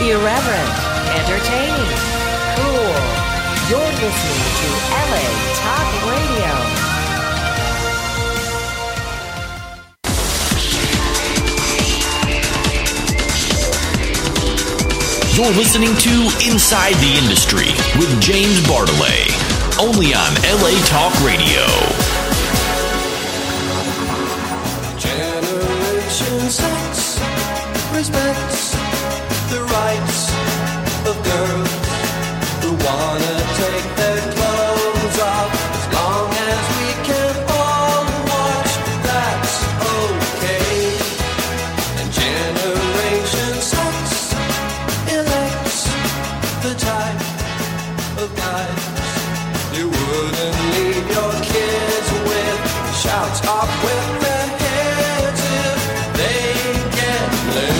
Irreverent, entertaining, cool. You're listening to LA Talk Radio. You're listening to Inside the Industry with James Bartolet, only on LA Talk Radio. Generation sex respects the rights of girls who wanna take their clothes off. As long as we can all watch, that's okay. And Generation sex elects the type of guys you wouldn't leave your kids with. Shouts up with their heads if they get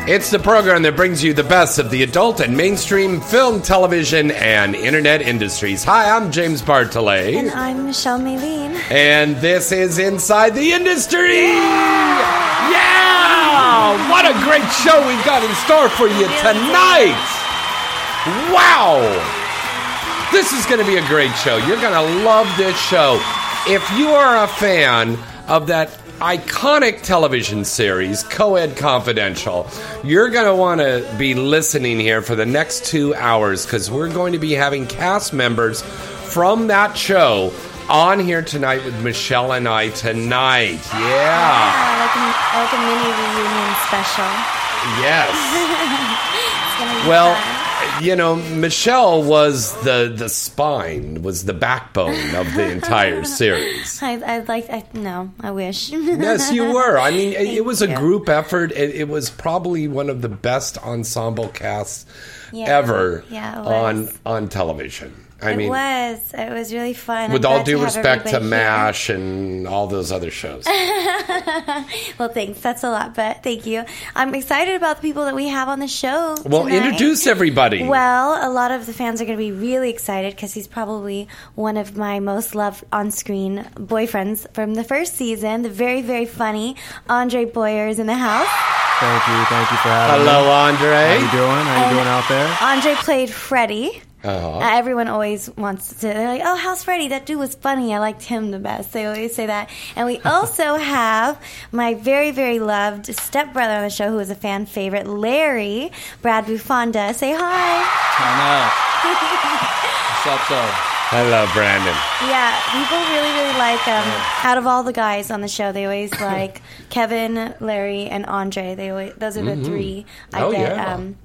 laid. It's the program that brings you the best of the adult and mainstream film, television, and internet industries. Hi, I'm James And Bartolet, I'm Michelle Maylene. and this is Inside the Industry. Yeah! What a great show we've got in store for you tonight! Wow! This is going to be a great show. You're going to love this show. If you are a fan of that iconic television series, Coed Confidential, you're going to want to be listening here for the next two hours because we're going to be having cast members from that show on here tonight with Michelle and I tonight. Yeah. Yeah, like, a, like a mini reunion special. Yes. It's gonna be Well, fun. you know, Michelle was the the spine, was the backbone of the entire series. I, I'd like, I, no, I wish. Yes, you were. I mean, it, it was a Thank you. group effort. It, it was probably one of the best ensemble casts Yeah. ever Yeah, it was. on on television. I it mean, was. It was really fun. I'm with all glad due have respect to everybody here. MASH and all those other shows. Well, thanks. That's a lot, but thank you. I'm excited about the people that we have on the show. Well, tonight. introduce everybody. Well, a lot of the fans are going to be really excited because he's probably one of my most loved on screen boyfriends from the first season. The very, very funny Andre Boyer is in the house. Thank you, thank you for having me. Hello, How you Andre. doing? How you doing out there? Andre played Freddy. Oh. Uh-huh. Uh, everyone always wants to. They're like, "Oh, how's Freddy? That dude was funny. I liked him the best." They always say that. And we also have my very, very loved stepbrother on the show, who is a fan favorite, Larry Brad Bufonda. Say hi. Hello, Brandon. Yeah, people really, really like him. Out of all the guys on the show, they always like Kevin, Larry, and Andre. They always those are the three I Oh, get yeah. um,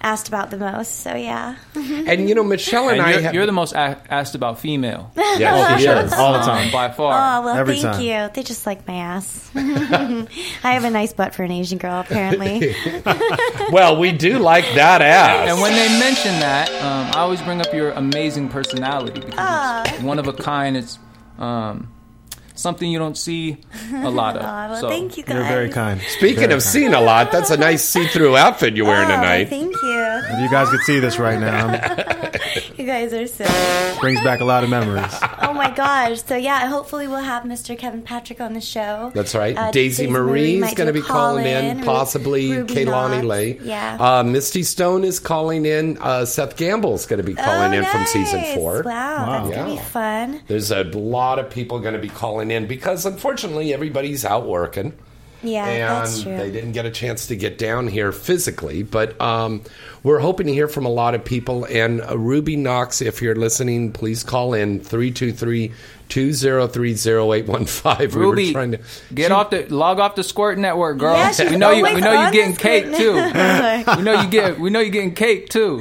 asked about the most. So yeah. And you know, Michelle and, And I. you're, have- you're the most a- asked about female Yes, she is. All the time. by Oh far. well, Every thank time. you. They just like my ass. I have a nice butt for an Asian girl, apparently. Well, we do like that ass. And when they mention that, um, I always bring up your amazing personality because Ah. it's one of a kind. It's um, something you don't see a lot of. Aw, well, so thank you guys. You're very kind. Speaking Very of kind. seeing a lot, that's a nice see-through outfit you're wearing Oh, tonight. Thank you. If you guys could see this right now, You guys are so. it Um, brings back a lot of memories. Oh my gosh. So yeah, hopefully we'll have Mr. Kevin Patrick on the show. That's right. Uh, Daisy Marie is might going to do be a calling call-in. in, Ru- possibly Ruby Kaylani Knox. Lay. Yeah. Uh, Misty Stone is calling in. Uh, Seth Gamble is going to be calling Oh, in from season nice. four. Wow, that's gonna Yeah. be fun. There's a lot of people going to be calling in because unfortunately everybody's out working. Yeah, and that's true. they didn't get a chance to get down here physically, but um, we're hoping to hear from a lot of people. And uh, Ruby Knox, if you're listening, please call in 323 203 0815. Ruby, get off the log off the Squirt Network, girl. Yeah, she's we know you. We always know on you getting the cake Squirt too. we know you get. We know you getting cake too.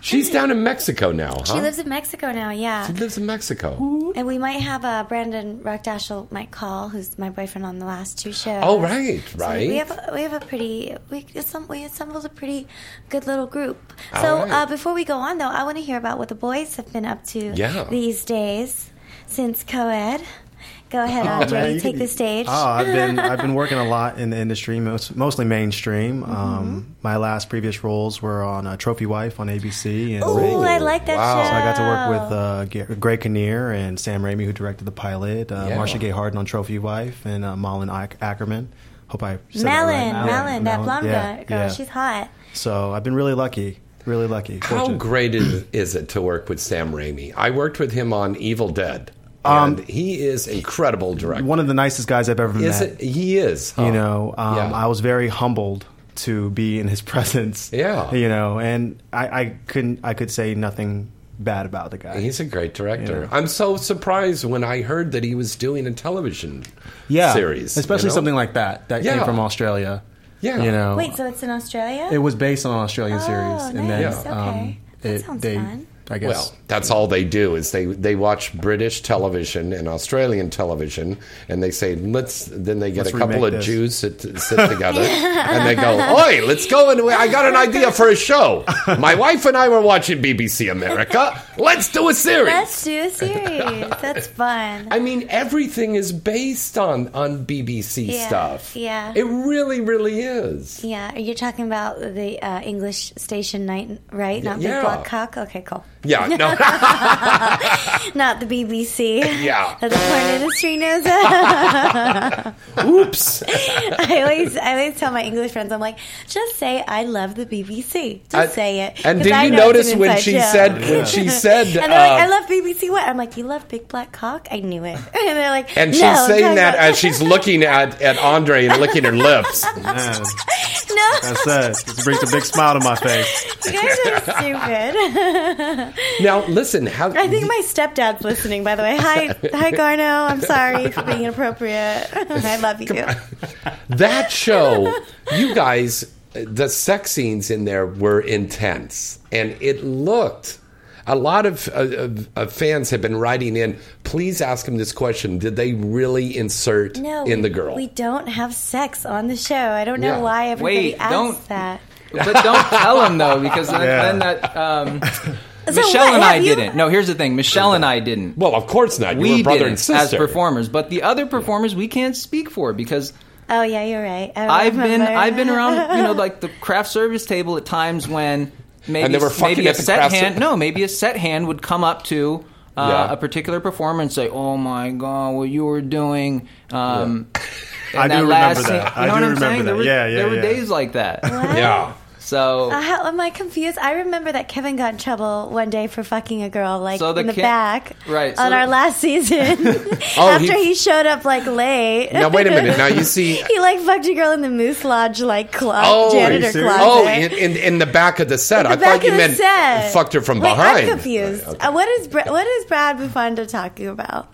She's down in Mexico now, huh? She lives in Mexico now. Yeah. Uh-huh. She lives in Mexico. And we might have uh, Brandon Rockdashel might call, who's my boyfriend on the last two shows. Oh, right, So right. we have a, we have a pretty we assem- we assembled a pretty good little group. So All right. uh, before we go on though, I want to hear about what the boys have been up to Yeah. these days since co-ed. Go ahead, Andre. man, you you take can- the stage. Oh, I've been I've been working a lot in the industry, most, mostly mainstream. Mm-hmm. Um, my last previous roles were on uh, Trophy Wife on ABC, and Ooh, I like that Wow. show. So I got to work with uh, G- Greg Kinnear and Sam Raimi, who directed the pilot, uh, Yeah. Marsha Gay Harden on Trophy Wife, and uh, Malin Ac- Ackerman hope I said that right. Melon, Yeah, Melon, that blonde yeah, girl, girl, yeah. she's hot. So I've been really lucky, really lucky. How fortunate. great is, is it to work with Sam Raimi? I worked with him on Evil Dead, and he is incredible director. Um, One of the nicest guys I've ever is met. it? He is. huh? you know um, Yeah. i was very humbled to be in his presence Yeah. you know and i, I couldn't i could say nothing bad about the guy He's a great director. Yeah. I'm so surprised when I heard that he was doing a television yeah series, especially you know? something like that that Yeah. came from australia Yeah. you know Wait, so it's in Australia? it was based on an australian Oh, series and then nice. um, Okay. That it, sounds they fun. i guess Well, that's all they do is they, they watch British television and Australian television, and they say let's. Then they get Let's a couple remake of this. Jews sit, sit together, and they go, "Oi, let's go!" And I got an idea for a show. My wife and I were watching BBC America. Let's do a series. Let's do a series. That's fun. I mean, everything is based on on BBC Yeah, stuff. yeah. it really, really is. Yeah, you're talking about the uh, English station night, right? Not Yeah. Big Black Cock? Okay, cool. Yeah, no, Not the BBC. Yeah. that the porn industry knows. I oops. always, I always tell my English friends, I'm like, just say I love the BBC. Just I- say it. and 'Cause did I you know it's notice an when inside she joke. said when she said And they're like, uh, I love BBC. What? I'm like, you love Big Black Cock? I knew it. And they're like, And "No, she's I'm saying talking that about- as she's looking at, at Andre and licking her lips. Yeah, no, that's it it brings a big smile to my face you guys are stupid. Now, listen, how I think my stepdad's listening. By the way, hi, hi, Garno. I'm sorry for being inappropriate. I love you. that show, you guys, the sex scenes in there were intense. And it looked, a lot of, uh, of, of fans have been writing in, please ask him this question. Did they really insert No, in the we- girl? We don't have sex on the show. I don't know Yeah. why everybody Wait, asks don't- that. But don't tell him though, because then, Yeah. then that um, So Michelle what, and I have you- didn't. No, here's the thing: Michelle and I didn't. well, of course not. You we were brother didn't and sister. as performers, but the other performers we can't speak for because Oh yeah, you're right. I I've been remember. I've been around you know like the craft service table at times when maybe And they were fucking maybe a at the set craft hand ser- no maybe a set hand would come up to uh, Yeah. a particular performer and say oh my god what you were doing um, and I do that remember last that. scene- I you know do what I'm remember saying that. there were, Yeah, yeah, there were yeah. days like that Yeah. so Uh, How am I confused? I remember that Kevin got in trouble one day for fucking a girl like So the in the ki- back, Right, so on the- our last season. Oh, after he- he, showed up like late. Now, wait a minute. Now, you see. he like fucked a girl in the Moose Lodge like clo- Oh, janitor serious? closet. Oh, in, in, in the back of the set. The I back thought you of the meant set. fucked her from Wait, behind. I'm confused. Right, okay. Uh, what is Bra- what is Brad Bufanda talking about?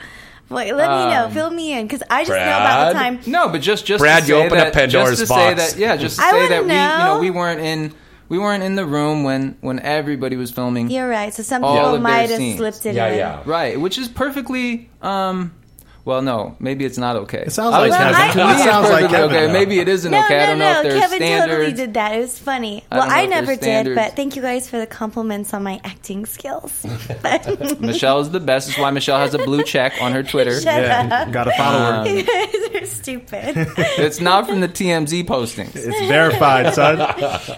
Wait, let me know. Fill me in because I just know about the Um, Brad? time. No, but just just Brad, to you say opened that, up Pandora's just to say box. that, yeah, just to I say wanna that we you know. know we weren't in we weren't in the room when when everybody was filming. You're right. So some Oh, All people of their might have scenes. slipped it Yeah, in. yeah. Right, which is perfectly um well no, maybe it's not okay. It sounds like Kevin. It sounds like okay. Kevin, though. Maybe it isn't No, okay. I no, don't know no. if there's Kevin standards. totally did that. It was funny. I well, don't know I if there's never did, standards. but thank you guys for the compliments on my acting skills. But- Michelle is the best. This is why Michelle has a blue check on her Twitter. Um, Shut yeah got a follower You guys are stupid. It's not from the TMZ postings. it's verified son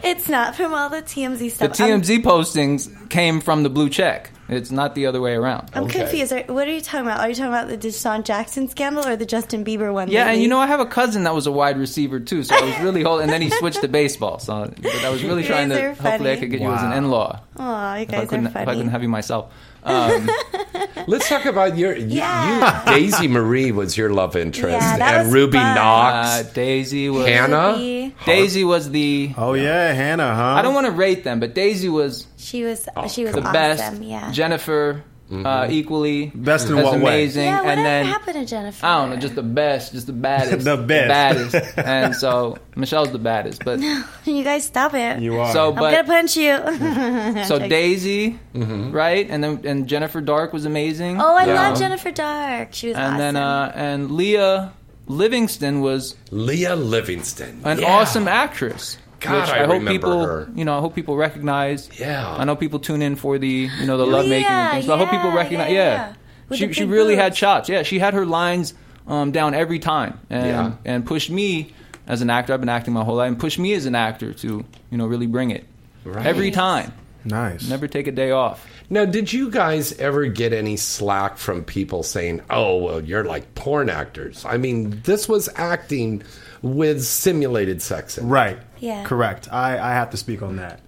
it's not from all the TMZ The stuff. I'm- TMZ postings came from the blue check. It's not the other way around. I'm confused. Are- What are you talking about? Are you talking about the Deshaun Jackson scandal or the Justin Bieber one? Yeah, and lately? you know I have a cousin that was a wide receiver too, so I was really holding. And then he switched to baseball, so but I was really You trying guys to. are Hopefully, I funny. could get you as an Wow. in-law. Aw, you If I guys couldn't, are if I couldn't funny. have you myself. Um, Let's talk about your you, Yeah. you, Daisy Marie was your love interest, Yeah, that and was Ruby fun. uh, Knox, Daisy was Hannah. Ruby. Daisy was the. oh yeah hannah huh I don't want to rate them, but Daisy was She was Oh, she was the awesome. best. Yeah. Jennifer uh, equally Mm-hmm. Best in as what way? amazing, yeah. Whatever and then happened to Jennifer? I don't know, just the best, just the baddest, The best. baddest. and so Michelle's the baddest, but you guys stop it. you are so I'm but gonna punch you. So Daisy, Mm-hmm. right, and then and Jennifer Dark was amazing. oh, I Yeah. love Jennifer Dark. She was And awesome. then uh, and Leah Livingston was Leah Livingston, an Yeah. awesome actress. God, which I hope remember people, her. you know, I hope people recognize. Yeah. I know people tune in for the, you know, the love making yeah, and things. But I hope people yeah, recognize. yeah, Yeah, yeah. With she the she big really had boobs. chops. Yeah, she had her lines um, down every time, and Yeah. and pushed me as an actor. I've been acting my whole life, and pushed me as an actor to, you know, really bring it Right. every time. Nice. Never take a day off. Now, did you guys ever get any slack from people saying, oh, well, you're like porn actors? I mean, this was acting with simulated sex. in it. Right. Yeah. Correct. I, I have to speak on that.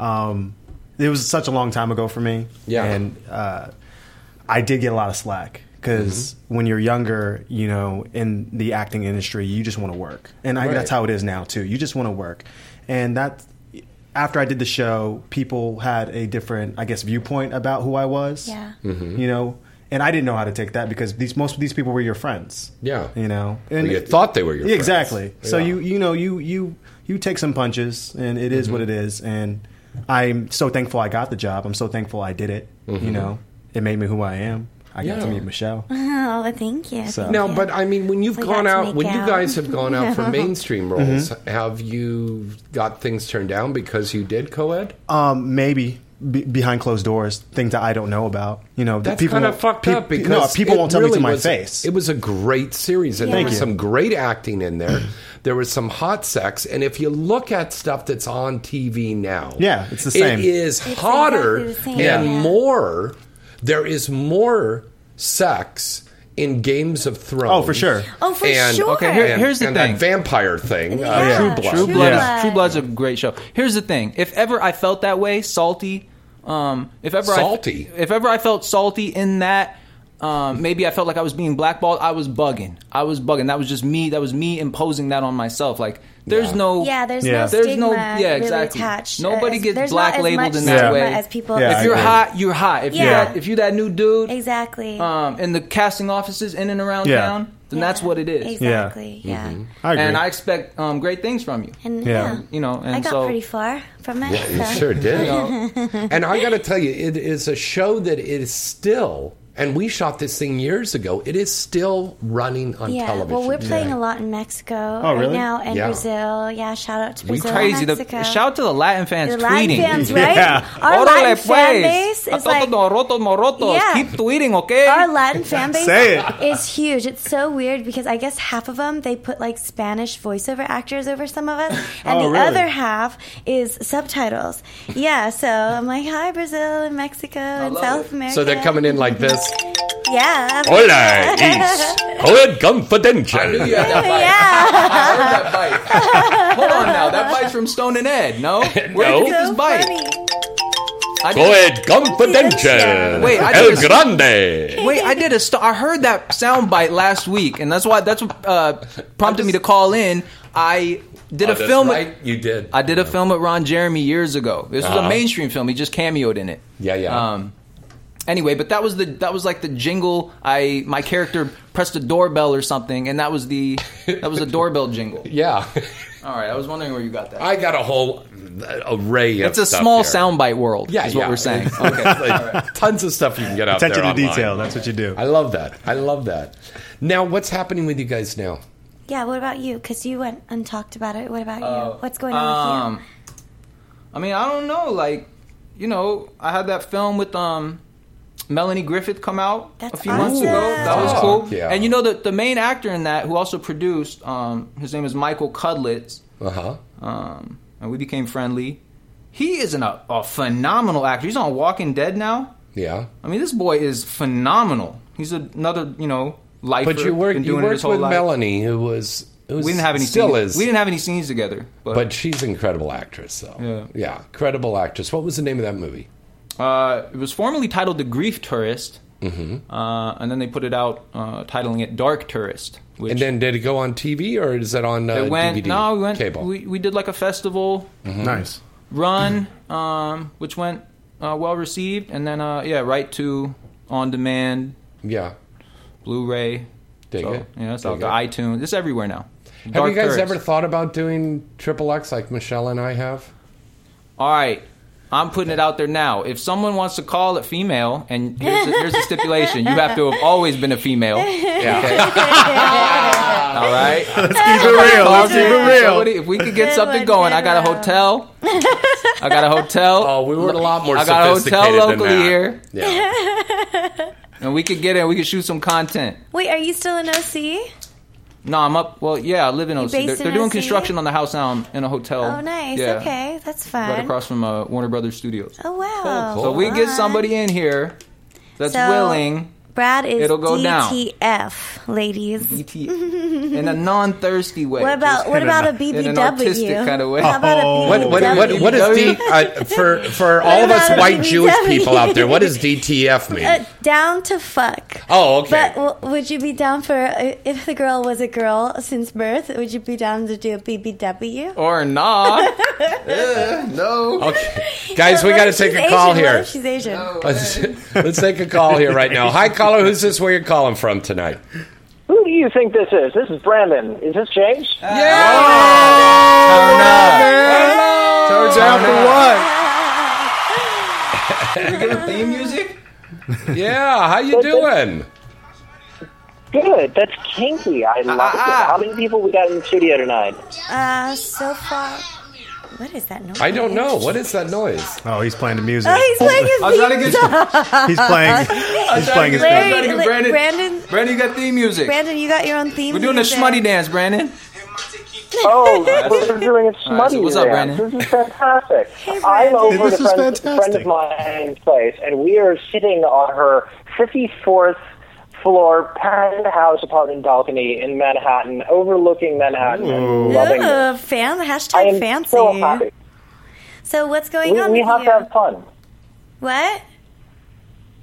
Um, it was such a long time ago for me. Mm-hmm. Yeah. And uh, I did get a lot of slack because Mm-hmm. when you're younger, you know, in the acting industry, you just want to work, and I, Right. that's how it is now too. You just want to work, and that. After I did the show, people had a different, I guess, viewpoint about who I was. Yeah. Mm-hmm. You know, and I didn't know how to take that because these most of these people were your friends. Yeah. You know, and you thought they were your Yeah, friends. exactly. So Yeah. you you know you you you take some punches, and it is what Mm-hmm. it is. And I'm so thankful I got the job. I'm so thankful I did it. You know, it made me who I am. I got to Mm-hmm. Yeah. meet Michelle. Oh, thank you. So- thank No, you. but I mean, when you've We gone got to out, make when you out. guys have gone out for mainstream roles, have you got things turned down because you did co ed? Um, maybe be, behind closed doors, things that I don't know about. You know, that That's kind of won't- fucked peop- up because no, people it won't tell me really to my was- face. It was a great series, and Yeah. there Thank was you. some great acting in there. there was some hot sex, and if you look at stuff that's on TV now, Yeah, it's the same. It is It's hotter exactly the same, and yeah. more. There is more sex in Games of Oh, Thrones. for sure. Oh, for and, sure. Okay, here- and- here's the and thing. that vampire thing, uh, Yeah. True Blood. True True Blood. Blood. True Blood's a great show. Here's the thing: if ever I felt that way, salty. Um, if ever Salty? I, if ever I felt salty in that, um, maybe I felt like I was being blackballed. I was bugging. I was bugging. That was just me. That was me imposing that that on myself. Like there's Yeah. no Yeah, there's Yeah. no There's stigma no- yeah, exactly. really attached. Nobody as- gets there's black not as labeled much in that stigma way. as people. Yeah, If you're I agree. hot, you're hot. If you're Yeah. that, if you're that new dude, exactly. um, in the casting offices in and around Yeah. Mm-hmm. town, then Yeah. that's what it is. Exactly. Yeah. I agree. And I expect um, great things from you. And Yeah. yeah. You know, and I got so- pretty far from it. You so- sure did. You know, And I got to tell you, it is a show that is still, and we shot this thing years ago. It is still running on Yeah, television. well, we're playing today. a lot in Mexico right really? now and Yeah. Brazil. Yeah, shout out to We Brazil, crazy. The, Mexico. shout to the Latin fans the Latin tweeting. fans, right? Yeah. Our Órale, Latin fan pues. base A is todos like rotos morotos. Yeah. Keep tweeting, okay? our Latin fan base Say it. is huge. It's so weird because I guess half of them they put like Spanish voiceover actors over some of us, and Oh, the really? other half is subtitles. Yeah, so I'm like, hi Brazil and Mexico and love South it. America. So they're coming in like this. Yeah. Hola, is Poet Confidential. yeah. that bite. Hold on now. That bite's from Stone and Ed, no? Where No. did you get this So bite? funny. I did- Poet Confidential. Wait, I Uh, El just- Grande. Wait, I did a. St- I heard that sound bite last week, and that's why that's what uh, prompted me to call in. I did a film. Oh, Right, you did. I did a film with Ron Jeremy years ago. This was Uh-huh. a mainstream film. He just cameoed in it. Yeah, yeah. Um, anyway, but that was the that was like the jingle. I my character pressed a doorbell or something, and that was the that was the doorbell jingle. yeah. All right, I was wondering where you got that. I got a whole array of it's a stuff small here. soundbite world. Yeah, is what yeah. we're saying. It's- Okay. it's like Tons of stuff you can get out Attention there to online. detail. That's what you do. I love that. I love that. Now, what's happening with you guys now? Yeah, what about you? Because you went and talked about it. What about you? What's going on Um, with you? I mean, I don't know. Like, you know, I had that film with um, Melanie Griffith come out That's a few months awesome. ago. That was Fuck, cool. yeah. And you know, the the main actor in that, who also produced, um, his name is Michael Cudlitz, Uh huh. um, and we became friendly. He is an, a, a phenomenal actor. He's on Walking Dead now. Yeah. I mean, this boy is phenomenal. He's another, you know, life. But you worked, been you doing it worked his whole with life. Melanie, who was who's We didn't have any. still scenes. is, We didn't have any scenes together. but she's an incredible actress, though. Yeah. yeah, incredible actress. What was the name of that movie? Uh, it was formerly titled The Grief Tourist, Mm-hmm. uh, and then they put it out, uh, titling it Dark Tourist. Which And then did it go on TV or is that on uh, it went. DVD? No, we went. cable. We, we did like a festival Mm-hmm. nice. run, um, which went uh, well received, and then uh, yeah, right to on demand yeah, Blu-ray. dig So, it. yeah, it's Dig out the it. iTunes. It's everywhere now. Have you Dark guys Tourist. ever thought about doing Triple X like Michelle and I have? All right. I'm putting it out there now. If someone wants to call it female, and here's the, here's the stipulation, you have to have always been a female. All right. Keep it real. Call Let's keep me. it real. Somebody- if we could get Good something one, going, I good got a one. hotel. I got a hotel. Oh, we were a lot more. I got a sophisticated hotel than locally that. here, Yeah. um, and we could get in. We could shoot some content. Wait, are you still in OC? No, I'm up. Well, yeah, I live in OC. They're, based in they're doing OC? construction on the house now. I'm in a hotel. Oh, nice. Yeah. Okay, that's That's fun. right across from uh, Warner Brothers Studios. Oh wow. Cool, cool. So we get Fun. somebody in here that's So- willing, Brad is E. It'll go down. DTF, ladies. ET, in a non-thirsty way. What about what in about a- a in BBW? an artistic kind of way. How about a Oh. What, what, what, what is D, uh, for, for all of us about white Jewish BBW? people out there, what does DTF Uh, mean? down to fuck. Oh, okay. But w- would you be down for uh, if the girl was a girl since birth? Would you be down to do a BBW? or not? Eh, no. Okay. Guys, we got to take She's a call Asian. What here. if she's Asian. Let's, let's take a call here right now. Hi, caller. Who's this? Where you calling from tonight? Who do you think this is? This is Brandon. Is this James? Turns out for what? Theme music. Yeah. How you doing? Good. That's kinky. I love ah. it. How many people we got in the studio tonight? Uh, so far, what is that noise? I don't know. What is that noise? Oh, he's playing the music. Oh, he's playing his I was theme song. trying to get he's playing. He's playing his. Larry, Brandon, Li- Brandon. Brandon, Brandon, you got theme music. Brandon, you got your own theme. We're doing a music. schmutty dance, Brandon. Oh, we're doing it All right, smutty. so what's up, there. Brandon? This is fantastic. Brandon. I'm over at This a is friend, fantastic. friend of mine's place, and we are sitting on her 54th floor penthouse apartment balcony in Manhattan, overlooking Manhattan and loving it. Ooh, fan, I hashtag am fancy. so happy. So what's going We, on? we with have you? to have fun. what?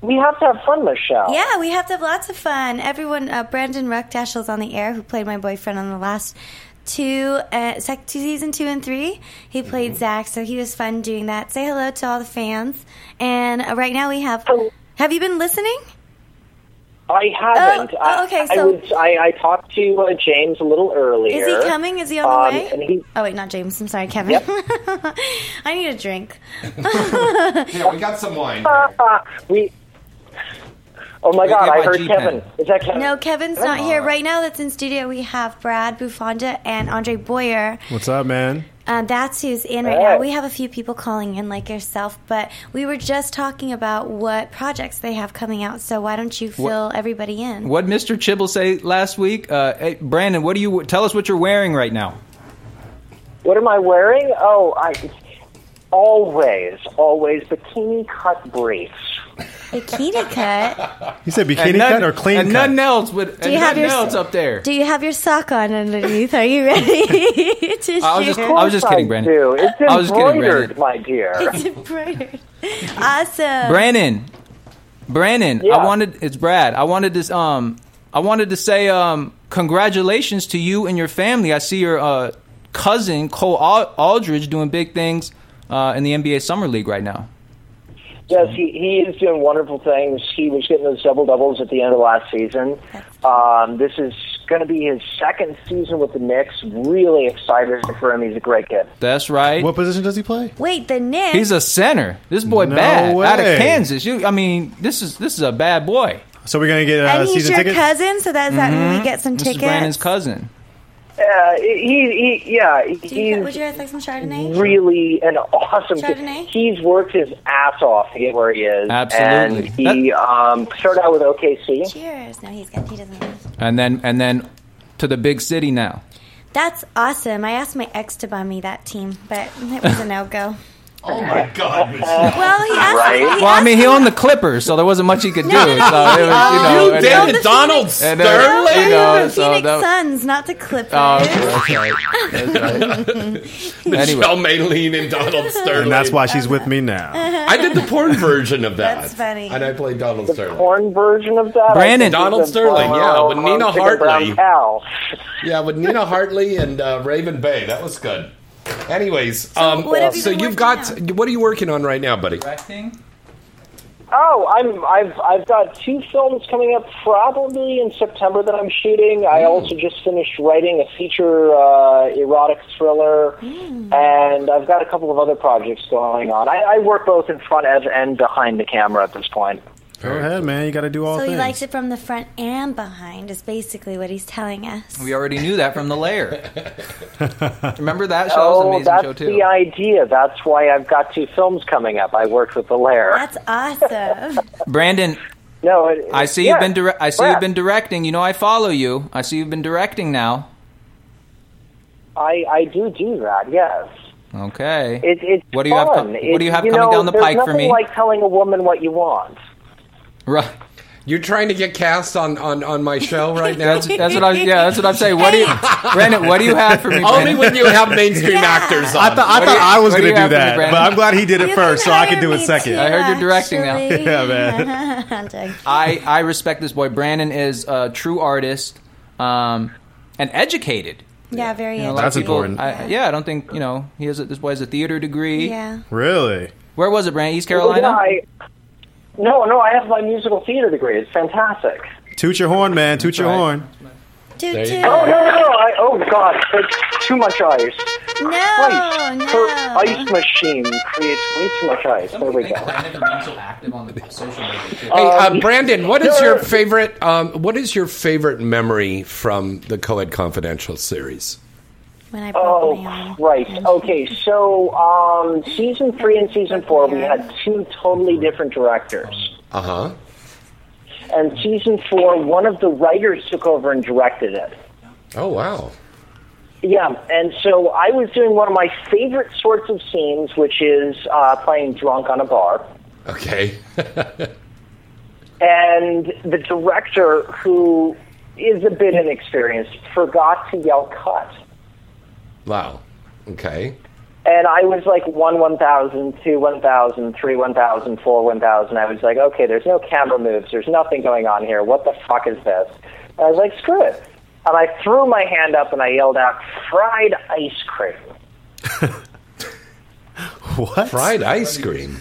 We have to have fun, Michelle. Yeah, we have to have lots of fun. Everyone, uh, Brandon Ruckdashel's on the air, who played my boyfriend on the last two, uh, sec- two season two and three. He played Mm-hmm. Zach, so he was fun doing that. Say hello to all the fans. And uh, right now we have. Hello. Have you been listening? I haven't. Oh, I- oh, okay, I, so- was, I, I talked to uh, James a little earlier. Is he coming? Is he on um, the way? And he, Oh wait, not James. I'm sorry, Kevin. I need a drink. Yeah, we got some wine. Uh, we. Oh my Wait, God! get I my heard G-pen. Kevin. Is that Kevin? No, Kevin's not here right now. That's in studio. We have Brad Buffonda and Andre Boyer. What's up, man? Uh, that's who's in right Hey. now. We have a few people calling in, like yourself, but we were just talking about what projects they have coming out. So why don't you fill everybody in? What Mr. Chibble say last week? Uh, hey, Brandon, what do you tell us what you're wearing right now? What am I wearing? Oh, I always, always bikini cut briefs. Bikini cut. He said bikini And cut none- or clean and cut? nothing else. With and you have nothing your- else up there. Do you have your sock on underneath? Are you ready to I was just- share? I was just kidding, Brandon. Do. It's I was kidding, embroidered, Brandon. my dear. It's embroidered. Awesome. Brandon, Brandon, Yeah. I wanted it's Brad. I wanted this. Um, I wanted to say um, congratulations to you and your family. I see your uh, cousin Cole Al- Aldridge doing big things uh, in the NBA Summer League right now. Yes, he, he is doing wonderful things. He was getting those double doubles at the end of last season. Um, this is going to be his second season with the Knicks. Really excited for him. He's a great kid. That's right. What position does he play? Wait, the Knicks. He's a center. This boy No bad out of way. Kansas. You, I mean, this is this is a bad boy. Mm-hmm. So we're gonna get uh, and he's season your tickets. cousin, so that's that when we get some This is tickets. Brandon's cousin. Uh, he, he, yeah, Do you, he's would you guys like some Chardonnay? really an awesome kid. Chardonnay? He's worked his ass off to get where he is. Absolutely. And he um, started out with OKC. Cheers. No, he's got. He doesn't. And then and then to the big city now. That's awesome. I asked my ex to buy me that team, but it was a no go. oh my god! well, he asked. Right? He asked Well, I mean, he me- owned the Clippers, so there wasn't much he could do. No, no, no, So it was, you know, You and- owned dated the Donald Phoenix- And, uh, you Sterling? I know, owned the so Phoenix that- Suns, not the Clippers. Oh, okay, that's right. That's right. Michelle anyway, Maylene and Donald Sterling. And that's why she's with me now. I did the porn version of that. Uh-huh. That's funny. And I played Donald Sterling. Porn version of that. Brandon. I think it's Donald a Sterling, brown- yeah, with Nina chicken brown Hartley. cow. Yeah, with Nina Hartley and uh, Raven Bay. That was good. Anyways, um, what have you so been you've got working what are you working on right now, buddy? Oh, I'm I've I've got two films coming up probably in September that I'm shooting. I also just finished writing a feature uh, erotic thriller, Mm. and I've got a couple of other projects going on. I, I work both in front of and behind the camera at this point. Go ahead, man. You got to do all So he things. likes it from the front and behind. Is basically what he's telling us. we already knew that from the layer. Remember that show? oh, it was an amazing that's show too. the idea. That's why I've got two films coming up. I worked with the Lair. That's awesome. Brandon, no, it, I see yeah, you've been dire- I see Brad, you've been directing. You know, I follow you. I see you've been directing now. I I do do that. Yes. Okay. It, it's What do you have fun. co- what It- do you have know, coming down the there's pike for nothing me? Like telling a woman what you want. Right. You're trying to get cast on, on, on my show right now? That's, that's what I. Yeah, that's what I'm saying. What do you, Brandon? What do you have for me? Only Brandon? when you have mainstream Yeah. actors on. I thought I, What do thought you- I was what do going to you do have for me, that, but Brandon? I'm glad he did it You first, can so I hire could do it me second. too, I heard you're directing now. actually. Yeah, man. I'm joking. I, I respect this boy. Brandon is a true artist, um, and educated. yeah, very You know, a lot of interesting. That's important. I, yeah, I don't think you know he has. A, this boy has a theater degree. Yeah. Really? Where was it, Brandon? East Well, Carolina. yeah, I- no, no, I have my musical theater degree. It's fantastic. Toot your horn, man. Toot your right. horn. Toot you toot. Oh no, no, no! I, oh God, it's too much ice. No, Ice. Her no. ice machine creates way too much ice. There we go. Hey, uh, Um, Brandon, what is sure. your favorite? Um, what is your favorite memory from the Coed Confidential series? When I broke my Oh, arm. Christ. Okay, so um, season three and season four, we had two totally different directors. Uh huh. And season four, one of the writers took over and directed it. Oh wow. Yeah, and so I was doing one of my favorite sorts of scenes, which is uh, playing drunk on a bar. Okay. And the director, who is a bit inexperienced, forgot to yell cut. wow. Okay. And I was like one one thousand, two one thousand, three one thousand, four one thousand. I was like, okay, there's no camera moves, there's nothing going on here. What the fuck is this? And I was like, screw it. And I threw my hand up and I yelled out, fried ice cream. What? Fried ice cream.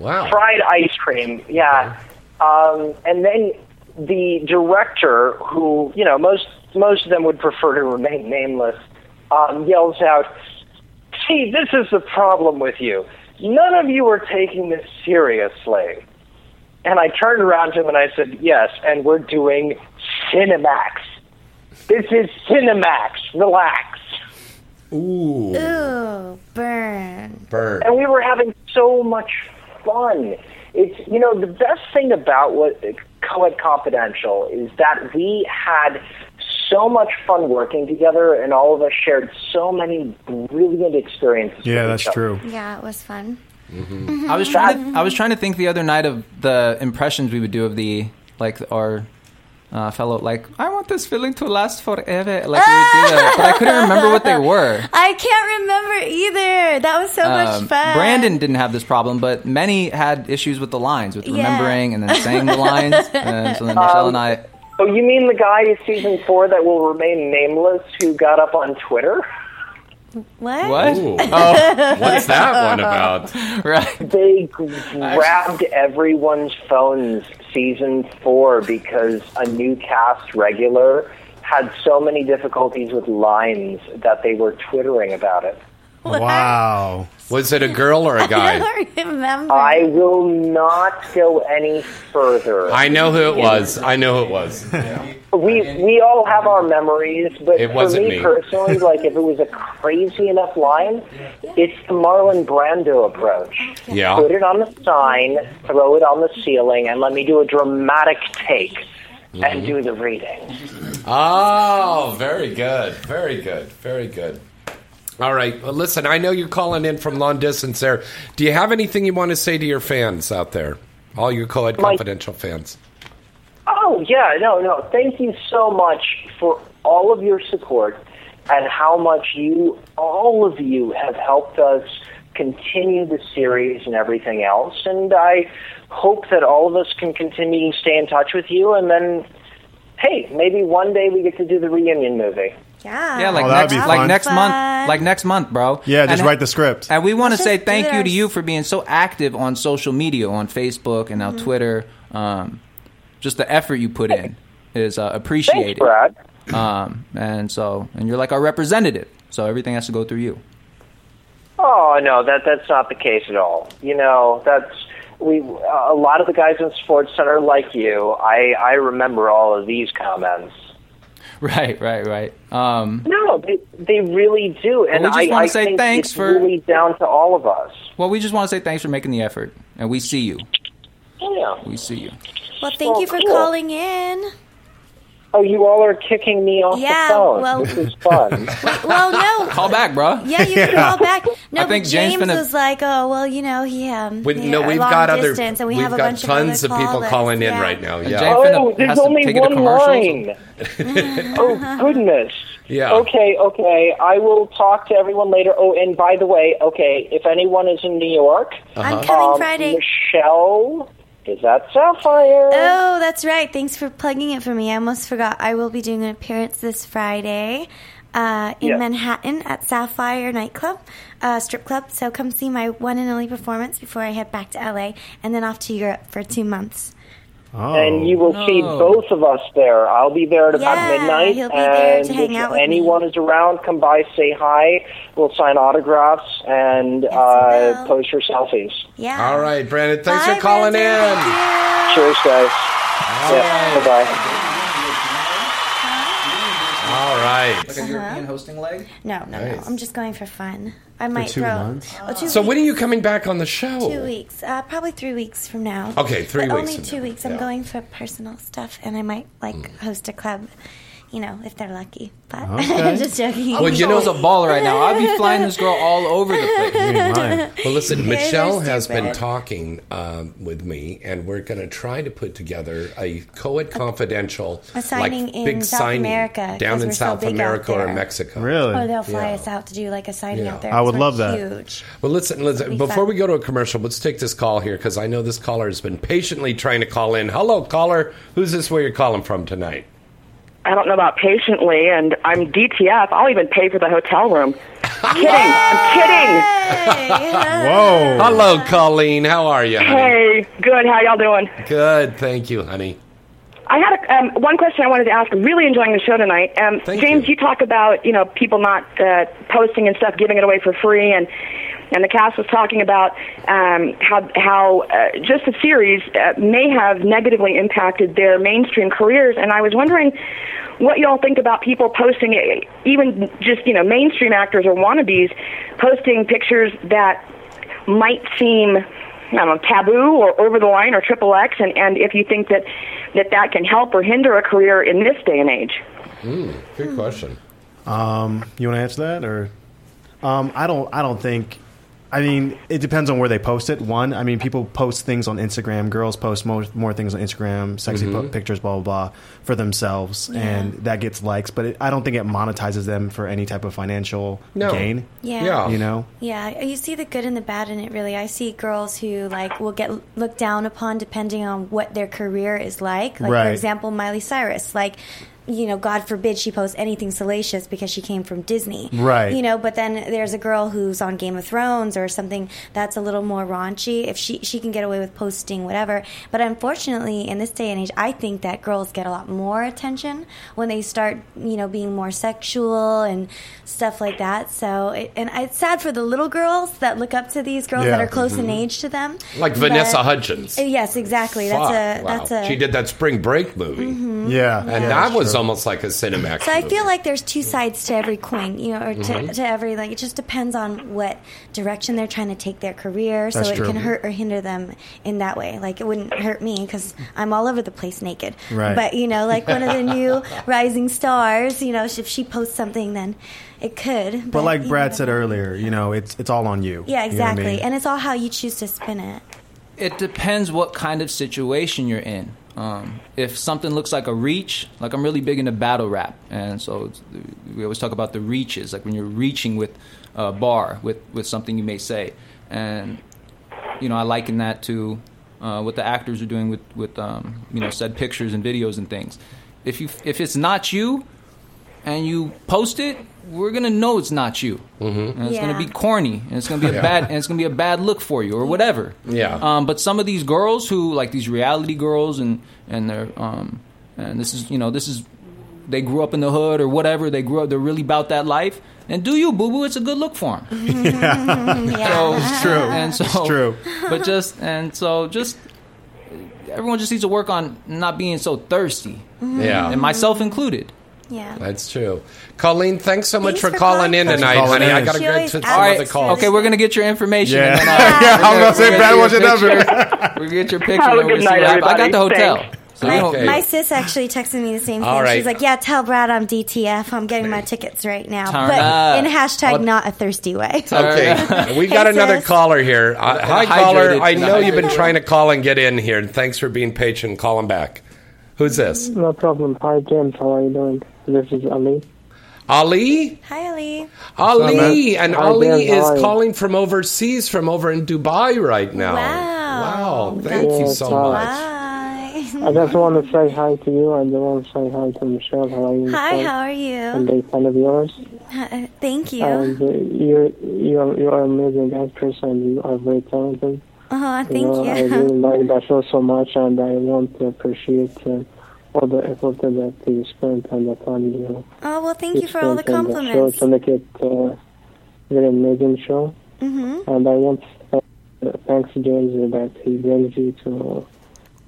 Wow. fried ice cream. Yeah. Um, and then the director, who you know most most of them would prefer to remain nameless, um, yells out, "See, this is the problem with you. None of you are taking this seriously." And I turned around to him and I said, "Yes, and we're doing Cinemax. This is Cinemax. Relax." Ooh. Ooh, burn. Burn. and we were having so much fun. It's you know the best thing about what Coed Confidential is that we had so much fun working together, and all of us shared so many brilliant experiences. Yeah, with that's each other. true. Yeah, it was fun. Mm-hmm. I was trying to I was trying to think the other night of the impressions we would do of the like our uh, fellow like I want this feeling to last forever like we would do that, but I couldn't remember what they were. I can't remember either. That was so Um, much fun. Brandon didn't have this problem, but many had issues with the lines, with Yeah. remembering and then saying the lines. and so then Michelle and I, Oh, you mean the guy in season four that will remain nameless who got up on Twitter? What? what? Oh, Ooh. What's that one about? Right? They grabbed everyone's phones season four because a new cast regular had so many difficulties with lines that they were twittering about it. Wow. Was it a girl or a I guy? don't remember. I will not go any further. I know who it was. I know who it was. we we all have our memories, but It for wasn't me, me. personally, like if it was a crazy enough line, it's the Marlon Brando approach. Put Yeah. it on the sign, throw it on the ceiling, and let me do a dramatic take and Mm-hmm. do the reading. Oh, very good. Very good. Very good. All right. Well, listen, I know you're calling in from long distance there. Do you have anything you want to say to your fans out there? All your co-ed Mike. confidential fans. Oh, yeah, no, no. Thank you so much for all of your support and how much you, all of you, have helped us continue the series and everything else. And I hope that all of us can continue to stay in touch with you. And then, hey, maybe one day we get to do the reunion movie. yeah. Yeah, like Oh, that'd next, be like fun. next month, Fun. like next month, bro. Yeah, just And- write the script. And we want to Just say do thank you to this. you for being so active on social media, on Facebook and now Mm-hmm. Twitter. Um, just the effort you put in is uh, Thanks, appreciated. Brad. Um, and so, and you're like our representative, so everything has to go through you. Oh no, that that's not the case at all. You know, that's we a lot of the guys in Sports Center like you. I I remember all of these comments. Right, right, right. Um, No, they, they really do, and we just I, wanna I say think thanks it's for- really down to all of us. well, we just want to say thanks for making the effort, and we see you. Yeah. We see you. Well, thank Oh, you for cool. calling in. Oh, you all are kicking me off Yeah, the phone. well- this is fun. Well, no. Call back, bro. Yeah, you can call back. No, I think but James James, finna- was like, "Oh, well, you know, he um, We, yeah, no, we've long got other. distance, and we we've have a got bunch tons of, of other people callers. calling in Yeah. right now. And Yeah. Jay- Oh, finna- has there's to only take it to one commercials. line. oh goodness. Yeah. Okay, okay. I will talk to everyone later. Oh, and by the way, okay, if anyone is in New York, Uh-huh. I'm coming um, Friday. Michelle is that Sapphire? Oh, that's right. Thanks for plugging it for me. I almost forgot. I will be doing an appearance this Friday uh, in Yeah. Manhattan at Sapphire Nightclub, uh, strip club. So come see my one and only performance before I head back to LA and then off to Europe for two months. Oh. And you will see both of us there. I'll be there at about Yeah, midnight. he'll be there and to hang if out with anyone is around, come by, say hi. We'll sign autographs and he uh, will. post your selfies. Yeah. All right, Brandon. Thanks Bye, for calling Brandon. in. Thank you. Cheers, guys. right. Bye bye. All Uh-huh. right. European hosting leg. No, no, no. Nice. I'm just going for fun. I might two throw. months? Oh, two So when are weeks. you coming back on the show? Two weeks, uh, probably three weeks from now. Okay, three But weeks Only from two now, weeks. yeah. Mm. I'm going for personal stuff, and I might like host a club, you know, if they're lucky. But Okay. I'm just joking. Well, you You know- know, a ball right now. I'd be flying this girl all over the place. You ain't lying. Well, listen, Michelle they're has been stupid. talking um, with me, and we're going to try to put together a co-ed confidential, A signing like, in big South signing America, down 'cause in we're so South big out America or there. Mexico. Really? Oh, they'll fly Yeah. us out to do like a signing Yeah. out there. I would It's, love like, that. Huge. Well, listen, listen. That'd be Before fun. we go to a commercial, let's take this call here because I know this caller has been patiently trying to call in. Hello, caller. Who's this? Where you're calling from tonight? I don't know about patiently, and I'm DTF. I'll even pay for the hotel room. kidding. I'm Hey, Whoa. Hello, Colleen. How are you? kidding. Honey? Hey, good. How y'all doing? Good, thank you, honey. I had a, um, one question I wanted to ask. I'm really enjoying the show tonight. Um, Thank James, you. you. talk about you know people not uh, posting and stuff, giving it away for free, and and the cast was talking about um, how how uh, just the series uh, may have negatively impacted their mainstream careers, and I was wondering what y'all think about people posting, uh, even just you know mainstream actors or wannabes posting pictures that might seem I don't know, taboo or over the line or triple X, and, and if you think that, that that can help or hinder a career in this day and age. Hmm, Good question. Um, You want to answer that, or um, I don't. I don't think. I mean, it depends on where they post it. One, I mean, people post things on Instagram. Girls post more, more things on Instagram, sexy Mm-hmm. po- pictures, blah blah blah, for themselves, and that gets likes. But it, I don't think it monetizes them for any type of financial No. gain. Yeah. Yeah. You know, Yeah, you see the good and the bad in it. Really, I see girls who like will get looked down upon depending on what their career is like. Like Right. for example, Miley Cyrus. Like, you know, God forbid she posts anything salacious because she came from Disney. Right. You know, but then there's a girl who's on Game of Thrones or something that's a little more raunchy. If she she can get away with posting whatever, but unfortunately, in this day and age, I think that girls get a lot more attention when they start, you know, being more sexual and stuff like that. So, it, and it's sad for the little girls that look up to these girls that Yeah. Mm-hmm. are close in age to them, Like Vanessa But- Hudgens. Uh, Yes, exactly. That's a Fuck, wow. that's a Mm-hmm. She did that Spring Break movie, yeah, and yeah, that that's was true. almost like a Cinemax. So I movie. feel like there's two sides to every coin, you know, or to, Mm-hmm. to every like. It just depends on what direction they're trying to take their career, so That's it true. can hurt or hinder them in that way. Like it wouldn't hurt me because I'm all over the place naked. Right. But you know, like one of the new rising stars, you know, if she posts something, then it could. But, But like you Brad never said know. earlier, you know, it's it's all on you. Yeah, You know what I exactly. mean? And it's all how you choose to spin it. It depends what kind of situation you're in. Um, if something looks like a reach, like I'm really big into battle rap, and so it's, we always talk about the reaches, like when you're reaching with a bar with with something you may say, and you know I liken that to uh, what the actors are doing with with um, you know said pictures and videos and things. If you if it's not you, and you post it, we're gonna know it's not you, mm-hmm. and it's Yeah. gonna be corny, and it's gonna be a bad, and it's gonna be a bad look for you, or whatever. Yeah. Um, but some of these girls who like these reality girls, and and they're um, and this is you know this is they grew up in the hood or whatever. They grew up. They're really about that life. And do you boo boo? It's a good look for them. Yeah. it's true. And so It's true. But just and so just everyone just needs to work on not being so thirsty, yeah, and myself included. yeah. that's true. Colleen, thanks so much Thanks for, for calling in calling. tonight, Calling honey. in. I got to She go always to asks another us call. this. Okay, we're gonna get your information. Yeah. and then, uh, Yeah, I was gonna say, we're Brad get wasn't your ever. picture. We're gonna get your picture. Have a and we're good gonna night, see what happens. I got the everybody. hotel. Thanks. So My, we don't- my sis actually texted me the same thing. All right. She's like, "Yeah, tell Brad I'm DTF. I'm getting my tickets right now, Turn but up. in hashtag not a thirsty way." Okay, we got Hey, another sis. caller here. Uh, hi, Hydrated. caller. I know you've been Hydrated. trying to call and get in here, and thanks for being patient and calling back. Who's this? No problem. Hi, James. How are you doing? This is Ali. Ali? Hi, Ali. Ali! and Hi, Dan, Ali how is are you? calling from overseas, from over in Dubai right now. Wow. Wow, thank you Yes, so hi. much. Hi. I just want to say hi to you and I want to say hi to Michelle. How are you? Hi. Michelle? How are And they you? fan of yours. Hi, Thank you. And uh, you, you, are, you are an amazing actress and you are very talented. Oh, you know, I thank really you. like that show so much and I want to appreciate uh, all the effort that you spent and the time you, Oh well, thank you you for spent all the on the show compliments. to make it uh, very amazing show. hmm And I want to thank- uh, thanks James that he brings you to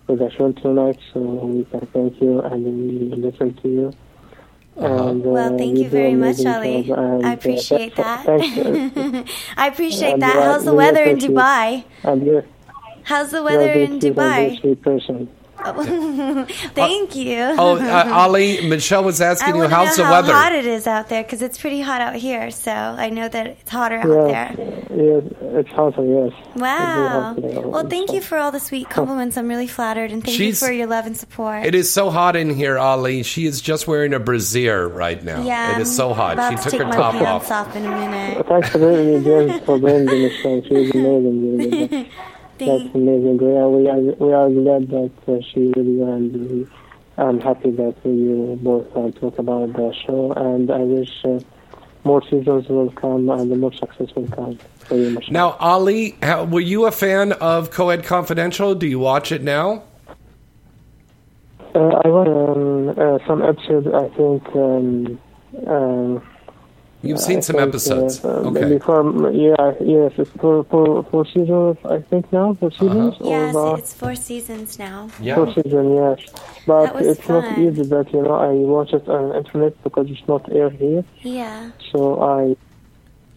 to the show tonight, so we can thank you and we listen to you. And, uh, Well, thank you do very much, amazing Ali. job, and, I uh, appreciate that. thanks- Thanks, uh, I appreciate And that. you're- How's the you're weather in appreciate- Dubai? and you're, How's the you're weather a very in sweet and very Dubai? sweet person. Thank you. Oh, uh, Ali, Michelle was I asking you, want to how's know the how weather? hot it is out there because it's pretty hot out here. So I know that it's hotter Yeah, out there. yes, it's hotter, yes. Wow. It's very hot there. Well, thank you for all the sweet compliments. I'm really flattered, and thank She's- you for your love and support. It is so hot in here, Ali. She is just wearing a brassiere right now. Yeah, it is so I'm hot. About She to took take her my top pants off. off in a minute. Thanks for bringing James for bringing the show. She is amazing. really. That's Thank- amazing. We are, we are, we are glad that uh, she really and we- I'm happy that you both uh, talk about the show. And I wish uh, more seasons will come and more success will come for you, Michelle. Now, Ali, how, were you a fan of Coed Confidential? Do you watch it now? uh, I want um, uh, some episodes. I think. Um, um, You've seen I some think, episodes. Uh, uh, okay. Before, yeah, yes, it's for for four seasons. I think now for seasons Yes, or uh, the, it's four seasons now. Yeah. Four season, yes. That But was it's not fun. easy that you know I watch it on internet because it's not air here, Yeah. so I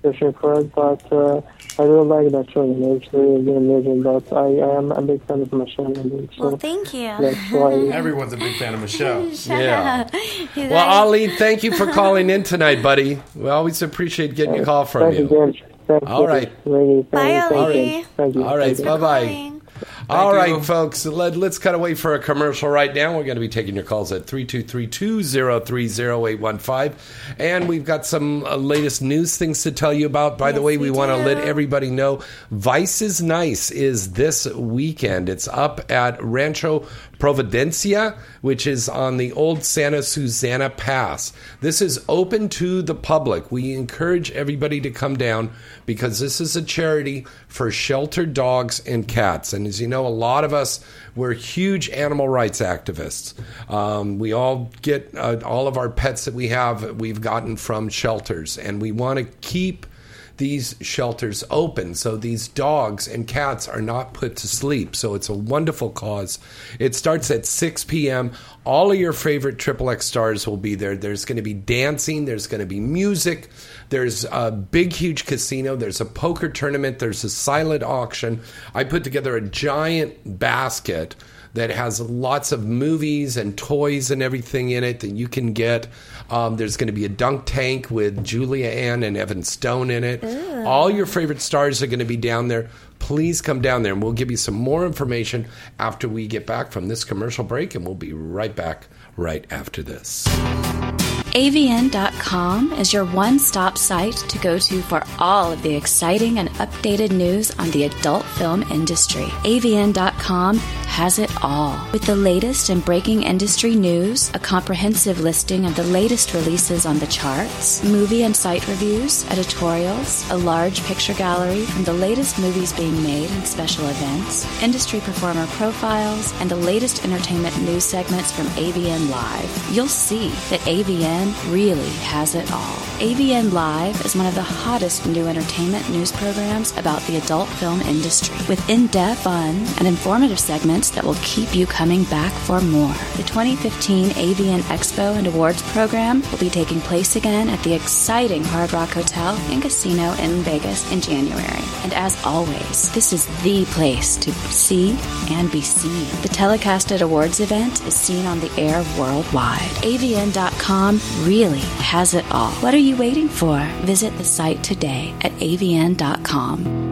searching for it. But uh, I really like that show. You know, it's really, really amazing. But I, I am a big fan of Michelle, and so Well, thank you. that's why. Everyone's a big fan of Michelle. Yeah. You Well, guys- Ali, thank you for calling in tonight, buddy. We always appreciate getting a call from Thank you, you. James. Thank All you. right. Really, Bye, thank you. Ali. Thank you. All right, Thank you. for Bye-bye. calling. All right, you. folks, let, us cut away for a commercial right now. We're going to be taking your calls at 323-203-0815. And we've got some uh, latest news things to tell you about. By the Yes, way, we, we want to do. let everybody know Vice is Nice is this weekend. It's up at Rancho Providencia, which is on the old Santa Susana Pass. This is open to the public. We encourage everybody to come down because this is a charity for sheltered dogs and cats. And as you know, a lot of us we're huge animal rights activists. Um, we all get uh, all of our pets that we have we've gotten from shelters, and we want to keep these shelters open so these dogs and cats are not put to sleep. So it's a wonderful cause. It starts at 6 p.m. All of your favorite Triple X stars will be there. There's going to be dancing, there's going to be music, there's a big, huge casino, there's a poker tournament, there's a silent auction. I put together a giant basket that has lots of movies and toys and everything in it that you can get. Um, there's going to be a dunk tank with Julia Ann and Evan Stone in it. All your favorite stars are going to be down there. Please come down there and we'll give you some more information after we get back from this commercial break, and we'll be right back right after this. AVN.com is your one stop site to go to for all of the exciting and updated news on the adult film industry. AVN.com has it all. With the latest and breaking industry news, a comprehensive listing of the latest releases on the charts, movie and site reviews, editorials, a large picture gallery from the latest movies being made and special events, industry performer profiles, and the latest entertainment news segments from AVN Live. You'll see that AVN really has it all. AVN Live is one of the hottest new entertainment news programs about the adult film industry, with in depth fun and informative segments events that will keep you coming back for more. The 2015 AVN Expo and Awards program will be taking place again at the exciting Hard Rock Hotel and Casino in Vegas in January. And as always, this is the place to see and be seen. The telecasted awards event is seen on the air worldwide. AVN.com really has it all. What are you waiting for? Visit the site today at avn.com.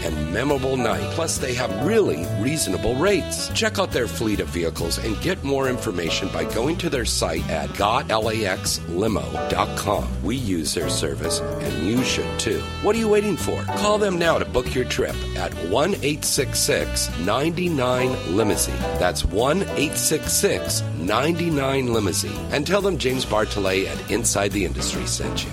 and memorable night. Plus, they have really reasonable rates. Check out their fleet of vehicles and get more information by going to their site at gotlaxlimo.com. We use their service and you should too. What are you waiting for? Call them now to book your trip at 1 866 99 Limousine. That's 1 866 99 Limousine. And tell them James Bartolet at Inside the Industry sent you.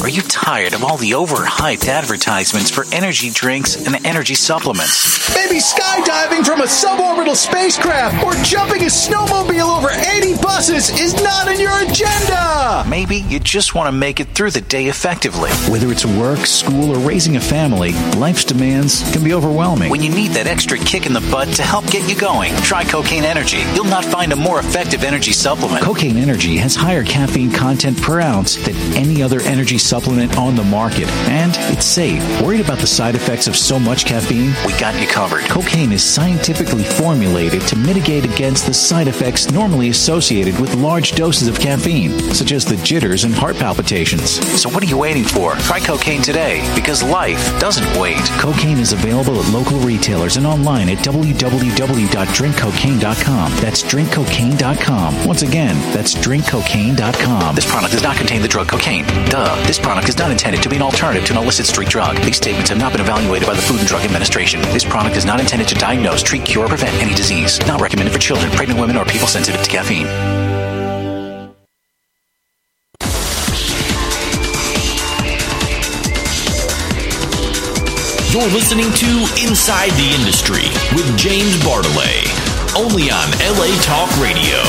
Are you tired of all the overhyped advertisements for energy drinks and energy supplements? Maybe skydiving from a suborbital spacecraft or jumping a snowmobile over 80 buses is not in your agenda. Maybe you just want to make it through the day effectively. Whether it's work, school, or raising a family, life's demands can be overwhelming. When you need that extra kick in the butt to help get you going, try Cocaine Energy. You'll not find a more effective energy supplement. Cocaine Energy has higher caffeine content per ounce than any other energy supplement on the market, and it's safe. Worried about the side effects of so much caffeine? We got you covered. Cocaine is scientifically formulated to mitigate against the side effects normally associated with large doses of caffeine, such as the jitters and heart palpitations. So, what are you waiting for? Try cocaine today because life doesn't wait. Cocaine is available at local retailers and online at www.drinkcocaine.com. That's drinkcocaine.com. Once again, that's drinkcocaine.com. This product does not contain the drug cocaine. Duh. This product is not intended to be an alternative to an illicit street drug. These statements have not been evaluated by the Food and Drug Administration. This product is not intended to diagnose, treat, cure, or prevent any disease. Not recommended for children, pregnant women, or people sensitive to caffeine. You're listening to Inside the Industry with James Bartolet, only on LA Talk Radio.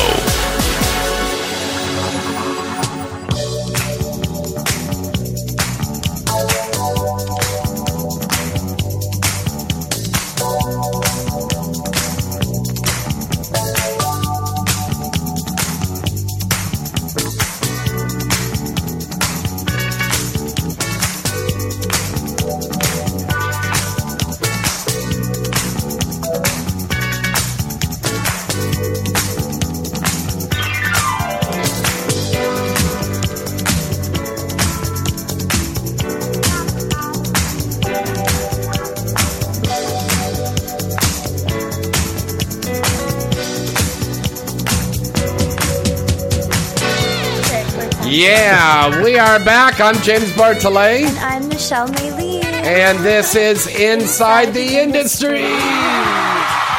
Yeah, we are back. I'm James Bartolet. And I'm Michelle Maylene. And this is Inside the Industry.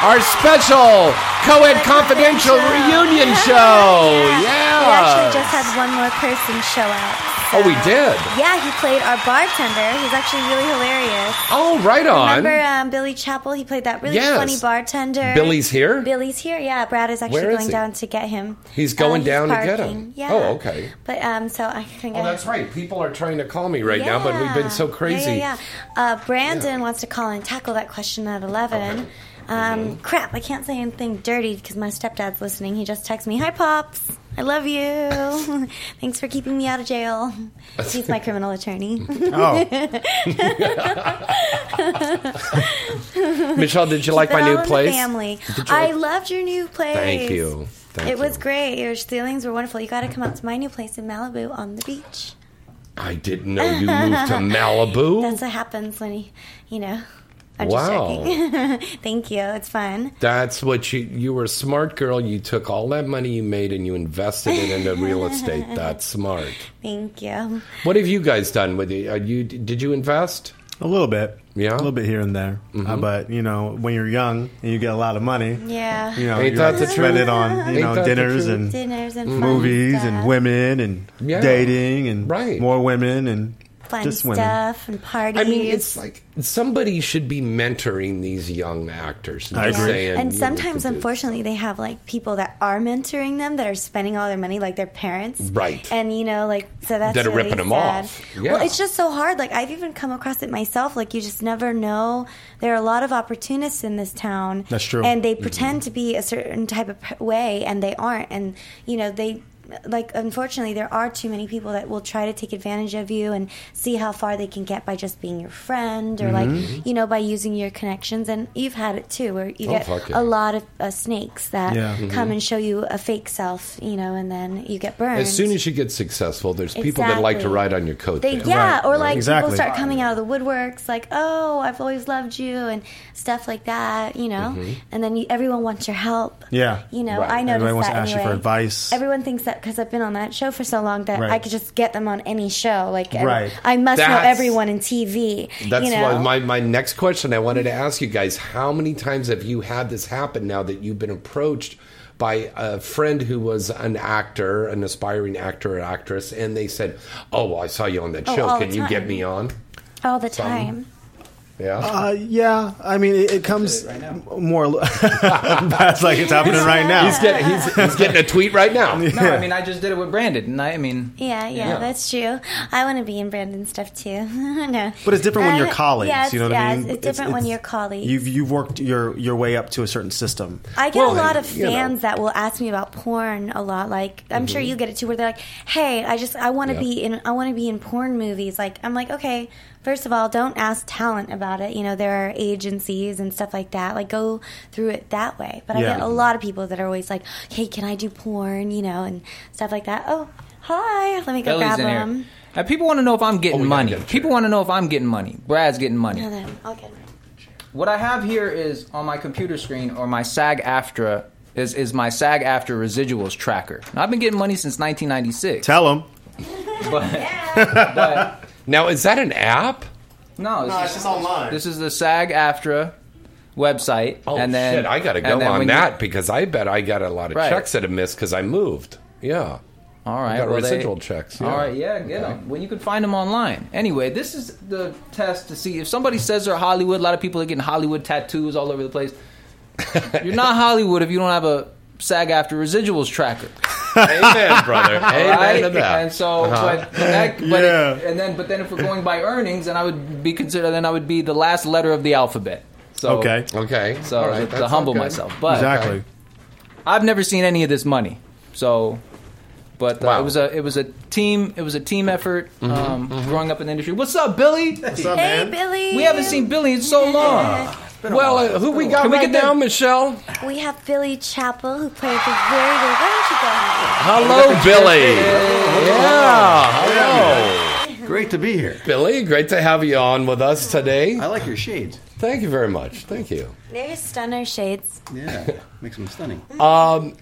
our special co-ed confidential reunion show. Yeah. We actually just had one more person show up. oh, we did. Yeah, he played our bartender. He's actually really hilarious. Oh, right on. Remember um, Billy Chappell? He played that really Yes. funny bartender. Billy's here? Billy's here. Yeah, Brad is actually Where is going he? down to get him. He's going Uh, down to get parking. him. Yeah. Oh, okay. But um, so I think. Oh, I- that's right. People are trying to call me right now, but we've been so Yeah, crazy. Yeah, yeah. Uh, Brandon wants to call and tackle that question at 11. Um, Mm-hmm. Crap, I can't say anything dirty because my stepdad's listening. He just texted me, Hi, Pops. I love you. Thanks for keeping me out of jail. He's my criminal attorney. Michelle, did you like Keep it my new all in the place? family. Did you I like- loved your new place. Thank you. Thank it was great. Your ceilings were wonderful. You got to come out to my new place in Malibu on the beach. I didn't know you moved to Malibu. That's what happens when you, you know. I'm Wow. just joking. Thank you. It's fun. That's what you you were a smart girl. You took all that money you made and you invested it into real estate. That's smart. Thank you. What have you guys done with it? Are you did you invest? A little bit. Yeah. Mm-hmm. A little bit here and there. Uh, but, you know, when you're young and you get a lot of money, Yeah. you know, Ain't you that the spend truth? it on, Ain't you know, that the dinners truth? and, Dinners and fun movies stuff. and women and Yeah. dating and more women and Fun just women. stuff and parties. I mean, it's like somebody should be mentoring these young actors. I Just agree. saying, and you sometimes, know, unfortunately, they have like people that are mentoring them that are spending all their money, like their parents, Right. And you know, like so that's That are really ripping 'em sad. off. Yeah. Well, it's just so hard. Like I've even come across it myself. Like you just never know. There are a lot of opportunists in this town. That's true. And they Mm-hmm. pretend to be a certain type of p- way, and they aren't. And you know, they like unfortunately there are too many people that will try to take advantage of you and see how far they can get by just being your friend or Mhm. Mm-hmm. like you know by using your connections and you've had it too where you Oh, get fuck yeah. a lot of uh, snakes that Yeah. Mhm. come and show you a fake self you know and then you get burned As soon as you get successful, there's people that like to Exactly. ride on your coat. they, yeah, or like people start coming out of the woodworks, like, oh, I've always loved you, and stuff like that, you know. Mhm. And then you, everyone wants your help. Yeah. You know, I noticed Everybody wants that to ask you for anyway. advice. Everyone thinks that because I've been on that show for so long that Right. I could just get them on any show. Like, I- Right. I, must know That's- everyone in TV. That's you know? why my, my next question I wanted to ask you guys how many times have you had this happen now that you've been approached by a friend who was an actor, an aspiring actor or actress, and they said, Oh, well, I saw you on that Oh, show. all Can the you get time. me on? all the some- time. Yeah. Uh, yeah, I mean, it, it comes more. That's like it's happening right now. He's getting- he's- he's getting a tweet right now. No, I mean I just did it with Brandon, and I, I mean Yeah, yeah, Yeah. that's true. I want to be in Brandon's stuff too. no, But it's different when Uh, you're colleagues. yeah, it's- you know what yeah, I mean? It's, it's different when you're colleagues. You've you've worked your your way up to a certain system. I get a lot of you know. fans that will ask me about porn a lot. Like I'm sure Mhm. you get it too, where they're like, "Hey, I just I want to Yeah. be in I want to be in porn movies." Like I'm like, okay, first of all, don't ask talent about it. You know, there are agencies and stuff like that. Like go through it that way. But I Yeah. get a lot of people that are always like, "Hey, can I do porn?" You know, and stuff like that. Oh, hi, let me go Ellie's grab in here. them. And uh, people want to know if I'm Oh, getting money. People want to know if I'm getting money. Brad's getting money. No, no, I'll get 'em. What I have here is on my computer screen or my SAG AFTRA is, is my SAG AFTRA residuals tracker. Now, I've been getting money since 1996. Tell them. But, but now is that an app? No, it's, No, it's just online. This is the SAG AFTRA website. Oh, and then, shit. I got to and go then on when you- that because I bet I got a lot of Right. checks that have missed because I moved. Yeah. All I right, got well, they- residual checks. Yeah. All right, yeah, get them. Well, you can find them online. Anyway, this is the test to see if somebody says they're Hollywood. A lot of people are getting Hollywood tattoos all over the place. You're not Hollywood if you don't have a SAG after residuals tracker. Amen, brother. Amen to that. And so, Uh-huh. but, but, that, but Yeah. and then, but then, if we're going by earnings, then I would be considered. Then I would be the last letter of the alphabet. So Okay. Okay. So All right, to, to that's humble okay. myself, but Exactly. I've never seen any of this money. So, but uh, it was a it was a team it was a team effort. Mhm, Um, Growing up in the industry, what's up, Billy? What's up, Hey, man? Billy. We haven't seen Billy in so long. Well, uh, who we got Can we right get that- now, Michelle? We have Billy Chappell who played the very good. Why don't you go? Hello, Billy. Yeah. Hello. Great to be here. Billy, great to have you on with us today. I like your shades. Thank you very much. Thank you. There's stunner shades. Yeah, makes them stunning. Um,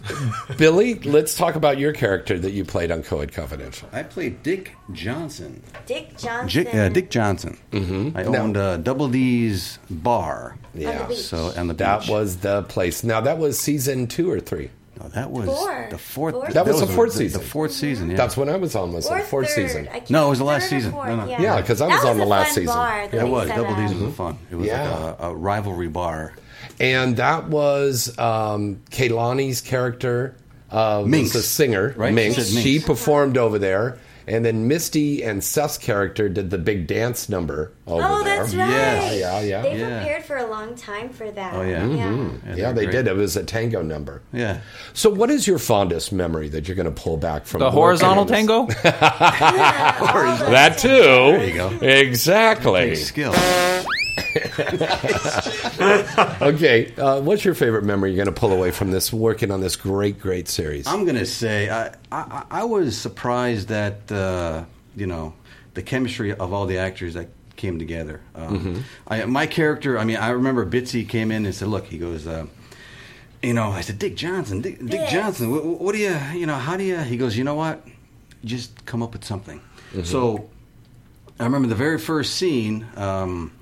Billy, let's talk about your character that you played on Coed Confidential. I played Dick Johnson. Dick Johnson. Dick, uh, Dick Johnson. Mm-hmm. I Now- owned uh, Double D's bar. Yeah. beach. So and the that was the place. Now that was season two or three. No, that was Four. the fourth. Fourth That was the fourth the- season. The fourth season. Yeah. That's when I was on. Was Or the fourth third. season? I can't- No, it was the last third or season. fourth, No, no. yeah. Yeah, because I That was, on a the last fun season. bar that it we was set Double up. D's was fun. It was like a, a rivalry bar. And that was um, Kaylani's character. Uh, Minx, was a singer, right? Minx. She said Minx. She performed over there, and then Misty and Seth's character did the big dance number over Oh, there. that's right. Yes. Yeah, yeah, They yeah. prepared for a long time for that. Mhm. yeah, they did. It was a tango number. Yeah. So, what is your fondest memory that you're going to pull back from The working horizontal on this? tango? that too. There you go. Exactly. skill. okay. Uh, what's your favorite memory you're going to pull away from this working on this great, great series? I'm gonna say I I- I, I was surprised that uh, you know the chemistry of all the actors that came together. Um, Mhm. I, my character, I mean, I remember Bitsy came in and said, "Look," he goes. Uh, you know, I said, Dick Johnson, Dick, Dick Johnson, what, what do you, you know, how do you? He goes, you know what? Just come up with something. So I remember the very first scene, um,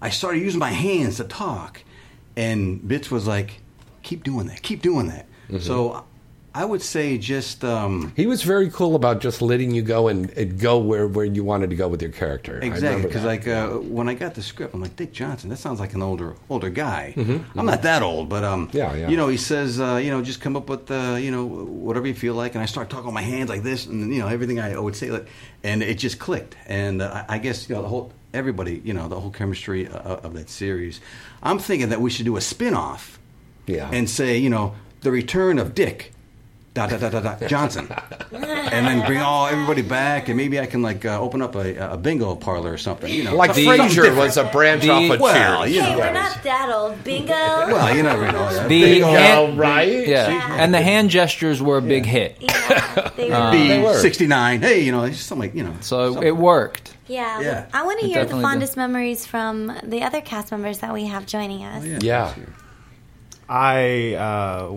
I started using my hands to talk, and Bitch was like, keep doing that, keep doing that. So I would say just. Um, He was very cool about just letting you go and, and go where, where you wanted to go with your character. Exactly, because like uh, when I got the script, I'm like Dick Johnson. That sounds like an older older guy. Mhm. I'm not that old, but um, Yeah, yeah. You know, he says, uh, you know, just come up with uh, you know whatever you feel like, and I start talking with my hands like this, and you know everything I would say, like, and it just clicked. And uh, I I guess you know the whole everybody, you know, the whole chemistry uh, of, of that series. I'm thinking that we should do a spin off yeah. and say, you know, the return of Dick. Dot, dot, dot, dot, dot, Johnson, and then bring all everybody back, and maybe I can like uh, open up a, a bingo parlor or something. You know, Like something Frasier different. was a branch off of well, Cheers. you Hey, know, we're not that old. Bingo. well, you never know. The that. hand, right? Yeah. And the hand gestures were a big hit. They Uh, were- They be were. sixty nine. Hey, you know, it's just something like you know. So it worked. Yeah, Yeah. well, I want to It hear the definitely fondest memories from the other cast members that we have joining us. Yeah. I uh,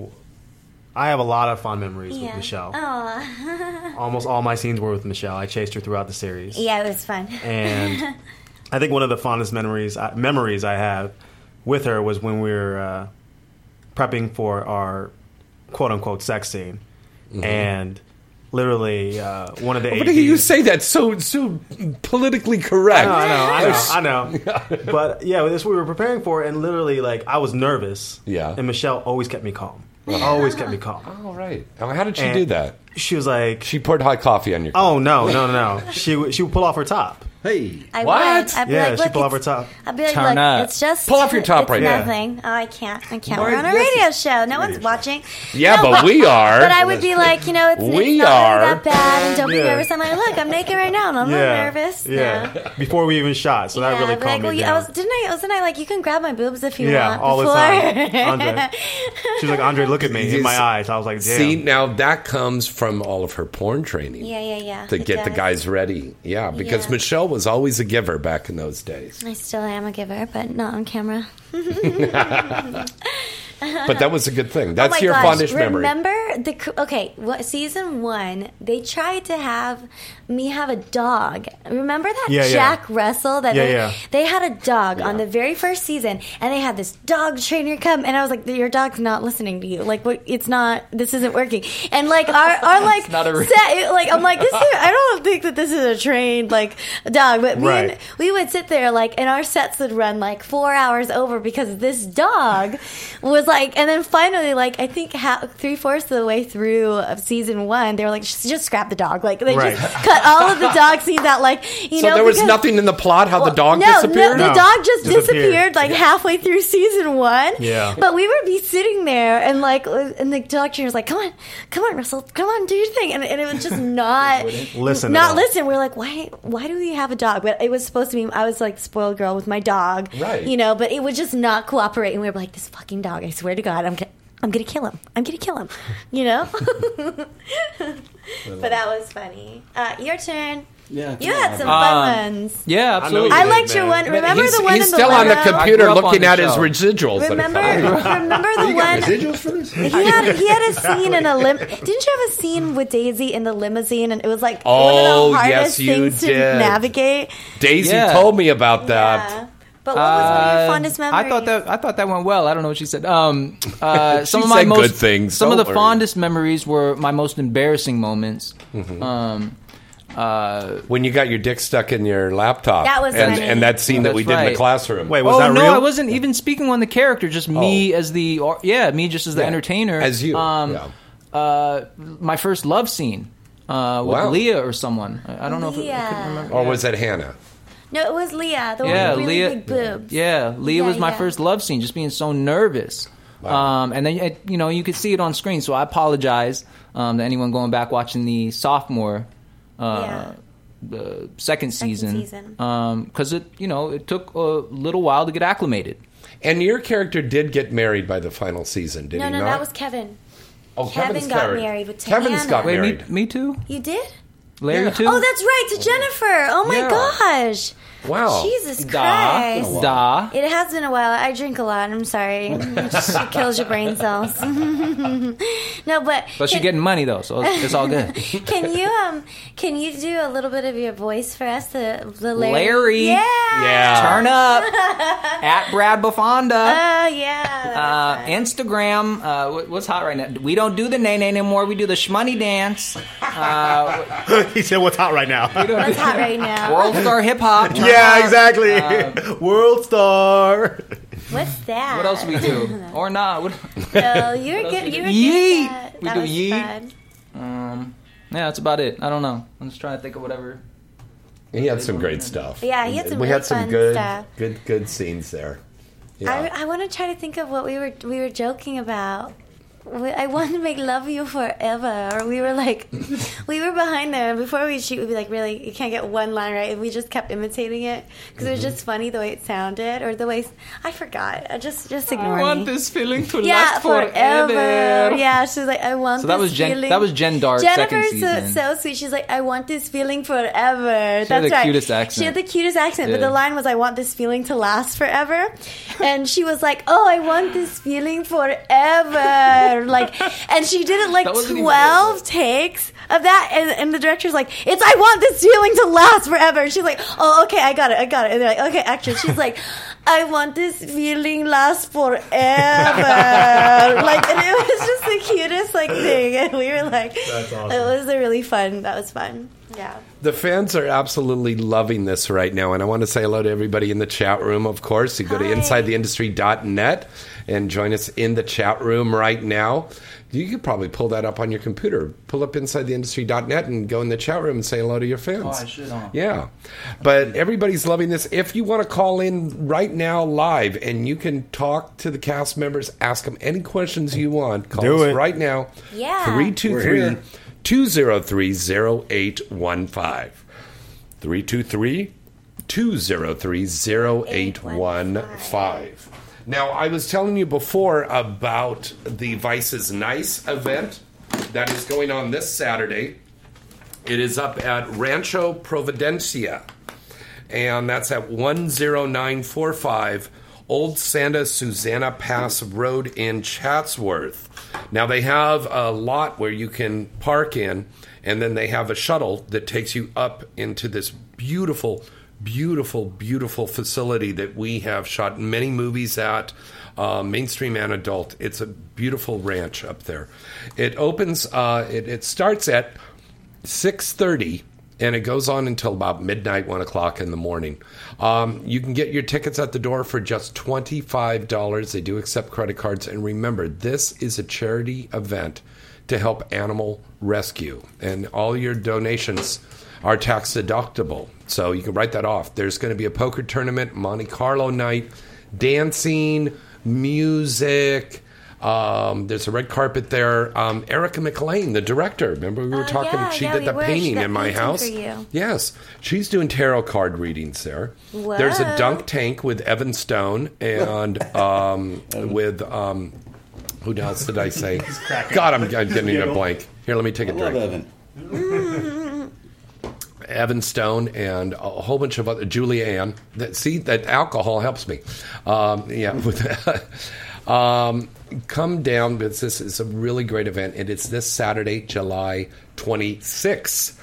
I have a lot of fond memories Yeah. Oh. with Michelle. Aw. Almost all my scenes were with Michelle. I chased her throughout the series. yeah, it was fun. And I think one of the fondest memories I, memories I have with her was when we were uh, prepping for our quote unquote sex scene, and literally uh, one of the But ADs you say that so so politically correct. I know, I know, I know. but yeah, this we were preparing for, and literally, like, I was nervous. Yeah. And Michelle always kept me calm. Always kept me calm. All Oh, right. How did she And do that? She was like, she poured hot coffee on your. Oh no, no, no! no. she would- she would pull off her top. Hey, I What? would. I'd be yeah, like, she "Look, pull off her it's- top. I'd be like, Turn look, up. it's just Pull off your top it's right now. nothing. Oh, I can't. I can't. Why- We're on a yes, radio show. No one's watching. Yeah, No, but we are. But I would be like, you know, it's, it's We not really are. that bad, and don't Yeah. be nervous. I'm like, look, I'm naked right now, and I'm yeah, not nervous. No. Yeah. Before we even shot, so that Yeah, really I'd be calmed like, well, me you- down. I was, didn't I? Wasn't I like, you can grab my boobs if you yeah, want? all before. the time. Andre, she was like, Andre, look at me in my eyes. I was like, damn. See, now that comes from all of her porn training. Yeah, yeah, yeah. To It get the does. guys ready. Yeah, because Yeah. Michelle was always a giver back in those days. I still am a giver, but not on camera. but that was a good thing. oh my That's your gosh, fondest memory. Remember the cr- okay what, season one? They tried to have me have a dog. Remember that Yeah, yeah. Jack Russell? That Yeah, they, yeah. they had a dog on the very first season, and they had this dog trainer come, and I was like, "Your dog's not listening to you. Like, what, it's not. This isn't working." And like our, our like not a re- set- like I'm like this. Is, I don't think that this is a trained like dog, but me Right. and, we would sit there like and our sets would run like four hours over because this dog was like and then finally like i think ha- three-fourths of the way through of season one they were like just, just scrap the dog like they Right. just cut all of the dog scenes out like you so know there was because- nothing in the plot how the dog no, disappeared? No, the dog just disappeared, like Yeah. halfway through season one. Yeah. But we would be sitting there and like, and the dog trainer was like, "Come on, come on, Russell, come on, do your thing," and, and it was just not Listen at Not all. listen. We are like, why? Why do we have a dog? But it was supposed to be. I was like spoiled girl with my dog, Right. You know, but it would just not cooperate, and we were like, this fucking dog. I swear to God, I'm. Gonna, I'm gonna kill him. I'm gonna kill him. You know. but that was funny. Uh, your turn. Yeah, You had some fun Um, ones. Yeah, absolutely. I liked your one. Remember the one in the lab? residuals. Remember, remember the one. He had he had a scene in a lim. Didn't you have a scene with Daisy in the limousine, and it was like Oh, one of the yes, hardest you things did. to navigate. Daisy Yeah. told me about that. But what was one of your Uh, fondest memories? I thought that I thought that went well. I don't know what she said. Um, uh, She some of my said most good things. Some Don't of the worry. fondest memories were my most embarrassing moments. Um, uh, Mm-hmm. when you got your dick stuck in your laptop. That was and, funny. and that scene that we did That's in the right. classroom. oh no, I wasn't even speaking on the character. Just me as the or- yeah, me just as the Oh. Yeah. entertainer. As you, Um, uh, my first love scene uh, with Wow. Leah or someone. I, I don't know. If it, I couldn't Leah. remember. Or was that Hannah? No, it was Leah, the one Yeah, with really Leah- big boobs. Yeah, Leah Yeah, was my yeah. first love scene, just being so nervous. Um, and then it, you know you could see it on screen, so I apologize um, to anyone going back watching the sophomore, uh, the second season, season. because it you know it took a little while to get acclimated. And your character did get married by the final season, did no, he no, not? that was Kevin. oh, Kevin Kevin's got married. married with Kevin's Tiana. got Wait, me- married. Me too. You did? Larry too. Oh, that's right, to Jennifer. Oh my Yeah. gosh. Wow. Jesus Da. Christ. Da. It has been a while. I drink a lot. I'm sorry. it just kills your brain cells. no, but But she's getting money though, so it's, it's all good. can you um can you do a little bit of your voice for us? The, the Larry. Larry, Yeah. yeah, turn up at Brad Bafonda. Oh yeah. Uh, Instagram. Uh, what- what's hot right now? We don't do the nay nay anymore. We do the shmoney dance. Uh, he said, "What's hot right now?" What's hot right now? World star hip hop. turn Yeah, up. exactly. Uh, World star. What's that? what else we do or not? What, Oh, you're what else good. we You're do? good. Yeet. at that. We That do was yeet. fun. Um, yeah, that's about it. I don't know. I'm just trying to think of whatever. He had some great stuff. Yeah, he had some We really had some fun good, stuff. good, good scenes there. Yeah. I, I want to try to think of what we were we were joking about. We, I want to make love you forever, or we were like, we were behind there, and before we shoot, we'd be like, really, you can't get one line right, and we just kept imitating it because it was just funny the way it sounded, or the way I forgot. I just just ignore me. this feeling to yeah, Yeah, she was like, I want. So that this was Jen- Feeling. that was Jen Dark, second Jennifer's so, season. so sweet. She's like, I want this feeling forever. That's had the right. cutest She had accent. the cutest accent, but Yeah. the line was, I want this feeling to last forever. And she was like, Oh, I want this feeling forever. Like, and she did it like That wasn't even twelve takes of that, and, and the director's like, It's I want this feeling to last forever. And she's like, Oh, okay, I got it, I got it. And they're like, Okay, action. She's like. I want this feeling last forever. like, and it was just the cutest like thing, and we were like, That's awesome. it was a really fun. That was fun. Yeah. The fans are absolutely loving this right now, and I want to say hello to everybody in the chat room, of course. You go to insidetheindustry.net and join us in the chat room right now. You could probably pull that up on your computer. Pull up insidetheindustry.net and go in the chat room and say hello to your fans. Oh, I should, huh? Yeah. But everybody's loving this. If you want to call in right now live and you can talk to the cast members, ask them any questions you want, call Do us it. right now. Yeah. We're here. 323 203 0815. 323 203 0815. Now, I was telling you before about the Vices Nice event that is going on this Saturday. It is up at Rancho Providencia, and that's at 10945 Old Santa Susana Pass Road in Chatsworth. Now, they have a lot where you can park in, and then they have a shuttle that takes you up into this beautiful, beautiful, beautiful facility that we have shot many movies at, uh, mainstream and adult. It's a beautiful ranch up there. It opens, uh, it, it starts at six thirty, and it goes on until about midnight, one o'clock in the morning. Um, you can get your tickets at the door for just twenty five dollars. They do accept credit cards, and remember, this is a charity event to help animal rescue, and all your donations are tax deductible, so you can write that off. There's going to be a poker tournament, Monte Carlo night, dancing, music. Um, there's a red carpet there. Um, Erica McLean, the director. Remember we were talking? yeah, she yeah, did we the were. She painting did in my painting house. for you. Yes, she's doing tarot card readings there. There's a Whoa. dunk tank with Evan Stone and um, with um, who else did I say? God, I'm, I'm getting a Giggle. blank. Here, let me take a I love drink. Evan. Uh, Evan Stone and a whole bunch of other Julianne. That see that alcohol helps me. Um, yeah, with um, come down. But this is a really great event, and it's this Saturday, July twenty sixth.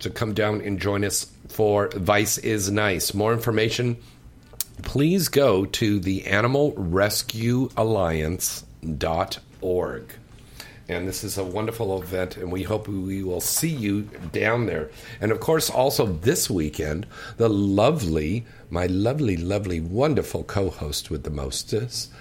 So come down and join us for Vice is Nice. More information please go to the Animal Rescue Alliance.org. And this is a wonderful event, and we hope we will see you down there. And of course, also this weekend, the lovely, my lovely, lovely, wonderful co host with the mostest,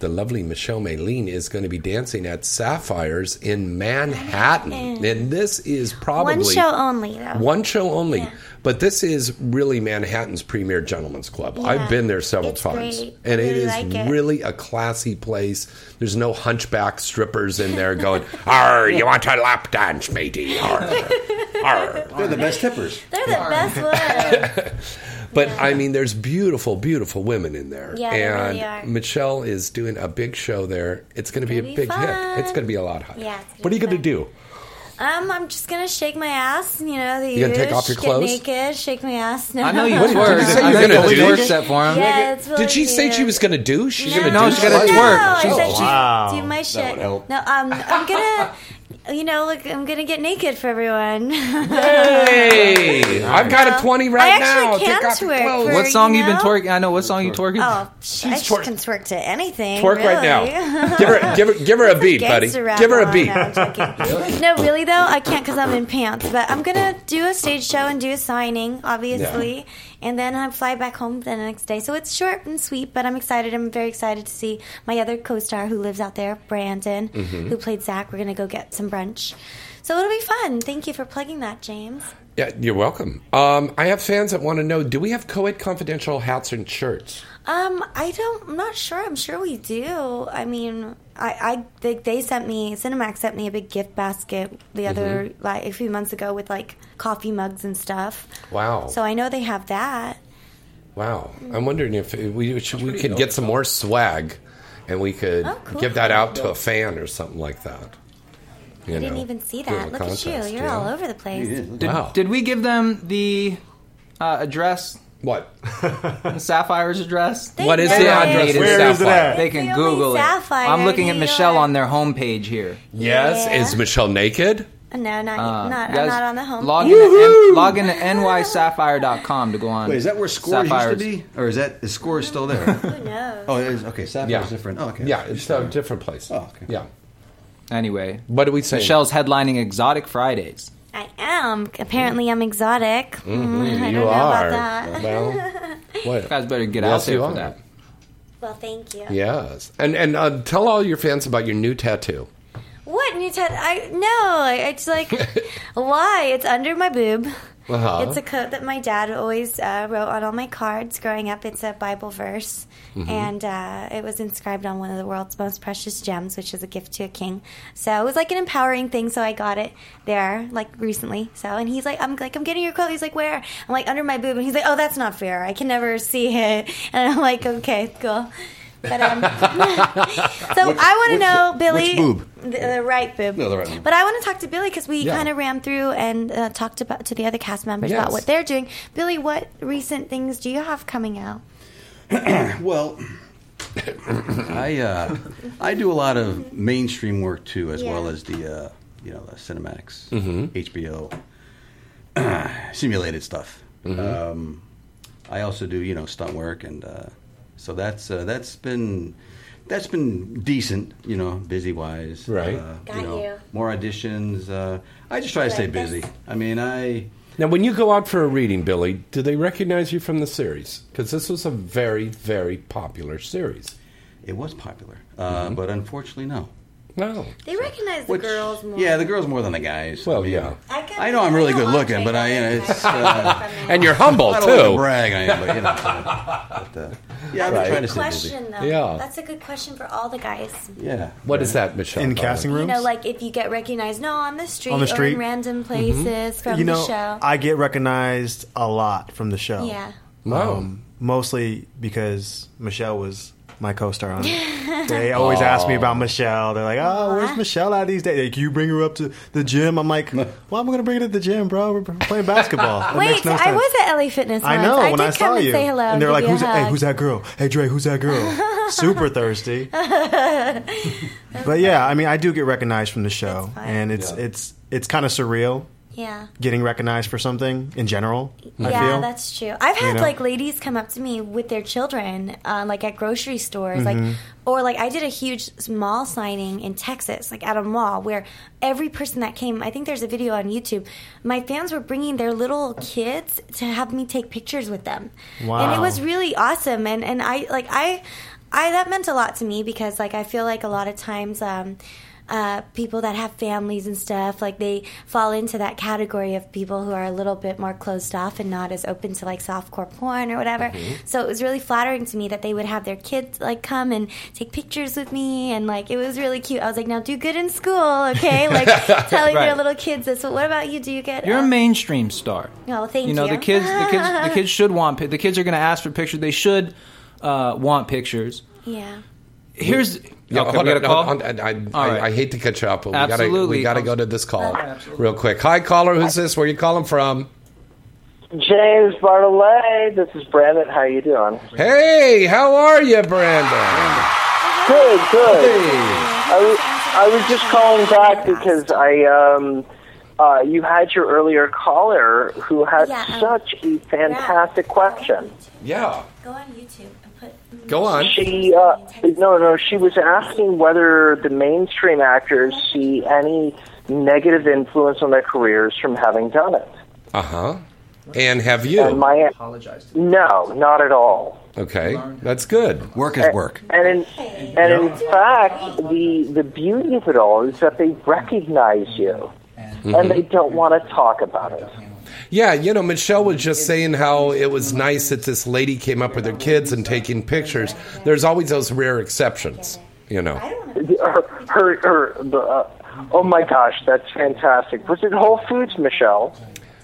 the lovely Michelle Maylene, is going to be dancing at Sapphires in Manhattan. And this is probably One show only, though. one show only. But this is really Manhattan's premier gentlemen's club. Yeah. I've been there several It's times. great. And it Really is like it. really a classy place. There's no hunchback strippers in there going, Arr, you want to lap dance, matey? Arr, arr. They're the best tippers. They're the best ones. But I mean, there's beautiful, beautiful women in there. Yeah, they and really are. Michelle is doing a big show there. It's going to be a be big fun. hit. It's going to be a lot of hot. Yeah. What are you going to do? Um, I'm just gonna shake my ass. You know, the You gonna take usual, off your get clothes? naked, shake my ass. No. I know you What did twerk. you say I you were think gonna we do? worked that for him. Yeah, it's really Did she say she was going to do? She's going to No, do? she gotta something? twerk. No, I said she's- wow. do my shit. would help. No, um, I'm gonna, you know, look, I'm gonna get naked for everyone. Hey, I've got a 20 right I actually now. Can Take off your twerk clothes. for, What song you you been know? twerking? I know what song you twerking. Oh, she's I twerk. can twerk to anything. Twerk right now. really. Give her, give her, give her a beat, buddy. gangster rap Give her a going beat. on. no, really though, I can't because I'm in pants. But I'm gonna do a stage show and do a signing, obviously, and then I fly back home the next day. So it's short and sweet, but I'm excited. I'm very excited to see my other co-star who lives out there, Brandon, Mhm. who played Zach. We're gonna go get some brunch. So it'll be fun. Thank you for plugging that, James. Yeah, you're welcome. Um, I have fans that want to know: Do we have co-ed confidential hats and shirts? Um, I don't. I'm not sure. I'm sure we do. I mean, I, I they, they sent me Cinemax sent me a big gift basket the other Mhm. like a few months ago with like coffee mugs and stuff. Wow. So I know they have that. Wow. I'm wondering if we should, we pretty could get some more swag, and we could Oh, cool. give that out to a fan or something like that. You I know, didn't even see do a that. Look contest, at you. You're yeah. all over the place. Did, Wow. did we give them the uh, address? What? Sapphire's address? What is the address of Where is it Sapphire? at? They can Google it. Sapphire, I'm looking at New Michelle on their homepage here. Yes, is Michelle naked? No, not Uh, not. guys, I'm not on the home. Log in, to, log in to nysapphire.com to go on. Wait, is that where scores Sapphire's. used to be, or is that is scores still there? Who knows? Oh, it is. Okay, Sapphire's Yeah. different. Oh, okay. Yeah, it's a different place. Oh, okay. Yeah. Anyway, what do we say? Michelle's headlining Exotic Fridays. I am. Apparently, I'm exotic. Mm, I don't you know are. about that. Mm-hmm. Well, You guys better get Yes, out there you for are. that. well, thank you. Yes, and and uh, tell all your fans about your new tattoo. What new tat? I no. It's like why? It's under my boob. Uh-huh. It's a coat that my dad always uh, wrote on all my cards growing up. It's a Bible verse, Mhm. and uh, it was inscribed on one of the world's most precious gems, which is a gift to a king. So it was like an empowering thing. So I got it there, like recently. So and he's like, I'm like, I'm getting your coat. He's like, where? I'm like, under my boob, and he's like, oh, that's not fair. I can never see it. And I'm like, okay, cool. But um, so I want to know, Billy, which boob? the, the right boob. No, the right boob. But I want to talk to Billy because we Yeah. kind of ran through and uh, talked about to the other cast members Yes. about what they're doing. Billy, what recent things do you have coming out? well, I uh, I do a lot of mainstream work too, as well as the uh, you know the cinematics, HBO, simulated stuff. Um, I also do you know stunt work, and uh, so that's uh, that's been that's been decent, you know, busy wise. Right. Uh, Got you. More auditions. Uh, I just try to stay busy. I mean, I. Now, when you go out for a reading, Billy, do they recognize you from the series? Because this was a very, very popular series. It was popular, uh, but unfortunately, no. No. They recognize the girls more. Yeah, the girls more than the guys. Well, yeah. I, know I'm really good looking, but I, you know, it's. Uh, and you're humble I too. don't like to brag, I am, but you know. But, uh, yeah, I've been trying Right. to Good stay busy. question though. that's a good question for all the guys. Yeah. What is that, Michelle? In casting You rooms? know, like if you get recognized, no, on the street, On the or street? in random Mm-hmm. places from Mm-hmm. you know, the show. I get recognized a lot from the show. Yeah. Wow. Um, mostly because Michelle was my co-star on it. They always ask me about Michelle. They're like, "Oh, where's Michelle at these days? Like, you bring her up to the gym." I'm like, "Well, I'm gonna bring her to the gym, bro. We're playing basketball." That Wait, makes no I sense. was at LA Fitness. I once. know I when did I come saw and you, say hello, and they're give like, you a "Who's hey, hug." who's that girl? Hey, Dre, who's that girl?" Super thirsty. But yeah, I mean, I do get recognized from the show, and it's it's it's kind of surreal yeah. getting recognized for something in general. I yeah, feel. that's true. I've You had know? like ladies come up to me with their children, uh, like at grocery stores, Mhm. like or like I did a huge mall signing in Texas, like at a mall where every person that came. I think there's a video on YouTube. My fans were bringing their little kids to have me take pictures with them, and it Wow. was really awesome. And and I like I. I, that meant a lot to me because like I feel like a lot of times um, uh, people that have families and stuff, like they fall into that category of people who are a little bit more closed off and not as open to like softcore porn or whatever. Mm-hmm. Mhm. So it was really flattering to me that they would have their kids like come and take pictures with me, and like it was really cute. I was like, now do good in school, okay? Like telling their Right. little kids this. But what about you? Do you get? You're uh, a mainstream star. No, thank you. you know the kids. The kids. The kids should want. pi- The kids are going to ask for pictures. They should uh, want pictures. Yeah. Here's Yeah, okay, hold we on, got a call. hold on, I, I, All right. I hate to cut you up, but Absolutely. we got to go to this call real quick. Hi, caller. Who's this? Where you calling from? James Bartolet, this is Brandon. How you doing? Hey, how are you, Brandon? Good, good. I, was, I was just calling back because I um, uh, you had your earlier caller who had such a fantastic question. Yeah. Go on YouTube and put. Go on. She uh, no, no. She was asking whether the mainstream actors see any negative influence on their careers from having done it. Uh huh. And have you? And my no, not at all. Okay, that's good. Work is work. And in, and in fact, the the beauty of it all is that they recognize you, and they don't want to talk about it. Yeah, you know, Michelle was just saying how it was nice that this lady came up with her kids and taking pictures. There's always those rare exceptions, you know. Her, her, her the, uh, oh my gosh, that's fantastic! Was it Whole Foods, Michelle?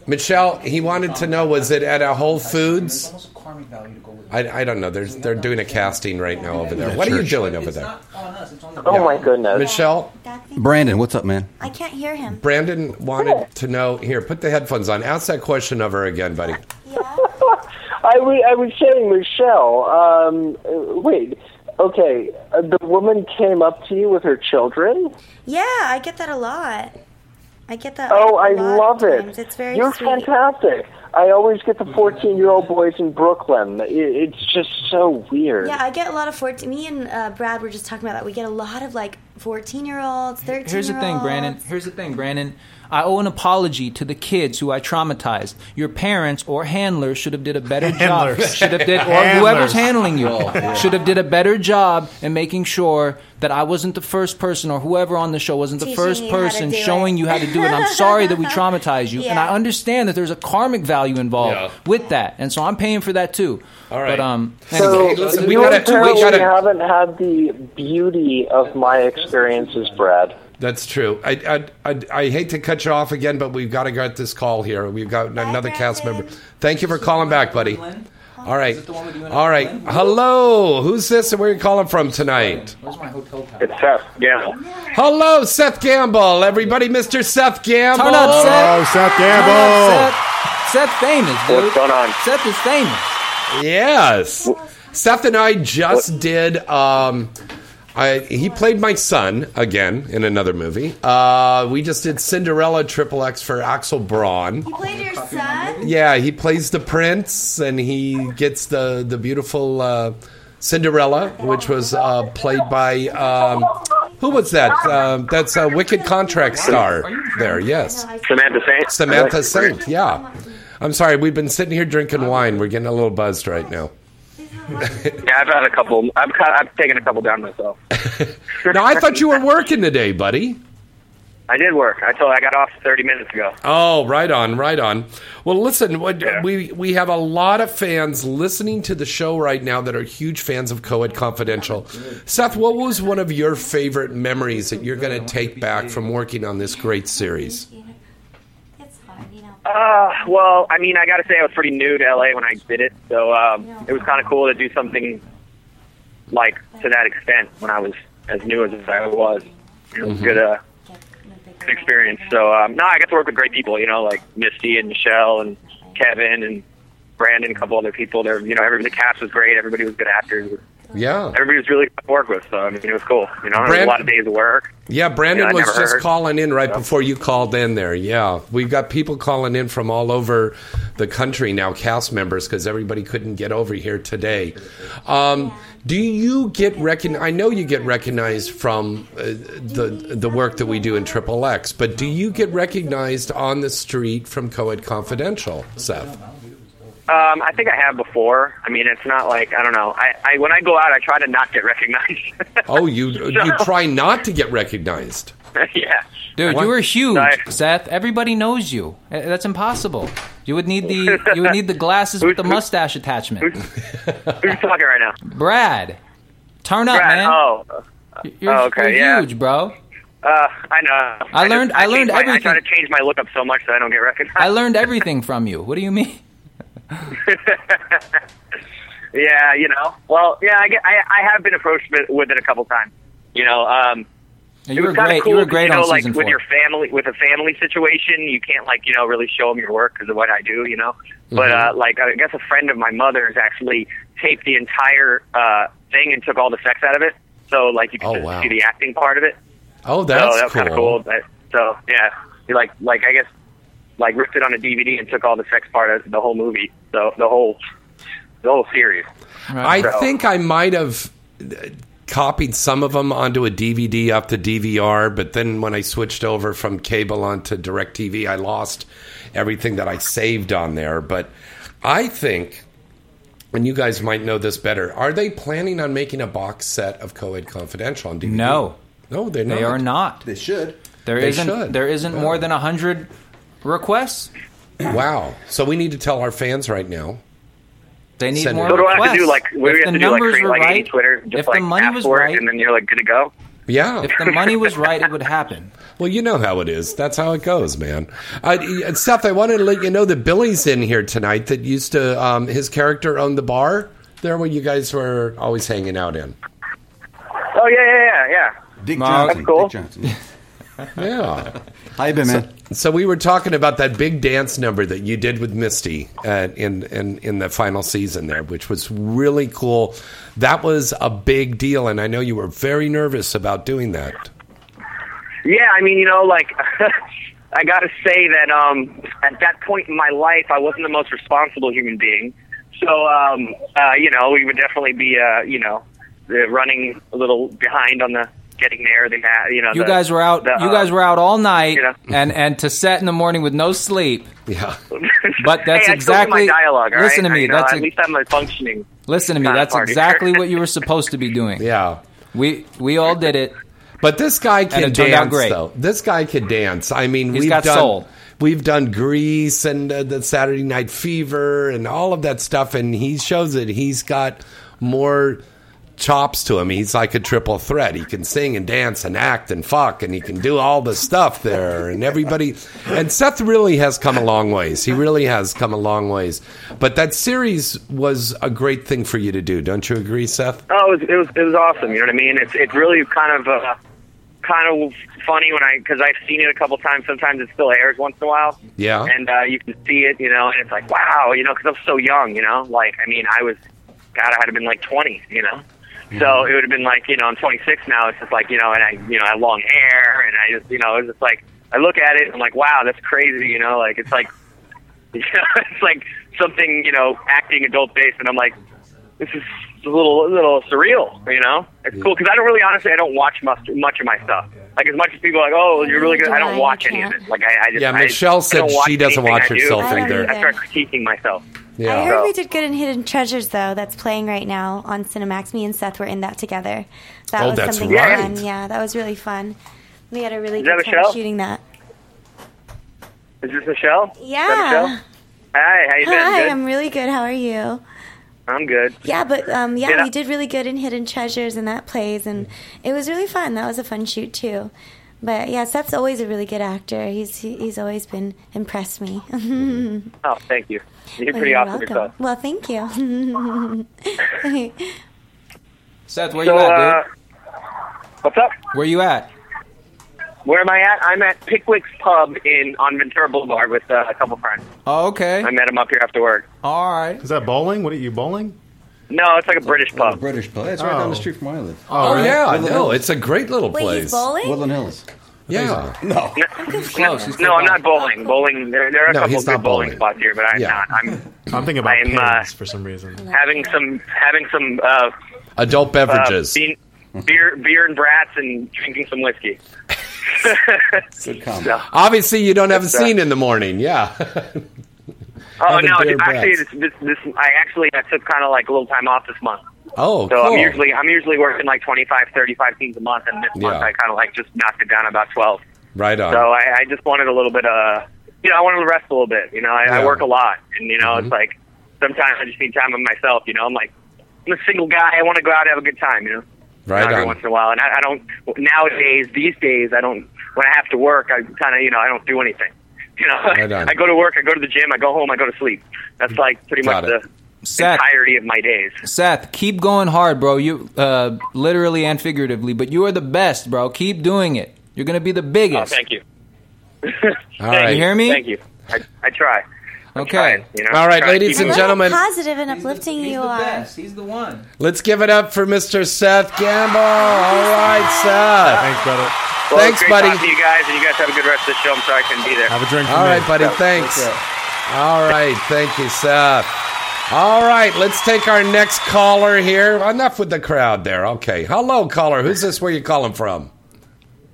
Michelle, he wanted to know was it at a Whole Foods? I, I don't know. There's, they're doing a casting right now over there. The What are you church. doing over there? Oh my goodness, Michelle, Brandon, what's up, man? I can't hear him. Brandon wanted to know. Here, put the headphones on. Ask that question of her again, buddy. I wa- I was saying, Michelle. Um, uh, wait, okay, uh, the woman came up to you with her children. Yeah, I get that a lot. I get that. Oh, a I lot of love times. it. It's very You're sweet. fantastic. I always get the 14 year old boys in Brooklyn. I- It's just so weird. Yeah, I get a lot of 14. Me and uh, Brad were just talking about that. We get a lot of like 14 year olds, 13 year olds. Here's the thing, Brandon. Here's the thing, Brandon. I owe an apology to the kids who I traumatized. Your parents or handlers should have did a better job. Handlers. Should have did, or Handlers. whoever's handling you Oh, yeah. should have did a better job in making sure that I wasn't the first person or whoever on the show wasn't the Teaching you first how to person do it. showing you how to do it. I'm sorry that we traumatized you, and I understand that there's a karmic value involved Yeah. with that, and so I'm paying for that too. All right, but um, So anyway. you apparently haven't had the beauty of my experiences, Brad. That's true. I, I, I, I hate to cut you off again, but we've got to get this call here. We've got another cast member. Thank you for calling back, buddy. All right. All right. Hello. Who's this and where you calling from tonight? It's Seth Gamble. Hello, Seth Gamble. Everybody, Mr. Seth Gamble. Turn up, Seth. Turn up, Seth. Seth famous, dude. What's going on? Seth is famous. Yes. Seth and I just did. Um, I, he played my son again in another movie. Uh, we just did Cinderella Triple X for Axel Braun. Played your son? Yeah, he plays the prince, and he gets the the beautiful uh, Cinderella, which was uh, played by um, who was that? Um that's a Wicked Contract star. There, yes, Samantha Saint. Samantha Saint. Yeah, I'm sorry, we've been sitting here drinking wine. We're getting a little buzzed right now. Yeah, I've had a couple. I've kind I've taken a couple down myself. No, I thought you were working today, buddy. I did work. I told I got off 30 minutes ago. Oh, right on, right on. Well, listen, what, we we have a lot of fans listening to the show right now that are huge fans of Coed Confidential. Seth, what was one of your favorite memories that you're going to take back from working on this great series? Uh, well, I mean, I got to say I was pretty new to LA when I did it, so um, it was kind of cool to do something like to that extent when I was as new as I was. It was Mhm. good, uh, good experience. So um, no, I got to work with great people. You know, like Misty and Michelle and Kevin and Brandon, a couple other people. There, you know, every the cast was great. Everybody was good actors. Yeah. Everybody was really fun to work with. So I mean, it was cool. You know, it was Brand- a lot of days of work. Yeah, Brandon Yeah, I was never just heard. calling in right before you called in there. Yeah. We've got people calling in from all over the country now, cast members, because everybody couldn't get over here today. Um, do you get recognized? I know you get recognized from uh, the, the work that we do in Triple X, but do you get recognized on the street from Coed Confidential, Seth? Um, I think I have before. I mean, it's not like I don't know. I, I when I go out, I try to not get recognized. Oh, you, you try not to get recognized. yeah. Dude, you were huge, Seth. Everybody knows you. Eh, That's impossible. You would need the you would need the glasses with the mustache attachment. Who's talking right now? Brad, turn up, Brad, man. Oh. You're, oh, okay, you're yeah. huge, bro. Uh, I know. I learned- I change learned my- I everything. try to change my look up so much that I don't get recognized. I learned everything from you. What do you mean? Yeah, you know. Well, yeah, I, get, I, I have been approached with- with it a couple times. You know, um, Yeah, it you was were kinda great- you Cool, were great you know, on like season with four. your family, with a family situation, you can't like you know really show them your work because of what I do. You know, but Mm-hmm. uh, like I guess a friend of my mother's actually taped the entire uh, thing and took all the sex out of it. So like you can Oh, just wow. see the acting part of it. Oh, that's so that was kind of cool. That, so yeah, you like like I guess like ripped it on a DVD and took all the sex part of the whole movie. So the whole the whole series. I So- think I might have uh, copied some of them onto a DVD up to DVR, but then when I switched over from cable onto DirecTV, I lost everything that I saved on there. But I think, and you guys might know this better, are they planning on making a box set of Coed Confidential on DVD? No. No, they're They not. are not. They should. There They not should. there isn't Yeah. more than hundred requests. Wow. So we need to tell our fans right now. They So what do I have to do? Like, what do we have to do? Like, create, like any Twitter, just like ask for it, and then you're like good to go. Yeah. If the money was right, it would happen. Well, you know how it is. That's how it goes, man. Uh, and Seth, I wanted to let you know that Billy's in here tonight. That used to um, his character owned the bar there where you guys were always hanging out in. Oh yeah, yeah, yeah, yeah. Dick Miles. Johnson. That's cool. Dick Johnson. Yeah. How you been, man? So, so we were talking about that big dance number that you did with Misty uh, in, in in the final season there, which was really cool. That was a big deal, and I know you were very nervous about doing that. Yeah, I mean, you know, like I got to say that um, at that point in my life, I wasn't the most responsible human being. So, um, uh, you know, we would definitely be, uh, you know, the running a little behind on the getting there. The uh, you know, You the- guys were out. the, you uh, guys were out all night, you know. and and to set in the morning with no sleep. Yeah, but that's hey, I still do exactly. my dialogue. all listen to right? me. You know, that's at ex- least I'm a functioning. listen to me. kinda That's party. exactly what you were supposed to be doing. Yeah, we we all did it. But this guy and can it turned out dance great. though. This guy could dance. I mean, He's we've got done soul. we've done Grease and uh, the Saturday Night Fever and all of that stuff, and he shows it. He's got more chops to him. He's like a triple threat. He can sing and dance and act and fuck, and he can do all the stuff there. And everybody and Seth really has come a long ways. He really has come a long ways. But that series was a great thing for you to do, don't you agree, Seth? Oh, it was, it was it was awesome. You know what I mean? It's it's really kind of uh, kind of funny when I because I've seen it a couple times. Sometimes it still airs once in a while. Yeah. and uh, you can see it, you know, and it's like, wow, you know, because I'm so young, you know, like I mean, I was, God, I had been like 20, you know, so it would have been like, you know, I'm 26 now. It's just like, you know, and I, you know, I have long hair, and I just, you know, it's just like, I look at it, and I'm like, wow, that's crazy, you know, like it's like, you know, it's like something, you know, acting adult based, and I'm like, this is a little, a little surreal, you know. It's cool because I don't really, honestly, I don't watch much, much of my stuff. Like as much as people are like, oh, you're really good. I don't watch any of it. Like I, I just, Yeah, I- Michelle I don't said watch she doesn't anything watch I do. herself I don't either. I start critiquing myself. I heard we did good in Hidden Treasures though. That's playing right now on Cinemax. Me and Seth were in that together. That Oh, was that's something right. fun. Yeah, that was really fun. We had a really Is that good time Michelle? shooting that. Is this Michelle? Yeah. Is that Michelle? Hi, how you doing? Hi, good? I'm really good. How are you? I'm good. Yeah, but um, yeah, Yeah. we did really good in Hidden Treasures and that plays, and it was really fun. That was a fun shoot too. But yeah, Seth's always a really good actor. He's he- he's always been impressed me. Oh, thank you. You're Well, pretty you're awesome yourself. Well, thank you. Seth, where So, uh, you at, dude? What's up? Where you at? Where am I at? I'm at Pickwick's Pub in on Ventura Boulevard with uh, a couple friends. Oh, okay. I met him up here after work. All right. Is that bowling? What are you bowling? No, it's like a British pub. British pub. That's right down the street from where I live. Oh, yeah, I Woodland know. Hills. It's a great little Wait, he's place. bowling? Woodland Hills. Yeah. No. No, no, I'm not bowling. Bowling. There, there are a No, couple he's good not bowling bowling. spots here, but I'm Yeah. not. I'm I'm thinking about I'm, pins uh, for some reason. having some having some uh, Adult beverages. uh, bean, beer, beer and brats, and drinking some whiskey. Good comment. Obviously, you don't have a It's, uh, scene in the morning. Yeah. Oh Having no! beer It's and actually, brats. this, this, this I actually I took kind of like a little time off this month. oh, so cool. I'm usually I'm usually working like 25, 35 scenes a month, and this month Yeah. I kind of like just knocked it down about twelve. right on. So I, I just wanted a little bit of, you know, I wanted to rest a little bit. You know, I, Yeah. Mm-hmm. I work a lot, and you know, it's like sometimes I just need time on myself. You know, I'm like, I'm a single guy. I want to go out and have a good time. You know, Right every on. once in a while. And I, I don't nowadays. These days, I don't. When I have to work, I kind of, you know, I don't do anything. You know, Right on. Mm. I go to work, I go to the gym, I go home, I go to sleep. That's like pretty Got much it. the Seth. entirety of my days. Seth, keep going hard, bro. You uh, literally and figuratively, but you are the best, bro. Keep doing it. You're gonna be the Oh, biggest. thank you. All right. You hear me? Thank you. I, I try. Okay. You know, All right, try to ladies keep and it- Look how gentlemen. positive and uplifting you are. He's the one. Let's give it up for Mr. Seth Gamble. All right, Seth. Thanks, brother. Well, Thanks, great buddy. talking to you guys, and you guys have a good rest of the show. I'm sorry I couldn't be there. All right, buddy. Thanks. All right. Thank you, Seth. All right. Let's take our next caller here. Enough with the crowd there. Okay. Hello, caller. Who's this? Where you calling from?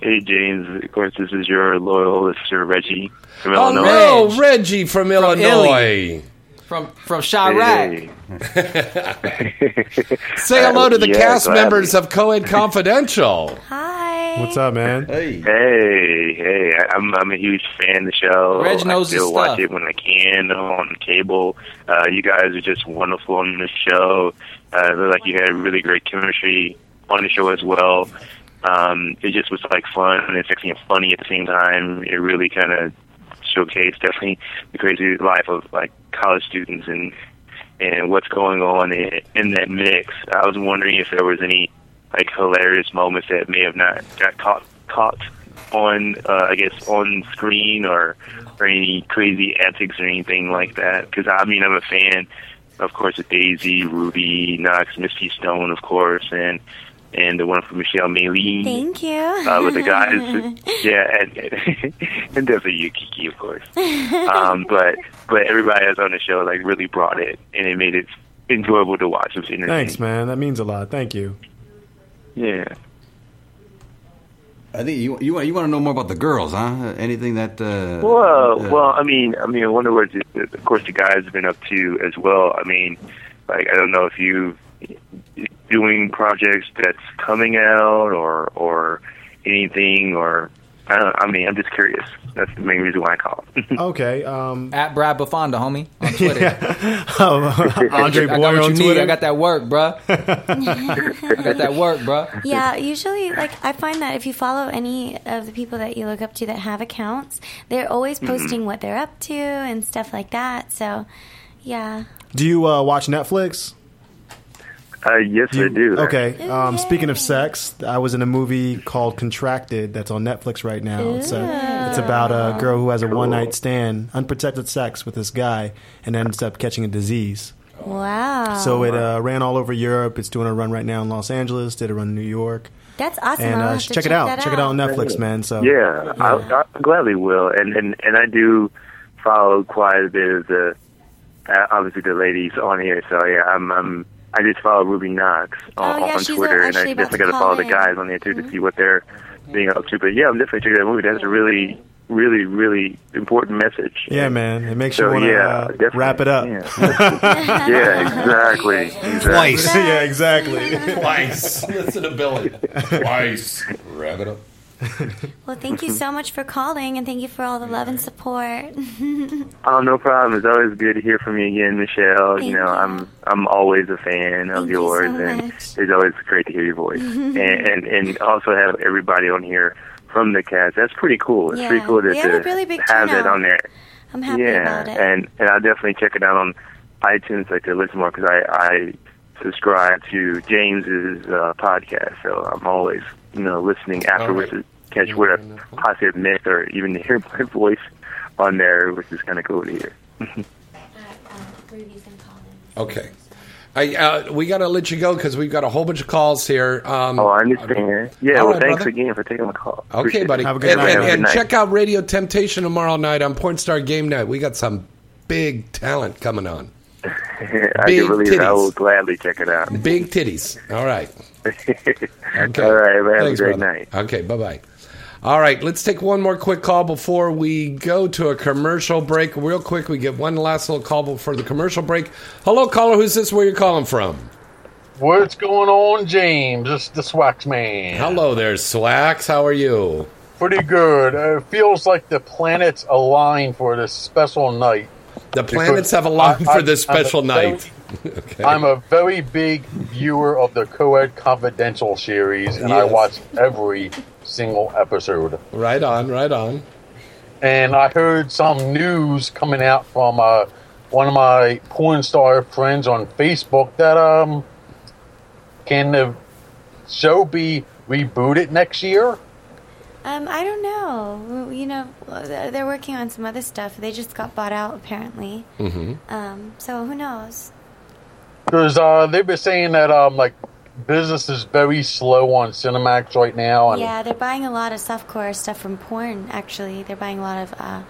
Hey, James. Of course, this is your loyal listener, Reggie from Illinois. Oh, no, Reggie from, Illinois. From from Chirac. Say hello to the Yeah, cast gladly. members of Coed Confidential. Hi. What's up, man? Hey, hey. I, I'm, I'm a huge fan of the show. Reg knows I still his watch stuff. it when I can on cable. Uh, you guys are just wonderful on the show. Uh, it looked like you had really great chemistry on the show as well. Um, it just was like fun and sexy and funny at the same time. It really kind of showcased definitely the crazy life of like college students and and what's going on in, in that mix. I was wondering if there was any like hilarious moments that may have not got caught caught on uh, I guess on screen or or any crazy antics or anything like that. Because I mean, I'm a fan, of course, of Daisy, Ruby, Knox, Misty Stone, of course, and and the one from Michelle Maylee. Thank you. Uh, with the guys, yeah, and, and definitely you, Kiki, of course. Um, but but everybody that's on the show like really brought it, and it made it enjoyable to watch. It was entertaining. Thanks, man. That means a lot. Thank you. Yeah. I think you you, you want to know more about the girls, huh? Anything that? Uh, Well, uh, well, I mean, I mean, I wonder what, of course, the guys have been up to as well. I mean, like, I don't know if you doing projects that's coming out or or anything or I don't. I mean, I'm just curious. That's the main reason why I called. Okay. Um, At Brad Bafonda, homie, on Twitter. Andre I got Boyer what Um, on you need. Twitter. I got that work, bruh. I got that work, bruh. Yeah, usually, like I find that if you follow any of the people that you look up to that have accounts, they're always Mhm. posting what they're up to and stuff like that. So, yeah, Do you uh, watch Netflix? Uh, yes, I do. Okay. Um, speaking of sex, I was in a movie called Contracted that's on Netflix right now. It's, a, it's about a girl who has a one night stand, unprotected sex with this guy, and ends up catching a disease. wow. Oh. So it Oh. uh, ran all over Europe. It's doing a run right now in Los Angeles. Did a run in New York. that's awesome. And I'll uh, have check, to it out. that Check it out on Netflix, man. So yeah, I, I gladly will, and and and I do follow quite a bit of the uh, obviously the ladies on here. So yeah, I'm I'm I just follow Ruby Knox on, Oh, yeah, on she's Twitter, a- and I actually about definitely to Mm-hmm. got to follow the call in. guys on there too to see what they're being up to. But yeah, I'm definitely checking that movie. That's a really really really important message. Yeah, man. It makes So, you want to yeah, uh, wrap it up. yeah, exactly. Twice. yeah, exactly. Twice. Listen to Billy. Twice. Wrap it up. Well, thank you so much for calling, and thank you for all the love and support. Oh, no problem. It's always good to hear from you again, Michelle. you know, I'm I'm always a fan of yours, and it's always great to hear your voice. and, and and also have everybody on here from the cast. That's pretty cool. It's pretty Yeah. cool to, We have to a really big have that turnout. on there. I'm happy yeah, eh. about it. and and I'll definitely check it out on iTunes like to listen more because I I subscribe to James's uh, podcast, so I'm always you know listening afterwards to catch what I possibly missed or even to hear my voice on there, which is kind of cool to hear. Okay. I, uh, we got to let you go because we've got a whole bunch of calls here. Um, oh, I understand. Yeah, well, All right, thanks brother. again for taking my call. Appreciate Okay, it. buddy. and, and- and check out Radio Temptation tomorrow night on Pornstar Game Night. We got some big talent coming on. I Big can believe it. I titties. will gladly check it out. Big titties. All right. Okay. All right, man. Have Thanks, a great brother. night. Okay, bye bye. All right, let's take one more quick call before we go to a commercial break. Real quick, we get one last little call before the commercial break. Hello, caller. Who's this? Where you calling from? What's going on, James? It's the Swax Man. Hello there, Swax. How are you? Pretty good. Uh, It feels like the planets align for this special night. The planets have a lot I- for I'm- this I'm a special very- night. okay. I'm a very big viewer of the Coed Confidential series, and I Yes. watch every single episode. Right on, right on. And I heard some news coming out from uh, one of my porn star friends on Facebook that um, can the show be rebooted next year? Um, I don't know. You know, they're working on some other stuff. They just got bought out, apparently. Mm-hmm. Um, so who knows? Because uh, they've been saying that um, like business is very slow on Cinemax right now, and Yeah, they're buying a lot of softcore stuff from porn. Actually, they're buying a lot of uh,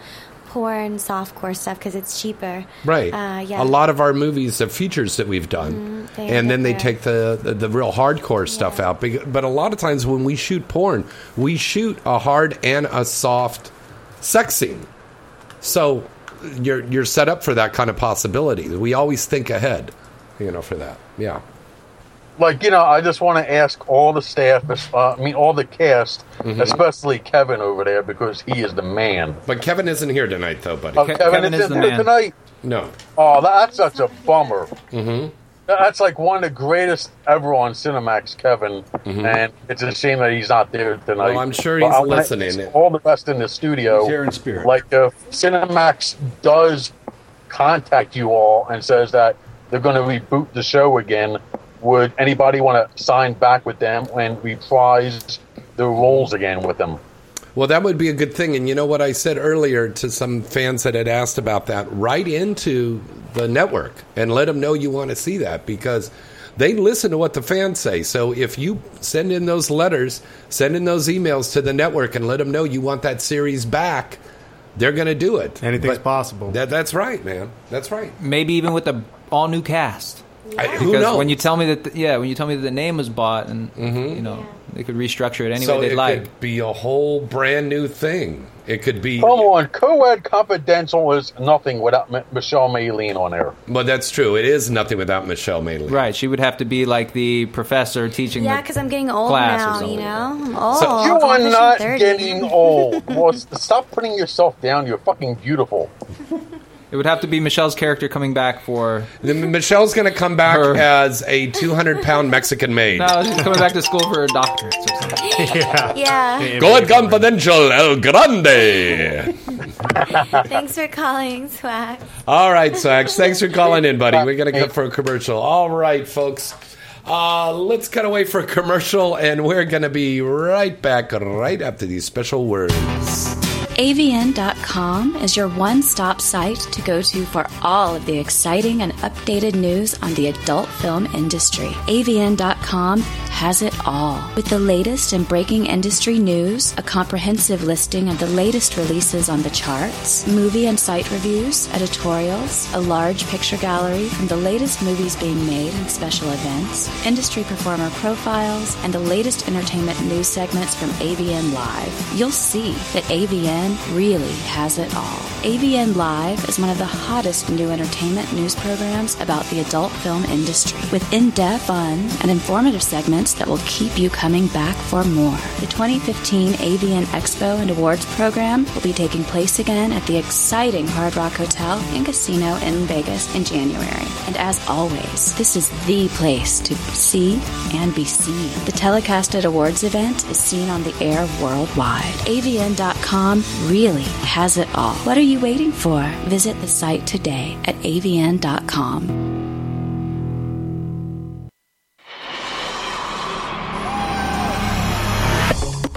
porn softcore stuff because it's cheaper. Right. Uh, yeah. A lot of our movies, the features that we've done, Mhm, they and then they differ. take the, the the real hardcore stuff out. Bec- But a lot of times when we shoot porn, we shoot a hard and a soft sex scene. So you're you're set up for that kind of possibility. We always think ahead, you know, for that. Yeah. like you know, I just want to ask all the staff, uh, I mean all the cast, Mhm. especially Kevin over there because he is the man. But Kevin isn't here tonight, though, buddy. Oh, Ke- Kevin Kevin isn't is the here man. tonight? No. Oh, that's such a bummer. Mm-hmm. That's like one of the greatest ever on Cinemax, Kevin, Mhm. and it's a shame that he's not there tonight. Well, I'm sure But he's I wanna listening. ask All the best in the studio. He's here in spirit. Like if Cinemax does contact you all and says that they're going to reboot the show again, would anybody want to sign back with them and reprise their roles again with them? Well, that would be a good thing. And you know what I said earlier to some fans that had asked about that? Write into the network and let them know you want to see that because they listen to what the fans say. So if you send in those letters, send in those emails to the network and let them know you want that series back, they're going to do it. Anything's possible. That, that's right, man. That's right. Maybe even with the all new cast. I- who because knows? Mm-hmm. when you tell me that, the, yeah, when you tell me that the name was bought, and you know they could restructure it any so way it they like. could be a whole brand new thing. It could be. Come on, Co-Ed Confidential is nothing without M- Michelle Maylene on there. Well, that's true. It is nothing without Michelle Maylin. Right, she would have to be like the professor teaching. Yeah, the, because I'm getting old class or now. something You know, I'm old. So- you are I'm not pushing 30. getting old. Well, s- stop putting yourself down. You're fucking beautiful. It would have to be Michelle's character coming back for. Michelle's going to come back as a 200 pound Mexican maid. No, she's coming back to school for her doctorate or something. yeah. Yeah. Go ahead, confidential, El Grande. Thanks for calling, Swag. All right, Sax. Thanks for calling in, buddy. We're going to cut for a commercial. All right, folks. Uh, let's cut away for a commercial, and we're going to be right back right after these special words. AVN.com is your one stop site to go to for all of the exciting and updated news on the adult film industry. AVN.com has it all. With the latest and breaking industry news, a comprehensive listing of the latest releases on the charts, movie and site reviews, editorials, a large picture gallery from the latest movies being made and special events, industry performer profiles, and the latest entertainment news segments from AVN Live. You'll see that AVN really has it all. AVN Live is one of the hottest new entertainment news programs about the adult film industry, with in depth, fun, and informative segments that will keep you coming back for more. The 2015 AVN Expo and Awards program will be taking place again at the exciting Hard Rock Hotel and Casino in Vegas in January. And as always, this is the place to see and be seen. The telecasted awards event is seen on the air worldwide. AVN.com really has it all. What are you waiting for? Visit the site today at avn.com.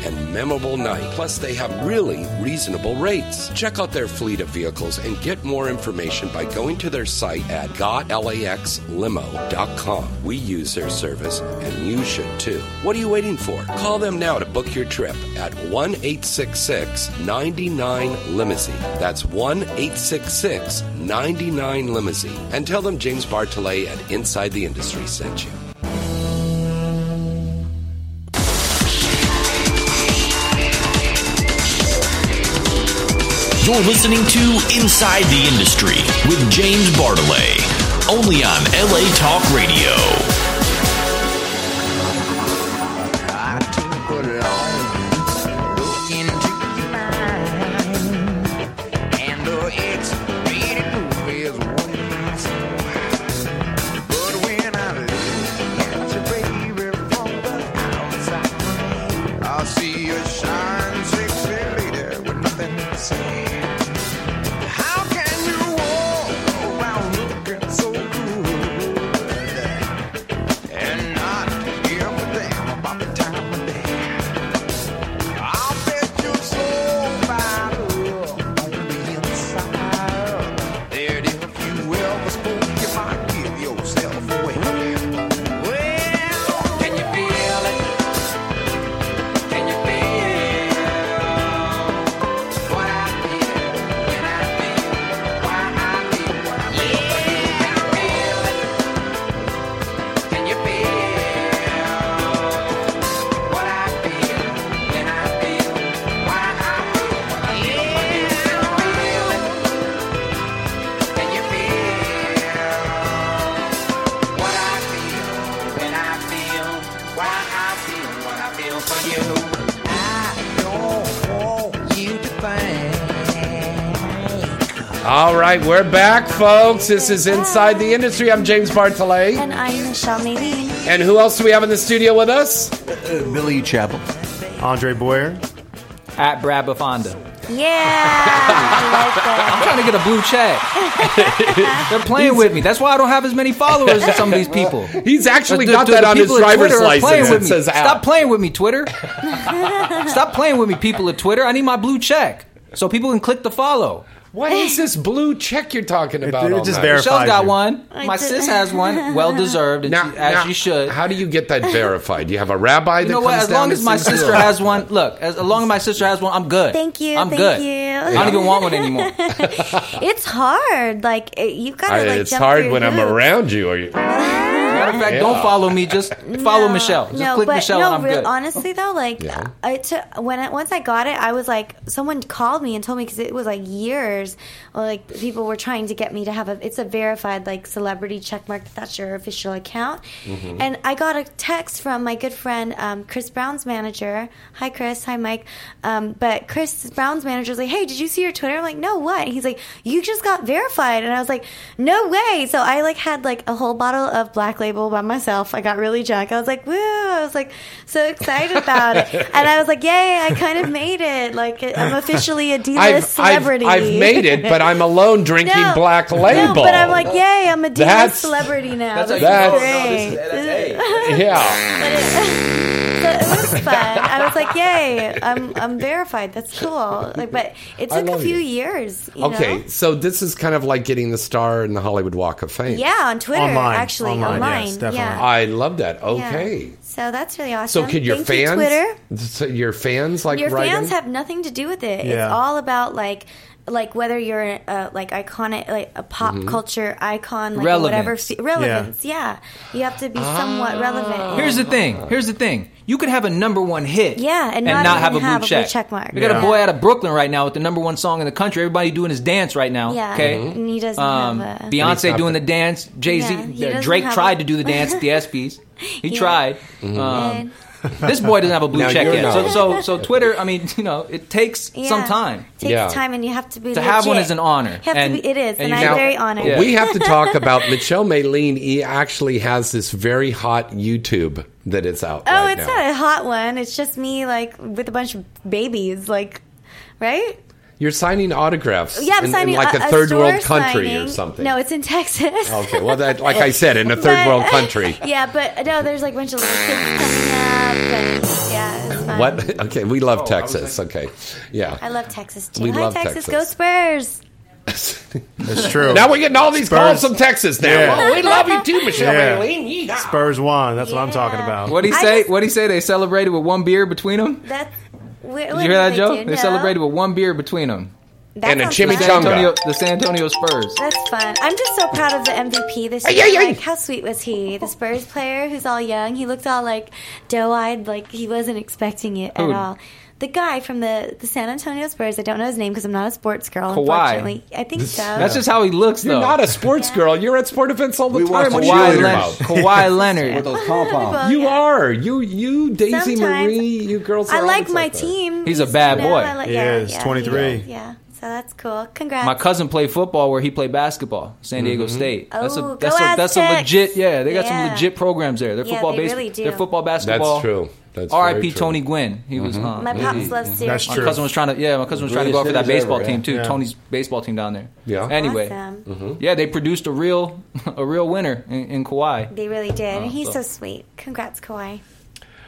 and memorable night. Plus, they have really reasonable rates. Check out their fleet of vehicles and get more information by going to their site at gotlaxlimo.com. We use their service and you should too. What are you waiting for? Call them now to book your trip at 1 866 99 Limousine. That's 1 866 99 Limousine. And tell them James Bartolet at Inside the Industry sent you. You're listening to Inside the Industry with James Bartolet, only on LA Talk Radio. I see you shine six feet later with nothing to say. How can you walk around looking so good and not give a damn about the time of day? I'll bet you so by love on the inside that if you ever spoke, you might give yourself away. Well, can you feel it? Can you feel what I feel? Can I feel why I feel what I feel? Can you feel it? Can you feel what I feel? Can I feel why I feel what I feel? Can you feel it? Can you feel what I feel? Can I feel why I feel what I feel for you? I don't want you to think. All right, we're back, folks. This is Inside the Industry. I'm James Bartolet. And I'm Michelle Nadine. And who else do we have in the studio with us? Billy Chapel. Andre Boyer. At Brabafonda. I'm Yeah. trying to get a blue check. They're playing with me. That's why I don't have as many followers as some of these people. He's actually The- got the- that the on his people at driver's Twitter are playing license. with It me. says Stop out. playing with me, Twitter. Stop playing with me, people at Twitter. I need my blue check so people can click the follow. What is this blue check you're talking about? all night? Michelle's got one. My sis has one. Well deserved, and Now- she- as now, you should. How do you get that verified? Do you have a rabbi You that know what? comes As down long and as my sees you? sister has one, look. As, as long as my sister has one, I'm good. Thank you, I'm thank good. you. I don't even want one anymore. it's hard. Like it, you gotta I- like. it's jump hard through when I'm hoops. around you. Are you? Matter of fact, Yeah. don't follow me. Just follow Michelle. Just no, click but Michelle, no, and I'm real, good. honestly though, like Yeah. I took when I, once I got it, I was like, someone called me and told me because it was like years, or, like people were trying to get me to have a. It's a verified like celebrity checkmark. That's your official account. Mm-hmm. Mhm. And I got a text from my good friend um, Chris Brown's manager. Hi, Chris. Hi, Mike. Um, but Chris Brown's manager's like, "Hey, did you see your Twitter?" I'm like, "No, what?" He's like, "You just got verified," and I was like, "No way!" So I like had like a whole bottle of Black Label pool by myself. I got really drunk. I was like, woo! I was like so excited about it, and I was like, yay! I kind of made it. Like I'm officially a D-list I've- celebrity. I've made it, but I'm alone drinking No, Black No, Label. but I'm like, yay! I'm a D-list That's- celebrity now. that's This how you- is oh, no, great. yeah. It was fun. I was like, yay! I'm I'm verified. That's cool. Like, but it I took a love few you. years. You Okay, Know? so this is kind of like getting the star in the Hollywood Walk of Fame. Yeah, on Twitter, Online, actually, online, online, yes, definitely. yeah. I love that. Yeah. Okay. So that's really awesome. So could your Thank you, fans Twitter? So your fans like your write in? fans have nothing to do with it. Yeah. It's all about like like whether you're uh, like iconic like a pop Mm-hmm. Mhm. culture icon like Relevance. whatever fe- relevance. Yeah. You have to be somewhat Ah. relevant. Here's the thing. Here's the thing. You could have a number one hit, Yeah, and not even have a blue have a blue check. check mark. We got Yeah. a boy out of Brooklyn right now with the number one song in the country. Everybody doing his dance right now. Yeah, okay. Um, and he doesn't have a- And he's Beyonce not doing the dance. Jay Yeah, he Z, doesn't Drake have tried a- to do the dance at the ESPYS. He Yeah. tried. Mm-hmm. Um, this boy doesn't have a blue Now check you're yet. So, not. so, so Twitter. I mean, you know, it takes Yeah. some time. It takes time and you have to be To have one legit. is an honor. You have to And- be- it is, and, and you I'm know- very honored. We have to talk about Michelle Maylene. He actually has this very hot YouTube that is out. Oh, right it's now. not a hot one. It's just me like with a bunch of babies like right? You're signing autographs. Yeah, I'm in, signing in like a, a third store world country or signing. something. No, it's in Texas. Okay, well, that, like I said, in a third But- world country. yeah, but no, there's like a bunch of little kids coming up. And, yeah, it's fun. Um, What? Okay, we love Texas. okay, yeah. I love Texas too. We Hi, love Texas. Texas. Go Spurs. That's true. Now we're getting all these calls Spurs- from Texas. Now Yeah. Well, Oh, we love you too, Michelle Yeah. Maylene. Yeehaw. Spurs won. That's what I'm talking about. What do he say? What do he say? They celebrated with one beer between them. That's. Where, Did you hear that, Joe? They celebrated with one beer between them. That And a sounds The nice. San Antonio, the San Antonio Spurs. That's fun. I'm just so proud of the MVP this Hey, year. hey, hey. Like, how sweet was he? The Spurs player who's all young. He looked all like doe-eyed, like he wasn't expecting it Who? at all. The guy from the, the San Antonio Spurs. I don't know his name because I'm not a sports girl. Kawhi. Unfortunately, I think so. That's just how he looks, You're though. not a sports girl. You're at sport events all the We time. watch What are Kawhi you talking Leonard. about? Kawhi Leonard. With those pom-poms. You are. You, you, Daisy Sometimes. Marie. You girls. Are I like always my like that. team. He's a bad You know, boy. I like- He yeah, is, yeah, 23. is. Yeah, so that's cool. Congrats. My cousin played football where he played basketball, San Diego State. That's Oh, a that's go a that's a Aztecs. legit yeah. They got Yeah. some legit programs there. Their Yeah, football they base, really do. their football basketball. That's true. That's very R.I.P. true. Mm-hmm. Tony Gwynn. He was uh, My pops he- loves That's Syracuse. My true. cousin was trying to yeah. My cousin was trying to go out for that Greatest baseball hitters ever, team too. yeah. Tony's baseball team down there. Yeah. Mm-hmm. Anyway, Awesome. yeah, they produced a real a real winner in, in Kawhi. They really did. Oh, He's so- so sweet. Congrats, Kawhi.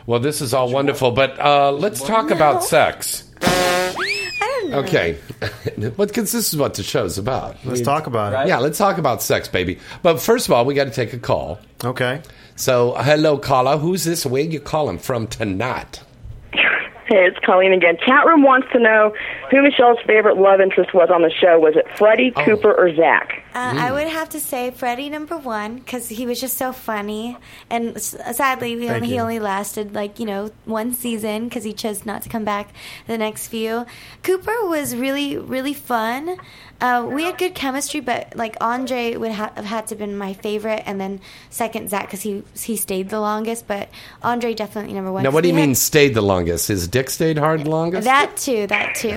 Well, this is all wonderful, but uh, let's talk about sex. Okay, because this is what the show's about. Let's talk about it. Yeah, let's talk about sex, baby. But first of all, we got to take a call. Okay. So, hello, caller. Who's this? Where you calling from tonight? Hey, it's Colleen again. Chat room wants to know who Michelle's favorite love interest was on the show. Was it Freddie, Cooper, or Zach? Uh, I would have to say Freddie number one because he was just so funny, and s- sadly he Thank only, he you. only lasted like you know one season because he chose not to come back the next few. Cooper was really really fun. Uh, we had good chemistry, but like Andre would ha- have had to been my favorite, and then second Zach because he he stayed the longest. But Andre definitely number one. Now, 'cause what do we you had- mean stayed the longest? His dick stayed hard the longest? That too, that too.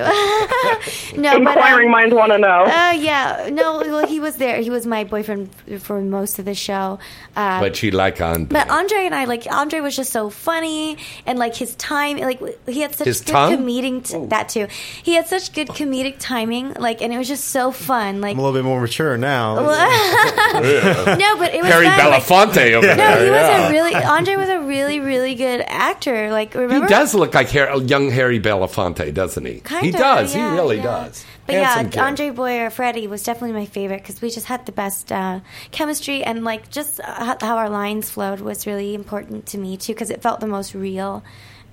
no, Inquiring but, um, minds want to know. Oh yeah, no. Well, he was there. He was my boyfriend for most of the show. Uh, but you like on but Andre and I, like Andre was just so funny, and like his time, like he had such His good tongue? Oh. comedic t- that too. He had such good comedic timing, like, and it was just so fun. Like, I'm a little bit more mature now. no, but it was Harry fun. Belafonte like, over no, there, he was yeah. a really Andre was a really really good actor. Like, He remember does look like Har- young Harry Belafonte, doesn't he? he Kinda, does. yeah, he really yeah. does. But Handsome yeah, kid. Andre Boyer, Freddie was definitely my favorite because we just had the best uh, chemistry and like just uh, h- how our lines flowed was really important to me too because it felt the most real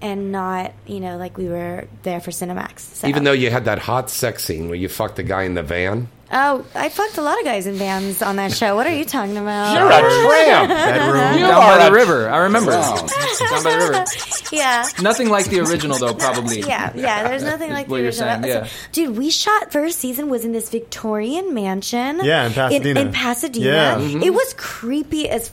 and not you know like we were there for Cinemax. So. Even though you had that hot sex scene where you fucked the guy in the van. oh, I fucked a lot of guys in bands on that show. What are you talking about? You're a tramp. You down by the river. I remember. down by the river. yeah. Nothing like the original though, probably. Yeah, yeah. There's nothing like What the you're original. saying, yeah. Dude, we shot first season was in this Victorian mansion. Yeah, in Pasadena. In, Pasadena. Yeah. Mm-hmm. Mhm. It was creepy as.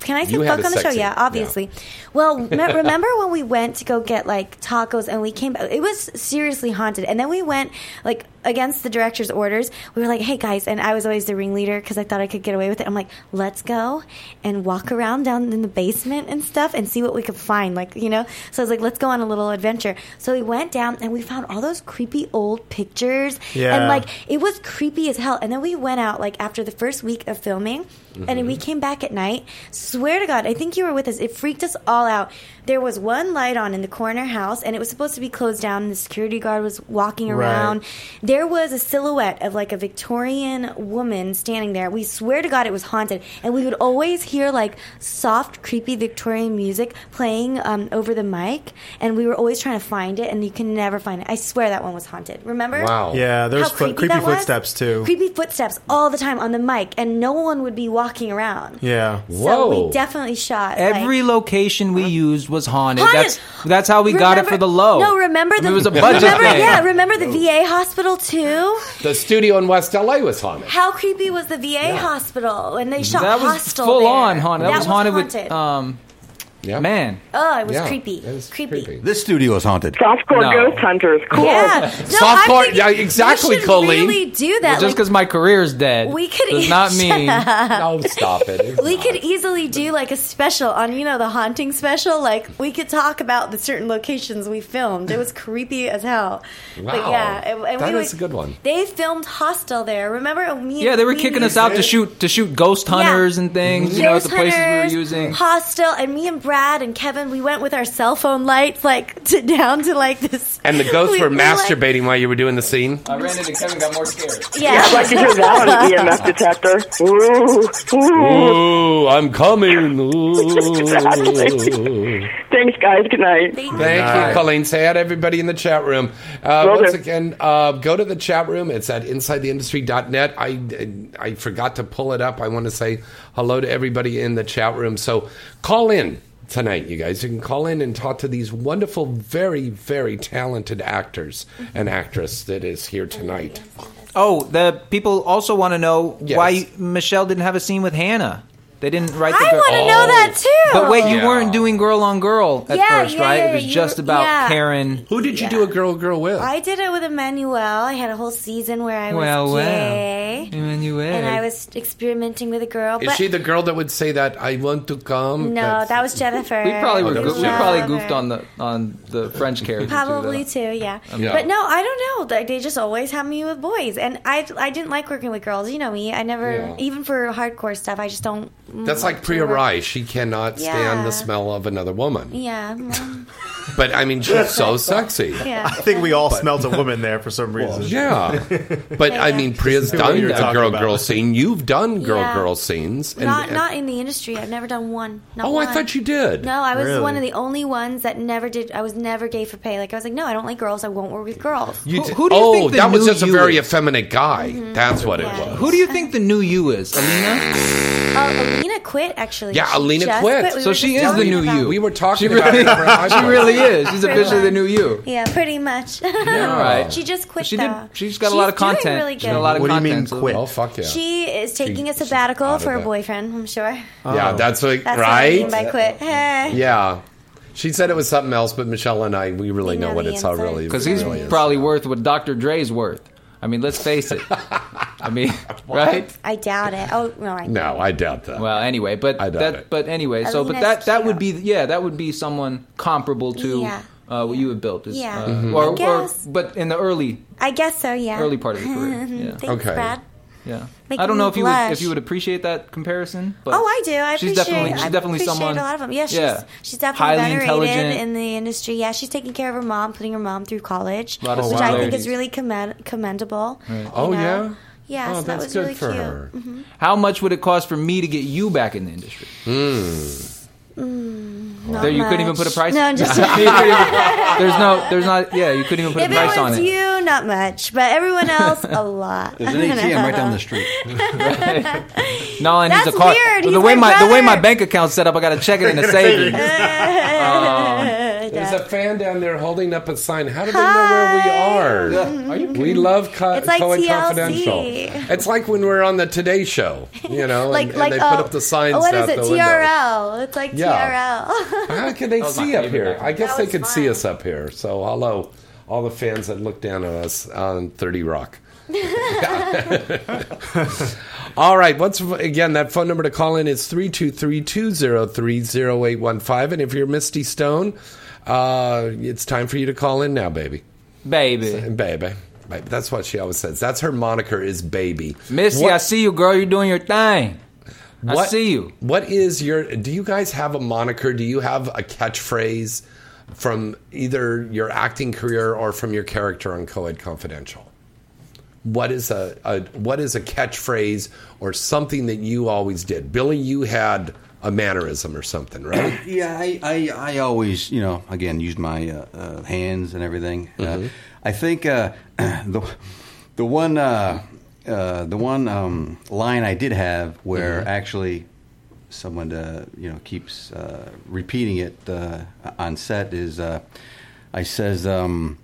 Can I say You had fuck a on the show? sex scene, Yeah, yeah. obviously. Well, me- remember when we went to go get like tacos and we came back? It was seriously haunted. And then we went like against the director's orders, we were like, hey guys, and I was always the ringleader because I thought I could get away with it. I'm like, let's go and walk around down in the basement and stuff and see what we could find. Like, you know? So I was like, let's go on a little adventure. So we went down and we found all those creepy old pictures. And Yeah. like, it was creepy as hell. And then we went out like after the first week of filming, and we came back at night. Swear to God, I think you were with us. It freaked us all out. There was one light on in the corner house, and it was supposed to be closed down. And the security guard was walking Right. around. There was a silhouette of like a Victorian woman standing there. We swear to God, it was haunted. And we would always hear like soft, creepy Victorian music playing um, over the mic, and we were always trying to find it, and you can never find it. I swear that one was haunted. Remember? Yeah, How there's foot- creepy, that was? footsteps too. Creepy footsteps all the time on the mic, and no one would be walking around. Yeah. So we definitely shot like- Every location we used was haunted. Haunted! That's that's how we got it Remember- for the low. No, remember I mean, the it was a budget remember, thing. Yeah, remember the VA hospital too? The studio in West LA was haunted. How creepy was the VA hospital? And they shot that was hostile. full there. on haunted. That, was haunted, with haunted. um, man. oh, it was Yeah, creepy. creepy. This studio is haunted. Softcore No. ghost hunters. Cool. Yeah. No, I'm thinking we should really do that. Well, just Like, because my career is dead we could does not shut mean. up. stop it. we could easily do like a special on you know the haunting special like we could talk about the certain locations we filmed it was creepy as hell but Wow. yeah and, and That we is a good one. they filmed hostel there remember me and- Yeah, they were me and kicking you us out to did? shoot to shoot ghost hunters and things. You know, at Ghost the places we were hunters, using. hostel and me and brad and kevin we went with our cell phone lights like to down to like this And the ghosts we- were we, like- masturbating while you were doing the scene. I ran into Kevin, got more scared. yeah. I'd like to hear that on an EMF detector. Ooh, ooh. Ooh, I'm coming. Ooh. Exactly. Thanks, guys. Good night. Thank you, Colleen. Say hi to everybody in the chat room. Uh, Will once do. again, uh, go to the chat room. It's at insidetheindustry.net. I, I forgot to pull it up. I want to say hello to everybody in the chat room. So call in tonight, you guys. You can call in and talk to these wonderful, very, very talented actors and actress that is here tonight. Oh, the people also want to know why you- Michelle didn't have a scene with Hannah. They didn't write. The I wanna know Oh. that too. But wait, you Yeah. weren't doing girl on girl at Yeah, first, yeah, right? yeah, it was you just were- about yeah. Karen. Who did you do a girl girl with? I did it with Emmanuel. I had a whole season where I was Well, well. gay, and I was experimenting with a girl. Is but she the girl that would say that I want to come? No, That's- that was Jennifer. We probably were, Oh, that go- was we Jennifer. probably Love goofed her. on the on the French character. too, Probably though. too, yeah. Yeah. But no, I don't know. Like, They just always have me with boys, and I I didn't like working with girls. You know me. I never Yeah. even for hardcore stuff. I just don't. mm, That's like to Priya work- Rai. She cannot stand Yeah. the smell of another woman. Yeah. mm, But I mean, she's so sexy. Yeah. I think we all smelled a woman there for some reason. Yeah. But I mean, Priya's What done you're a talking girl about. girl scene. You've done girl Yeah. girl scenes. And, not and- not in the industry. I've never done one. Not oh, one. I thought you did. No, I was one of the only ones that never did. I was never gay for pay. Like I was like, no, I don't like girls. I won't work with girls. You did- who do you oh, think the that was new just a you very is? effeminate guy. Mm-hmm. That's what it was. Who do you think the new you is, Alina? Oh, Alina quit actually. Yeah, She Alina just quit. We so were she just is the talking new about- you. We were talking she about really, it for an She iPod. really is. She's Pretty officially the new you. Yeah, pretty much. All right. She just quit. She did. though. She's got a lot of doing content. Really good. She's got a lot of What do you content. mean so- quit? Oh, fuck yeah. She is taking She- a sabbatical out of for a it. boyfriend. I'm sure. Yeah, Oh. that's like, That's right? What I mean by quit. Hey. Yeah. She said it was something else, but Michelle and I, we really know, know what the it's all inside. really because he's really is. probably worth what Dr. Dre's worth. I mean, let's face it. I mean, right? I doubt it. Oh no, I No, I doubt that. Well, anyway, but I doubt that, it. but anyway, so but Alina's that that would be yeah, that would be someone comparable to Yeah. uh, what you had built. is, Yeah. uh, Mhm. I Mm-hmm. or, or guess. but in the early I guess so. Yeah. early part of the career. Yeah. Thanks, Brad. Yeah. Making I don't know me if you would, blush. if you would appreciate that comparison. But Oh, I do. I she's appreciate. definitely she's I definitely appreciate someone. a lot of them. Yeah, she's, she's definitely highly venerated intelligent. in the industry. Yeah, she's taking care of her mom, putting her mom through college, Lot of which I think similarities. is really commend- commendable. Right. you Oh, know? yeah? Yeah, Oh, so that that's was good really for cute. her. Mhm. How much would it cost for me to get you back in the industry? Hmm. Mm, not There, you couldn't even much. put a price. No, I'm just. You couldn't even- there's no, there's not. Yeah, you couldn't even put if a it price on was it. you, not much, but everyone else, a lot. There's an ATM right down the street. No, I need That's a card. weird. The He's way my my the way my brother. bank account's set up, I got to check it in a savings. There's a fan down there holding up a sign. How do they know where we are? we love co- It's like Cohen TLC. Confidential. It's like when we're on the Today Show, you know, like, and, like and they put oh, up the signs Oh, what is out it? the window. TRL. It's like Yeah. TRL. How can they That was my see up favorite here? back I guess That they was could see us up here. So hello, all the fans that look down on us on 30 Rock. All right. Once again, that phone number to call in is 323-203-0815. And if you're Misty Stone, uh, it's time for you to call in now, baby. Baby. Baby. Baby. That's what she always says. That's her moniker is baby. Missy, I see you, girl. You're doing your thing. I see you. What is your do you guys have a moniker? Do you have a catchphrase from either your acting career or from your character on Coed Confidential? What is a, a what is a catchphrase or something that you always did? Billy, you had a mannerism or something, right? Yeah, I, I, I always, you know, again, used my uh, uh, hands and everything. Mm-hmm. Uh, I think uh, the the one uh, uh, the one um, line I did have where Mm-hmm. Mhm. actually someone uh, you know keeps uh, repeating it uh, on set is uh, I says, um,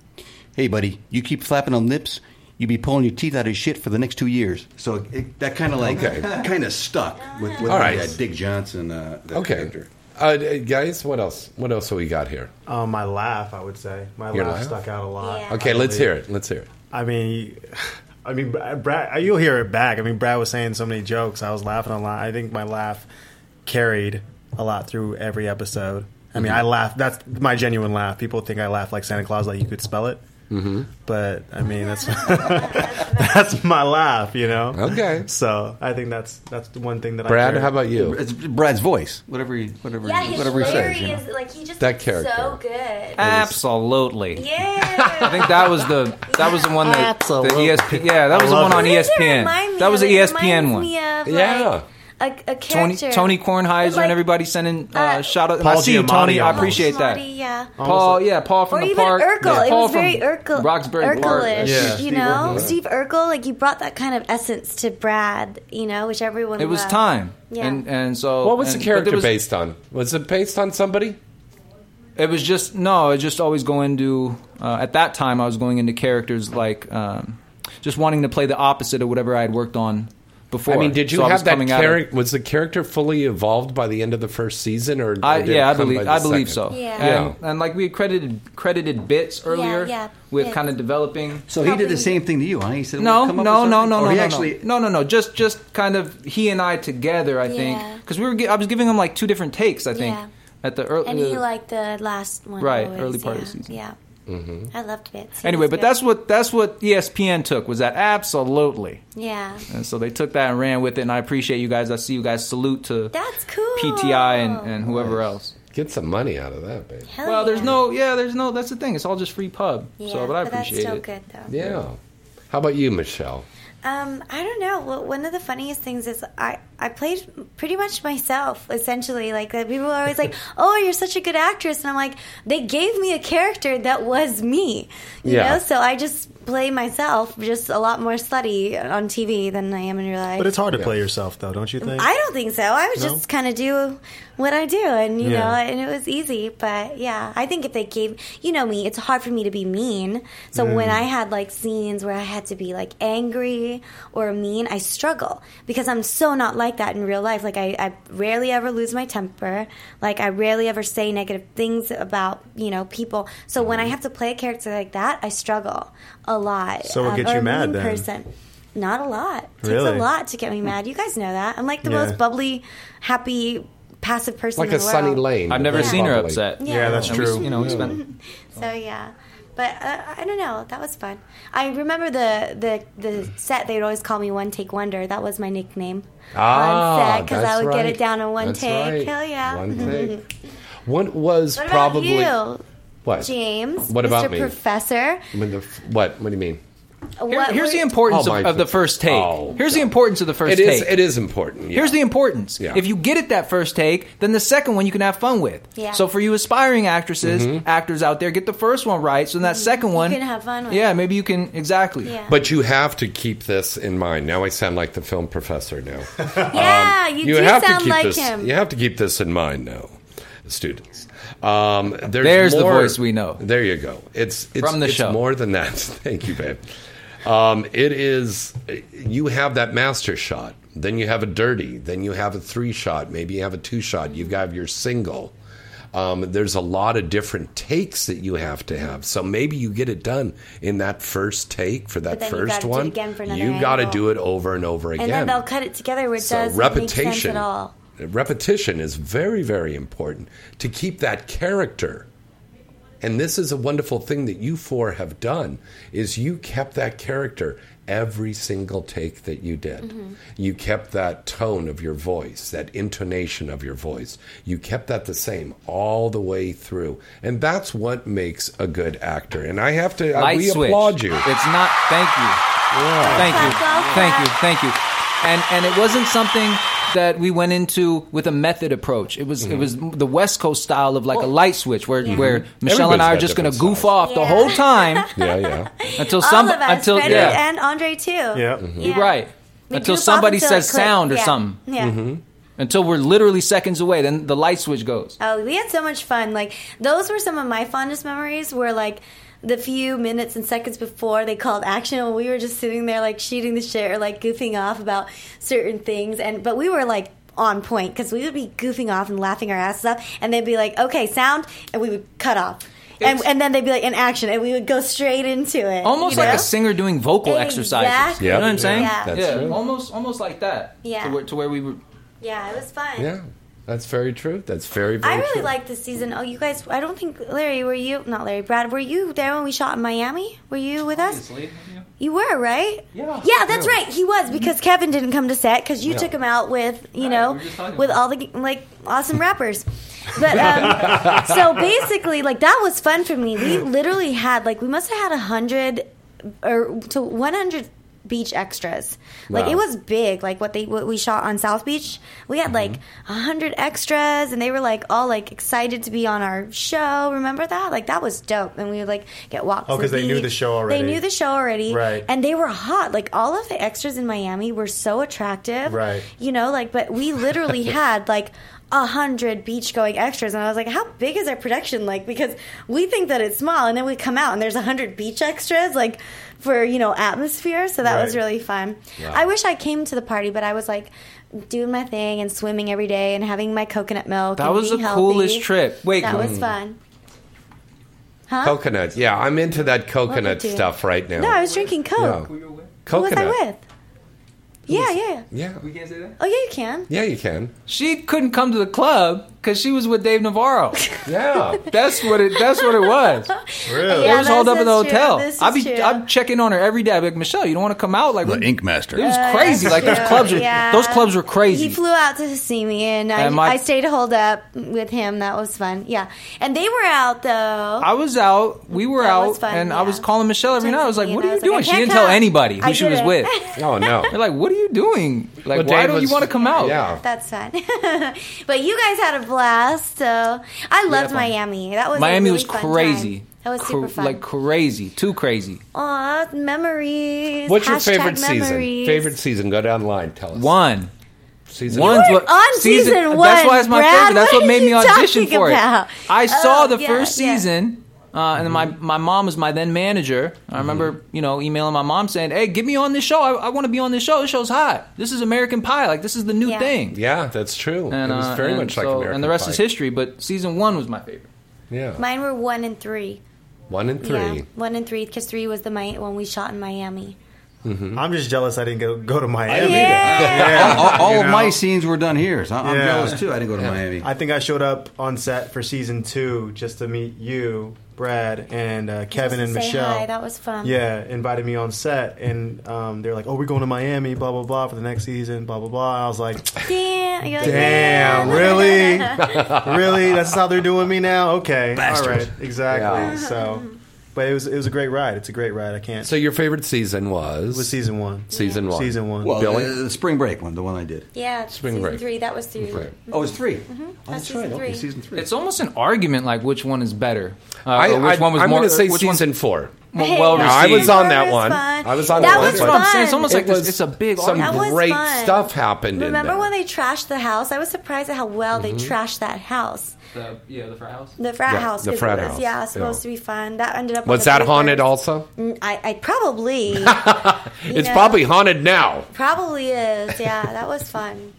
"Hey, buddy, you keep flapping on lips." You be pulling your teeth out of shit for the next two years. So it, that kind of like Okay. kind of stuck with, with All right. uh, Dick Johnson. Uh, the okay. character. Uh, guys, what else? What else have we got here? Um, my laugh, I would say. My Your laugh, laugh? stuck out a lot. Okay, let's hear it. Let's hear it. I mean, I mean, Brad, you'll hear it back. I mean, Brad was saying so many jokes. I was laughing a lot. I think my laugh carried a lot through every episode. I mean, Mm-hmm. Mhm. I laugh. That's my genuine laugh. People think I laugh like Santa Claus, like you could spell it. Mm-hmm. But I mean, that's that's my laugh, you know. Okay. So I think that's that's the one thing that I. Brad, carry. how about you? It's Brad's voice. Whatever he, whatever, Yeah, his whatever he delivery says. You know. is like he just That looks character. so good. Absolutely. Yeah. I think that was the that was the one that the ESP, yeah that I was the love one on E it. What does it remind ESPN. me That was of? the E It ESPN reminds one. me of, like, yeah. A, a Tony character. Tony Kornheiser and everybody sending uh, shout out. Paul I see you, Tony. Giamatti I almost. appreciate that. Almost, yeah. Paul, yeah, Paul from or the even park. Urkel. Yeah. It Paul was from very Urkel, Roxbury Park. Urkelish, Yeah. you Steve know. Urkel. Steve Urkel, like he brought that kind of essence to Brad, you know, which everyone. It was loved. time. Yeah. And and so What was and- the but character there was- based on? Was it based on somebody? It was just no. It just always go into uh, at that time I was going into characters like um, just wanting to play the opposite of whatever I had worked on before. I mean, did you So I was have that coming out of- character? Was the character fully evolved by the end of the first season, or, or I, did it yeah, I come believe by the I believe second? so. Yeah. And, and like we had credited credited bits earlier yeah, with bits. kind of developing. So he did the same thing to you, huh? He said, No, well, come no, up no, with no, something. no, Or no, he no. actually no, no, no. Just, just kind of he and I together. I Yeah. think because we were. gi- I was giving him like two different takes. I think Yeah. at the early. And he liked the last one. Right, always, early part yeah, of the season. Yeah, Mm-hmm. Mhm. I loved it. It Anyway, was but good. that's what that's what E ESPN took was that absolutely, yeah. and so they took that and ran with it. And I appreciate you guys. I see you guys. Salute to that's cool. PTI and, and whoever else. Get some money out of that, baby. well, there's no, yeah, there's no. That's the thing. It's all just free pub. Yeah, so, but I but that's appreciate still it. good, though. Yeah. How about you, Michelle? Um, I don't know. Well, one of the funniest things is I, I played pretty much myself, essentially. Like, that people are always like, oh, you're such a good actress. And I'm like, they gave me a character that was me. You Yeah. know? So I just play myself, just a lot more slutty on TV than I am in real life. But it's hard to play yourself, though, don't you think? I don't think so. I would No? just kind of do what I do, and you Yeah. know, and it was easy. But yeah, I think if they gave, you know, me, it's hard for me to be mean. So when Mm. I had like scenes where I had to be like angry or mean, I struggle because I'm so not like that in real life. Like I, I rarely ever lose my temper. Like I rarely ever say negative things about you know people. So when I Mm. have to play a character like that, I struggle a lot. So what Um, gets or you a mad mean then? Person. Not a lot. It takes Really? a lot to get me mad. You guys know that. I'm like the Yeah. most bubbly, happy, passive person. Like in a the Sunny world. Lane. I've never seen her Probably. upset. Yeah. Yeah, that's And we s- true. you know, we Yeah. spent Mm-hmm. So yeah, but uh, I don't know. That was fun. I remember the the the set. They would always call me One Take Wonder. That was my nickname. Ah, because that's I would get right. it down in one That's take. right. Hell yeah. One take. What was What about probably you, what? James? What about Mr. me? Professor? When the f- what? What do you mean? What here's were- the importance Oh, of, my of the first take. Oh, here's the importance of the first It is. take. It is important. yeah. Here's the importance. Yeah. If you get it that first take, then the second one you can have fun with. Yeah. So for you aspiring actresses, Mhm. actors out there, get the first one right. So then that second one, Mm-hmm. can have fun with Yeah, maybe you can exactly. Yeah. But you have to keep this in mind. Now I sound like the film professor now. Um, Yeah, you, do have sound to keep like this, him. You have to keep this in mind now, students. Um, there's There's the more- voice we know. There you go. It's it's, From the it's show. more than that. Thank you, babe. Um, it is. You have that master shot. Then you have a dirty. Then you have a three shot. Maybe you have a two shot. You have got your single. Um, there's a lot of different takes that you have to have. So maybe you get it done in that first take for But that then you first gotta do it one. again for another you gotta angle. do it over and over again. And then they'll cut it together, which So doesn't make sense repetition. at all. repetition is very very important to keep that character and this is a wonderful thing that you four have done is you kept that character every single take that you did Mm-hmm. Mhm. you kept that tone of your voice that intonation of your voice you kept that the same all the way through and that's what makes a good actor and i have to Light we switch. applaud you It's not. Thank you. Thank you. Thank you. Thank you. And and it wasn't something that we went into with a method approach. It was it Mm-hmm. was the West Coast style of like a light switch where Mhm. where Michelle Everybody's and I are got just going to different goof off the whole time. Yeah, yeah. Until some all of us, until Freddy yeah. and Andre too. Mhm. Yeah. Right. We until goof off somebody until says it clicks. sound or Yeah. something. Yeah. Mm-hmm. Until we're literally seconds away, then the light switch goes. Oh, we had so much fun. Like those were some of my fondest memories. Were like the few minutes and seconds before they called action, and we were just sitting there like shooting the shit or like goofing off about certain things. And but we were like on point because we would be goofing off and laughing our asses off, and they'd be like, "Okay, sound," and we would cut off. And, and then they'd be like in action, and we would go straight into it. Almost Uh, you like know? a singer doing vocal exercises. Exactly. You know what I'm Yeah. saying? Yeah. That's yeah. true. Almost almost like that. Yeah. To where, to where we were yeah, it was fun. yeah that's very true that's very very I really true. liked this season. Oh, you guys, I don't think Larry, were you? Not Larry, Brad, were you there when we shot in Miami? Were you with us? You were right. Yeah. Yeah, that's Yeah. Mm-hmm. right. He was because Kevin didn't come to set because you Yeah. took him out with you Right, know we were just talking with all the like awesome rappers. But um, so basically, like that was fun for me. We literally had like we must have had a hundred or to one hundred beach extras. Like Wow. it was big. Like what they what we shot on South Beach, we had like Mm-hmm. a hundred extras, and they were like all like excited to be on our show. Remember that? Like that was dope. And we would like get walks. Oh, to 'cause they knew beach. the show already. They knew the show already, Right. And they were hot. Like all of the extras in Miami were so attractive, Right. You know, like but we literally had like. A hundred beach going extras, and I was like, "How big is our production like?" Because we think that it's small, and then we come out and there's a hundred beach extras, like for you know atmosphere. So that was Right. really fun. Wow. I wish I came to the party, but I was like doing my thing and swimming every day and having my coconut milk. That and was being the healthy. coolest trip. Wait, that was Hmm. Mm. fun. Huh? coconut yeah i'm into that What coconut did you do? stuff right now No, I was drinking coke. Yeah. Who coconut was I with? Yeah, yeah, yeah. yeah We can't say that? Oh yeah, you can. Yeah, you can. She couldn't come to the club because she was with Dave Navarro. Yeah, that's what it. That's what it was. Really? it Yeah, was holed up this in the is true. hotel. This I'd is be. true. I'm checking on her every day. I'd be like, Michelle, you don't want to come out like the Ink Master. It was Uh, crazy. that's Like those true. clubs. Were, Yeah. Those clubs were crazy. He flew out to see me, and I, And my- I stayed holed up with him. That was fun. Yeah, and they were out though. I was out. We were That out, was fun, and I was calling Michelle every night. I was like, me, "What and are I you was like, doing?" "I She can't didn't tell come." anybody who I she was didn't. with. Oh no! You're like, "What are you doing? Like, Well, why Dave don't you was- want to come out?" Yeah. That's fun. but you guys had a blast. So I We had loved fun. Miami. That was a Miami really was fun time. crazy. That was super Cra- fun. Like crazy, too crazy. Aw, memories. What's your Hashtag favorite season? memories. Favorite season? Go down the line. Tell us. One. Season One's one. what- on season one, That's why it's my Brad. favorite. That's What what made are me you audition talking for about? it. I saw Oh, the yeah, first yeah. season, uh, and then my Mm-hmm. my mom was my then manager. I remember you know emailing my mom saying, "Hey, get me on this show. I, I want to be on this show. This show's hot. This is American Pie. Like this is the new thing." Yeah, that's true. And, it was uh, very and much like so- American And the rest Pie. is history. But season one was my favorite. Yeah, Mine were one and three. one and Yeah, one and three. Because three was the Mi- one we shot in Miami. I'm just jealous I didn't go, go to Miami. Mm-hmm. Yeah. All- all- all of my scenes were done here, so I'm jealous, too. I didn't go to Miami. I think I showed up on set for season two just to meet you, Brad, and uh, Kevin and Just to say Michelle. hi. That was fun. Yeah, invited me on set, and um, they're like, "Oh, we're going to Miami, blah blah blah, for the next season, blah blah blah." And I was like, Damn. You're like, "Man." "Damn, really, really? That's how they're doing me now? Okay, all Bastards. right, exactly." Yeah. So, but it was it was a great ride. It's a great ride. I can't. So your favorite season was? Was season one. Season one. Season one. Well, uh, Billy. the, the spring break one, the one I did. Yeah. season Three. That was three. Right. Mm-hmm. Oh, it's three. Mhm. That's season three. three. It's almost an argument, like which one is better, uh, I, or which I, one was I'm more. going to say which one's season four. more well No, received. I was on that one. I was on That that, one. was but fun. It's almost like it this- was it's a big Some That was great fun. stuff happened in Remember there. when they trashed the house? I was surprised at how well they Mhm. trashed that house. The, yeah, the frat house. The frat Yeah, house. the 'cause frat it was, house. Yeah, supposed to be fun. That ended up. on was the that paper. haunted also? Mm, I, I probably. you It's know, probably haunted now. Probably is. Yeah, that was fun.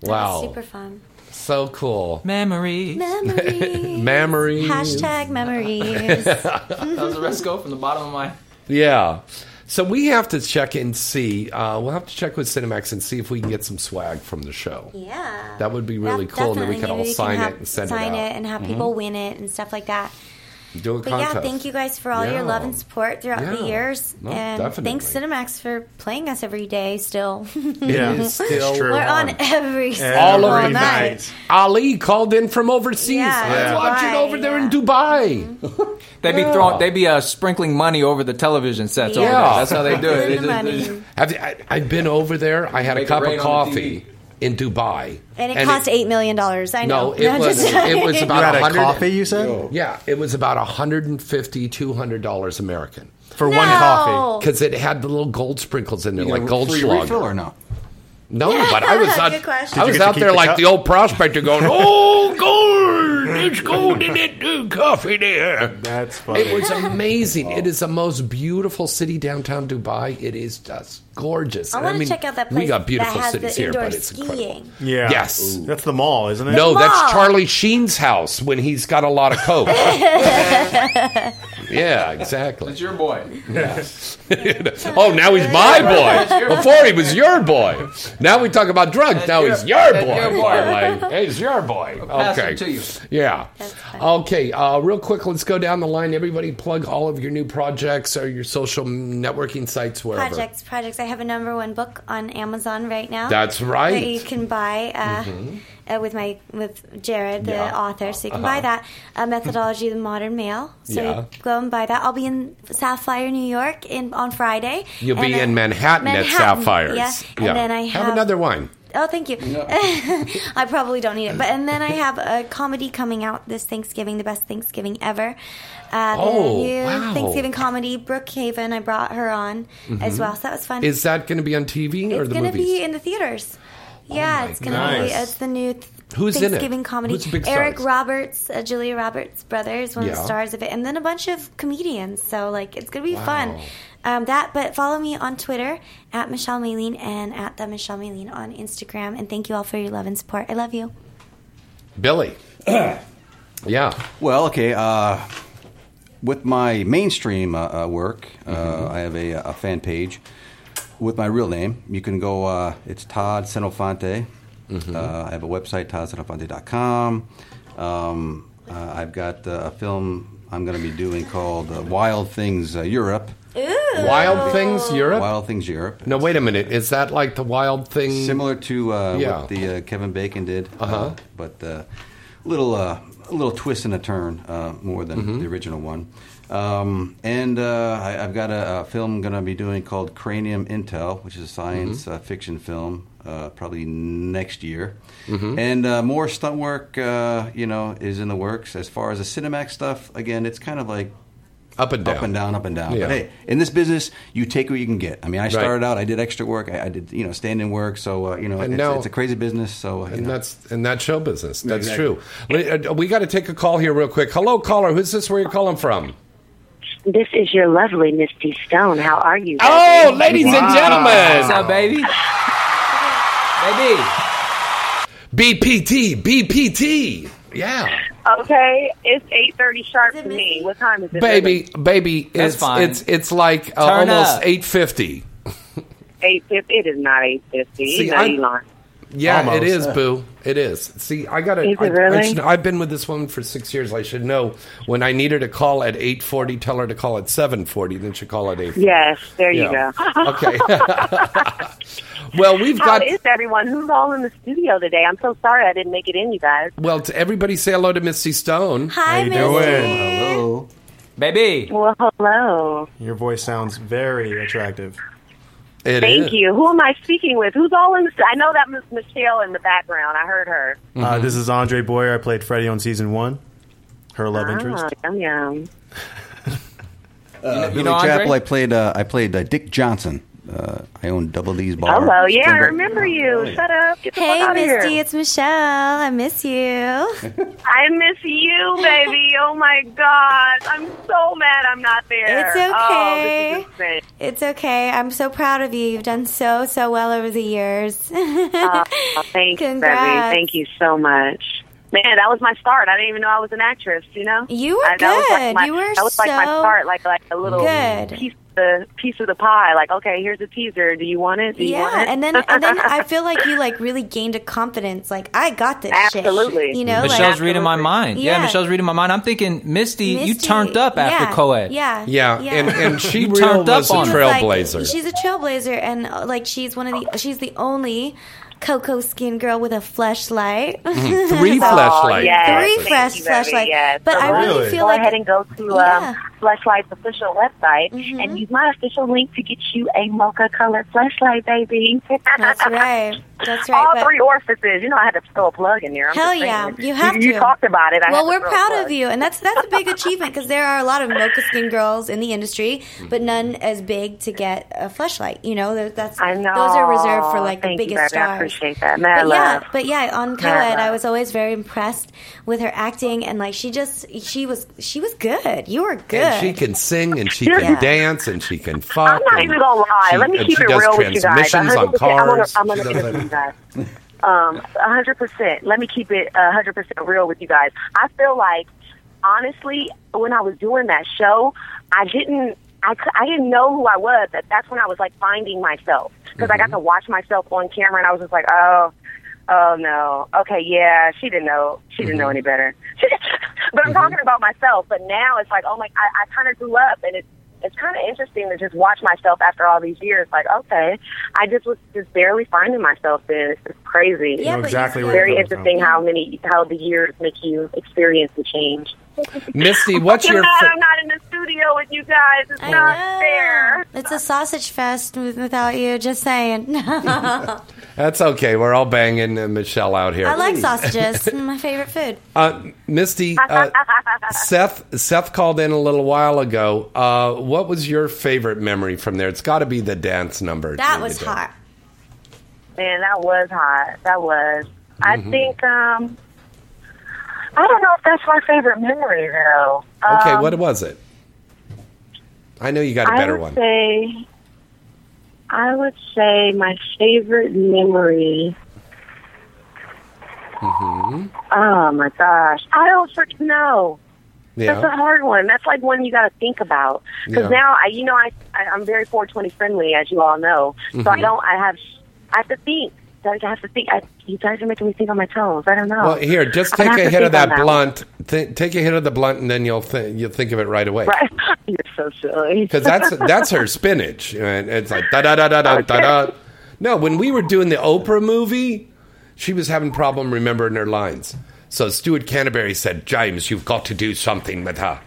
That was Wow. super fun. so cool. Memories. Memories. Hashtag memories. that was a resco from the bottom of my. Yeah. So we have to check and see. Uh, we'll have to check with Cinemax and see if we can get some swag from the show. Yeah. That would be really Def- cool, and then we definitely. could all Maybe sign have- it and send sign it out. and have Mhm. people win it and stuff like that. do a But contest. yeah, thank you guys for all Yeah. your love and support throughout Yeah. the years, No, and definitely. thanks Cinemax for playing us every day. Still, Yeah, is still we're on on. every all single over night. Ali called in from overseas. Yeah, I'm Yeah. Mm-hmm. watching over there in Dubai. They be Yeah. throwing. They be uh, sprinkling money over the television sets. Over there. Yeah. That's how they do it. They Sprinkling just- they money. Have just- you- I, I've been over there. I had Make a it cup rain of on the coffee in Dubai, And it cost eight million dollars. I know. No, it was it was about You had a 100 coffee, you said? Yeah, it was about 150 200 dollars American for one No. coffee. because it had the little gold sprinkles in there, You like got a gold free slug. refill or no? No, but I was Good out, question. I Did you was get to out keep there the like cup? the old prospector going, "Oh, gold! It's gold in it, uh, coffee there." That's funny. It was amazing. Oh. It is the most beautiful city downtown Dubai. It is just gorgeous. I And want to mean, check out that place We got beautiful that has cities the here, indoor but it's skiing. Yeah. Yes. That's the mall, isn't it? mall. no, that's Charlie Sheen's house when he's got a lot of coke. yeah, exactly. It's your boy. Yes. oh, now he's my boy. Before he was your boy. Now we talk about drugs. Now he's your That's boy. your boy. Like, hey, he's your boy. pass Okay. it to you. Yeah. Okay. Uh, real quick, let's go down the line. Everybody, plug all of your new projects or your social networking sites wherever. Projects, projects. I have a number one book on Amazon right now. That's right. That you can buy uh, Mhm. uh, with my with Jared, the Yeah. author. So you can Uh-huh. buy that. Uh, Methodology of the Modern Male. So Yeah. go and buy that. I'll be in Sapphire, New York, in on Friday. You'll be And then- in Manhattan, at Sapphires. Yeah. And then I have, another wine. Oh, thank you. I probably don't need it, but and then I have a comedy coming out this Thanksgiving, the best Thanksgiving ever. Uh, the Oh, new wow. Thanksgiving comedy, Brookhaven. I brought her on as Mhm. well, so that was fun. Is that going to be on TV or it's the gonna movies? Oh be in the theaters. Yeah, it's gonna goodness. be. It's the new. Th- Who's in it? Thanksgiving comedy. Who's the big Eric stars? Roberts, uh, Julia Roberts' brother, is one of Yeah. the stars of it, and then a bunch of comedians. So like, it's gonna be fun. Wow. Um, that, but follow me on Twitter at Michelle Maylene and at the Michelle Maylene on Instagram. And thank you all for your love and support. I love you. Billy. yeah. Well, okay. Uh, with my mainstream uh, uh, work, uh, Mm-hmm. I have a, a fan page with my real name. You can go. Uh, it's Todd Senofonte. Mm-hmm. Uh, I have a website, toddsenofante.com. Um, uh, I've got uh, a film I'm going to be doing called uh, Wild Things uh, Europe. Wild Things Europe. Wild Things Europe. No, wait a minute. Is that like the Wild Thing? Similar to uh, Yeah. Uh-huh. what the uh, Kevin Bacon did, uh, but uh, little uh, a little twist and a turn uh, more than Mm-hmm. the original one. Um, and uh, I, I've got a, a film I'm going to be doing called Cranium Intel, which is a science Mm-hmm. uh, fiction film, uh, probably next year. Mm-hmm. Mhm. And uh, more stunt work, uh, you know, is in the works. As far as the Cinemax stuff, again, it's kind of like up and down, up and down, up and down. Yeah. But hey, in this business, you take what you can get. I mean, I Right. started out, I did extra work, I, I did you know stand-in work, so uh, you know, And it's, now- it's a crazy business. So uh, you And know. that's and that's show business. That's Exactly. true. We, uh, we got to take a call here real quick. Hello, caller. Who's this? Where you calling from? This is your lovely Misty Stone. How are you? Oh, ladies and gentlemen. What's up, baby? Baby. BPT. BPT. Yeah. Okay, it's eight thirty sharp to me. What time is it? Baby, baby. That's It's fine. it's it's like uh, Turn almost up. eight fifty. Eight fifty. It is not eight fifty. See, No, I'm- you lying. Yeah, it is, Almost. boo. It is. See, I got Is to it I, I really? should, I've been with this woman for six years. I should know when I need her to call at eight forty. Tell her to call at seven forty. Then she call at eight. Yes, there you Yeah. go. Okay. well, we've How got. is everyone? Who's all in the studio today? I'm so sorry I didn't make it in, you guys. Well, to everybody, say hello to Misty Stone. Hi, How you doing? Misty. Hello, baby. Well, hello. Your voice sounds very attractive. It Thank you. Who am I speaking with? Who's all in? The, I know that Miss Michelle in the background. I heard her. Uh, this is Andre Boyer. I played Freddie on season one. Her love interest. Ah, yum yum. Uh, you Billy know Andre? Chappell, I played uh, I played uh, Dick Johnson. Uh, I own Double D's Bar. Hello, It's yeah, been I great. remember you. Shut up. Get the Hey, fuck outta here. Misty, it's Michelle. I miss you. I miss you, baby. Oh my god, I'm so mad I'm not there. It's Oh, okay. this is insane. It's okay. I'm so proud of you. You've done so, so well over the years. Oh, thanks, Debbie. Congrats. Thank you so much. Man, that was my start. I didn't even know I was an actress. You know, You were I, that Was good. like my, You were that was like my so start, like like a little good. piece of the piece of the pie. Like, okay, here's a teaser. Do you want it? Do you want yeah, it? and then and then I feel like you like really gained a confidence. Like I got this. Absolutely. shit. you know, Michelle's like, reading my mind. Yeah. Yeah. Michelle's reading my mind. I'm thinking, Misty, you Misty, turned up after yeah, co-ed. yeah, Yeah, yeah. and- and she You really turned up was a on it. Like, trailblazer. she's a trailblazer, and uh, like she's one of the she's the only cocoa skin girl with a flashlight. Mhm. Three fleshlights. yeah, Three Thank flash you, Debbie. flashlights. Yes. But I really, Go feel like ahead and go to um, Fleshlight's official website Mm-hmm. and use my official link to get you a mocha colored flashlight, baby. That's right. That's All right, but- three orifices. You know, I had to throw a plug in there. I'm Hell just yeah, saying. you have You, to. talked about it. I well, had to throw we're a proud plug. of you, and that's that's a big achievement because there are a lot of mocha skin girls in the industry, Mm-hmm. but none as big to get a flashlight. You know, tho- that's I know. those are reserved for like Thank the you, biggest baby. I stars. appreciate that. Man, I but love. yeah, but yeah, on co-ed, Man, I love. I was always very impressed with her acting, and like she just she was she was good. You were good. And she can sing and she Yeah. can dance and she can fuck. I'm not and even gonna lie. she- Let me and keep she it does real with you guys. transmissions on 100%. I'm gonna- cars. I'm gonna She keep does it with you everything. guys. Um, 100%. Let me keep it uh, 100% real with you guys. I feel like, honestly, when I was doing that show, I didn't. I, cou- I didn't know who I was. That that's when I was like finding myself because I Mm-hmm. got to watch myself on camera and I was just like, oh, oh no, okay, yeah, she didn't know, she didn't know any better. but I'm talking about myself. But now it's like, oh my, I, I kind of grew up, and it's it's kind of interesting to just watch myself after all these years. Like, okay, I just was just barely finding myself then. It's just crazy. Yeah, know but exactly it's where you're very coming interesting from. how many how the years make you experience the change. Misty, what's I'm your mad fa- I'm not in the studio with you guys. It's not fair. It's a sausage fest with- without you. Just saying. I That's okay. We're all banging uh, Michelle out here. like sausages. My favorite food. Uh, Misty, uh, Seth Seth called in a little while ago. Uh, what was your favorite memory from there? It's got to be the dance number. That you was did. hot. Man, that was hot. That was. I Mhm. think. um I don't know if that's my favorite memory though. Okay, Um, what was it? I know you got a I better would one. Say, I would say my favorite memory. hmm Oh my gosh, I don't freaking know. That's a Yeah. hard one. That's like one you got to think about because Yeah. now I, you know, I, I I'm very 420 friendly, as you all know. So I Mhm. don't. I have. I have to think. I have to think. I, you guys are making me think on my toes. I don't know. Well, here, just Oh. I'm take gonna a have to hit of think on that one. blunt. Th- take a hit of the blunt, and then you'll th- you'll think of it right away. Right. You're so silly. Because that's that's her spinach, and it's like da da da da da da da. No, when we were doing the Oprah movie, she was having problem remembering her lines. So Stuart Canterbury said, "James, you've got to do something with her."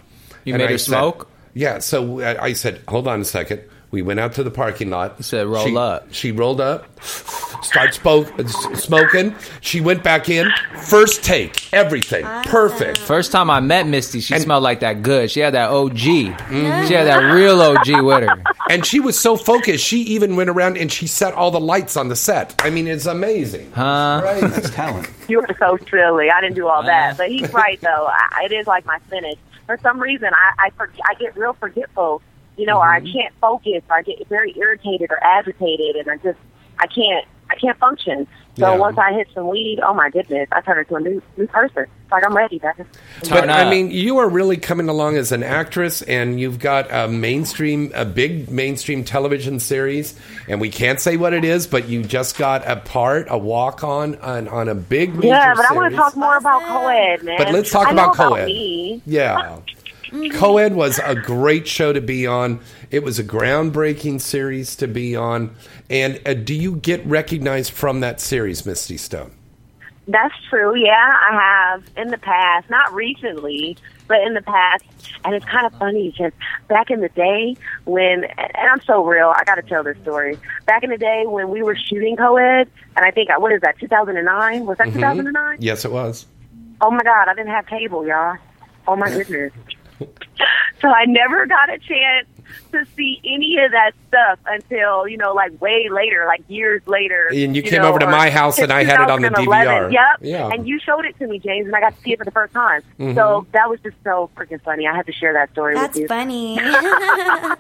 You made her said- smoke? yeah. So I I said, "Hold on a second. We went out to the parking lot. said, "Roll she, up." She rolled up, started spoke, s- smoking. She went back in. First take, everything perfect. First time I met Misty, she smelled like that good. She had that OG. She had that real OG with her. And she was so focused, she even went around and she set all the lights on the set. I mean, it's amazing. Huh? That's talent. You were so silly. I didn't do all that, but he's right though. I, it is like my finish. For some reason, I I, for, I get real forgetful, you know, or Mm-hmm. I can't focus, or I get very irritated or agitated, and I just I can't I can't function. So Yeah. once I hit some weed, oh my goodness, I turn into a new new person. It's like I'm ready. That's But I mean, you are really coming along as an actress, and you've got a mainstream, a big mainstream television series, and we can't say what it is, but you just got a part, a walk on, on, on a big major yeah, but I want series. to talk more about co-ed, man. But let's talk I know about co-ed. me. Yeah. Coed was a great show to be on. It was a groundbreaking series to be on. And uh, do you get recognized from that series, Misty Stone? That's true. Yeah, I have in the past, not recently, but in the past. And it's kind of funny because back in the day when, and I'm so real, I got to tell this story. Back in the day when we were shooting co-ed, and I think, what is that, 2009? Was that Mm-hmm. 2009? Yes, it was. Oh my God, I didn't have cable, y'all. Oh my goodness. so I never got a chance to see any of that stuff until you know, like way later, like years later. And you came over to or- my house and I had it on the 2011. DVR. Yep. Yeah. And you showed it to me, James, and I got to see it for the first time. Mhm. So that was just so freaking funny. I had to share that story That's with you. funny. oh my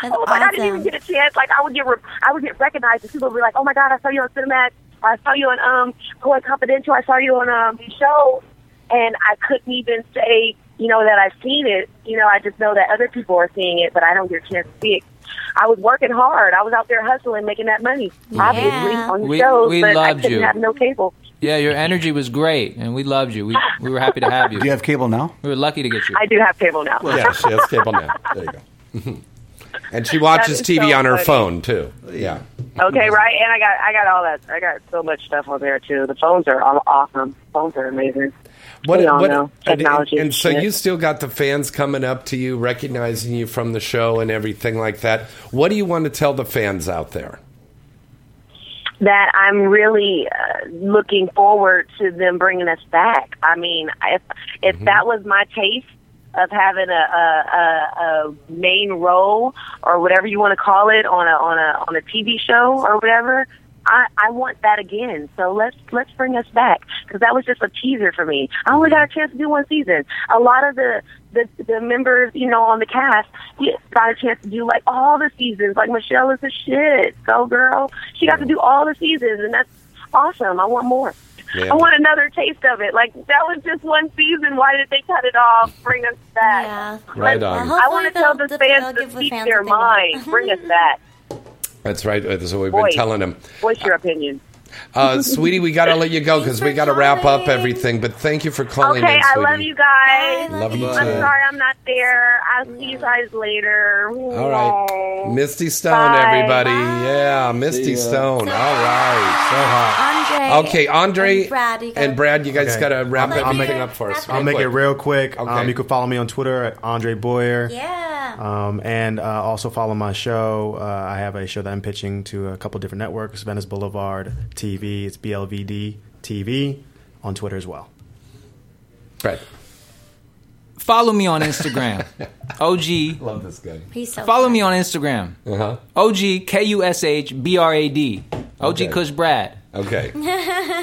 god, I didn't even get a chance. Like I would get, re- I would get recognized, and people would be like, "Oh my god, I saw you on Cinemax. Or I saw you on um, Boy Confidential. I saw you on um, the show," and I couldn't even say, you know, that I've seen it. You know, I just know that other people are seeing it, but I don't get a chance to see it. I was working hard. I was out there hustling, making that money. Obviously, on We- shows, we but I loved couldn't you. have no cable. Yeah, your energy was great, and we loved you. We, we were happy to have you. Do you have cable now? We were lucky to get you. I do have cable now. yeah, she has cable now. There you go. and she watches is TV so on her funny. phone too. Yeah. Okay, right, and I got I got all that. I got so much stuff on there too. The phones are aw- awesome. Phones are amazing. we all know and- technology. And, so shit. you still got the fans coming up to you, recognizing you from the show and everything like that. What do you want to tell the fans out there? that I'm really uh, looking forward to them bringing us back. I mean, if if that was my taste of having a, a, a, a main role or whatever you want to call it on a on a on a TV show or whatever, I I want that again. So let's let's bring us back because that was just a teaser for me. I only got a chance to do one season. A lot of the the, the members, you know, on the cast, we got a chance to do like all the seasons. Like Michelle is a shit, go girl. She got to do all the seasons, and that's awesome. I want more. Yeah. I want another taste of it. Like that was just one season. Why did they cut it off? Bring us back. Right Let's- on. I want to tell the fans to speak their mind. Bring us back. That's right. uh, That's what we've Voice. been telling them. What's your opinion? Uh, sweetie, we got to let you go because we got to wrap up everything. But thank you for calling Okay, in, I sweetie. love you guys. Love you I'm too. sorry I'm not there. I'll see you guys later. All right. Misty Stone, Bye. everybody. Yeah, Misty Stone. All right. So hot. Andre Okay, Andre and Brad, you guys- and Brad, you guys Okay. got to wrap I'll make- I'll make everything it- up for us. I'll real make it quick. real quick. Okay. Um, you can follow me on Twitter at Andre Boyer. Yeah. Um, and uh, also follow my show. Uh, I have a show that I'm pitching to a couple different networks Venice Boulevard TV. It's BLVD TV on Twitter as well. Right. Follow me on Instagram. OG. Love this guy. He's so Follow me on Instagram. Uh-huh. OG K U S H B R A D. OG Okay. Kush Brad. Okay.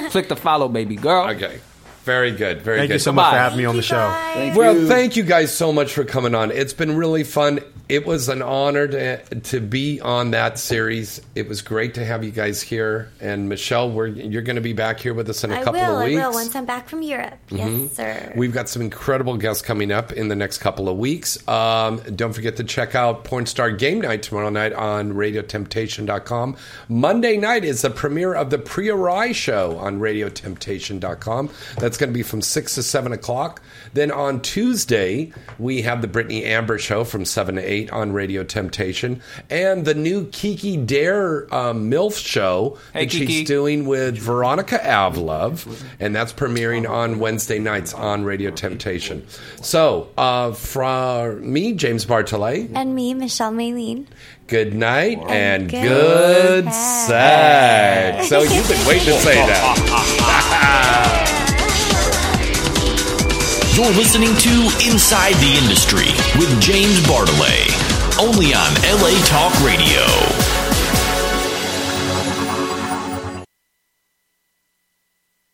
Click the follow, baby girl. Okay. Very good. Very Thank good. you so much for Goodbye. having me on the show. well, thank you guys so much for coming on. It's been really fun. It was an honor to, to be on that series. It was great to have you guys here. And Michelle, we're, you're going to be back here with us in a I couple will. of weeks. Mm-hmm. I will once I'm back from Europe. Yes, sir. We've got some incredible guests coming up in the next couple of weeks. Um, don't forget to check out Porn Star Game Night tomorrow night on Radiotemptation.com. Monday night is the premiere of the Priorai Show on Radiotemptation.com. That's going to be from 6 to 7 o'clock. Then on Tuesday, we have the Brittany Amber Show from 7 to 8 on Radio Temptation. And the new Kiki Dare um, MILF Show Hey, that she's Kiki. doing with Veronica Avlov, and that's premiering on Wednesday nights on Radio Temptation. So, uh, from me, James Bartolet, And me, Michelle Maylene. good night and good good, sex. So, you've been waiting to say that. You're listening to Inside the Industry with James Bartolet, only on LA Talk Radio.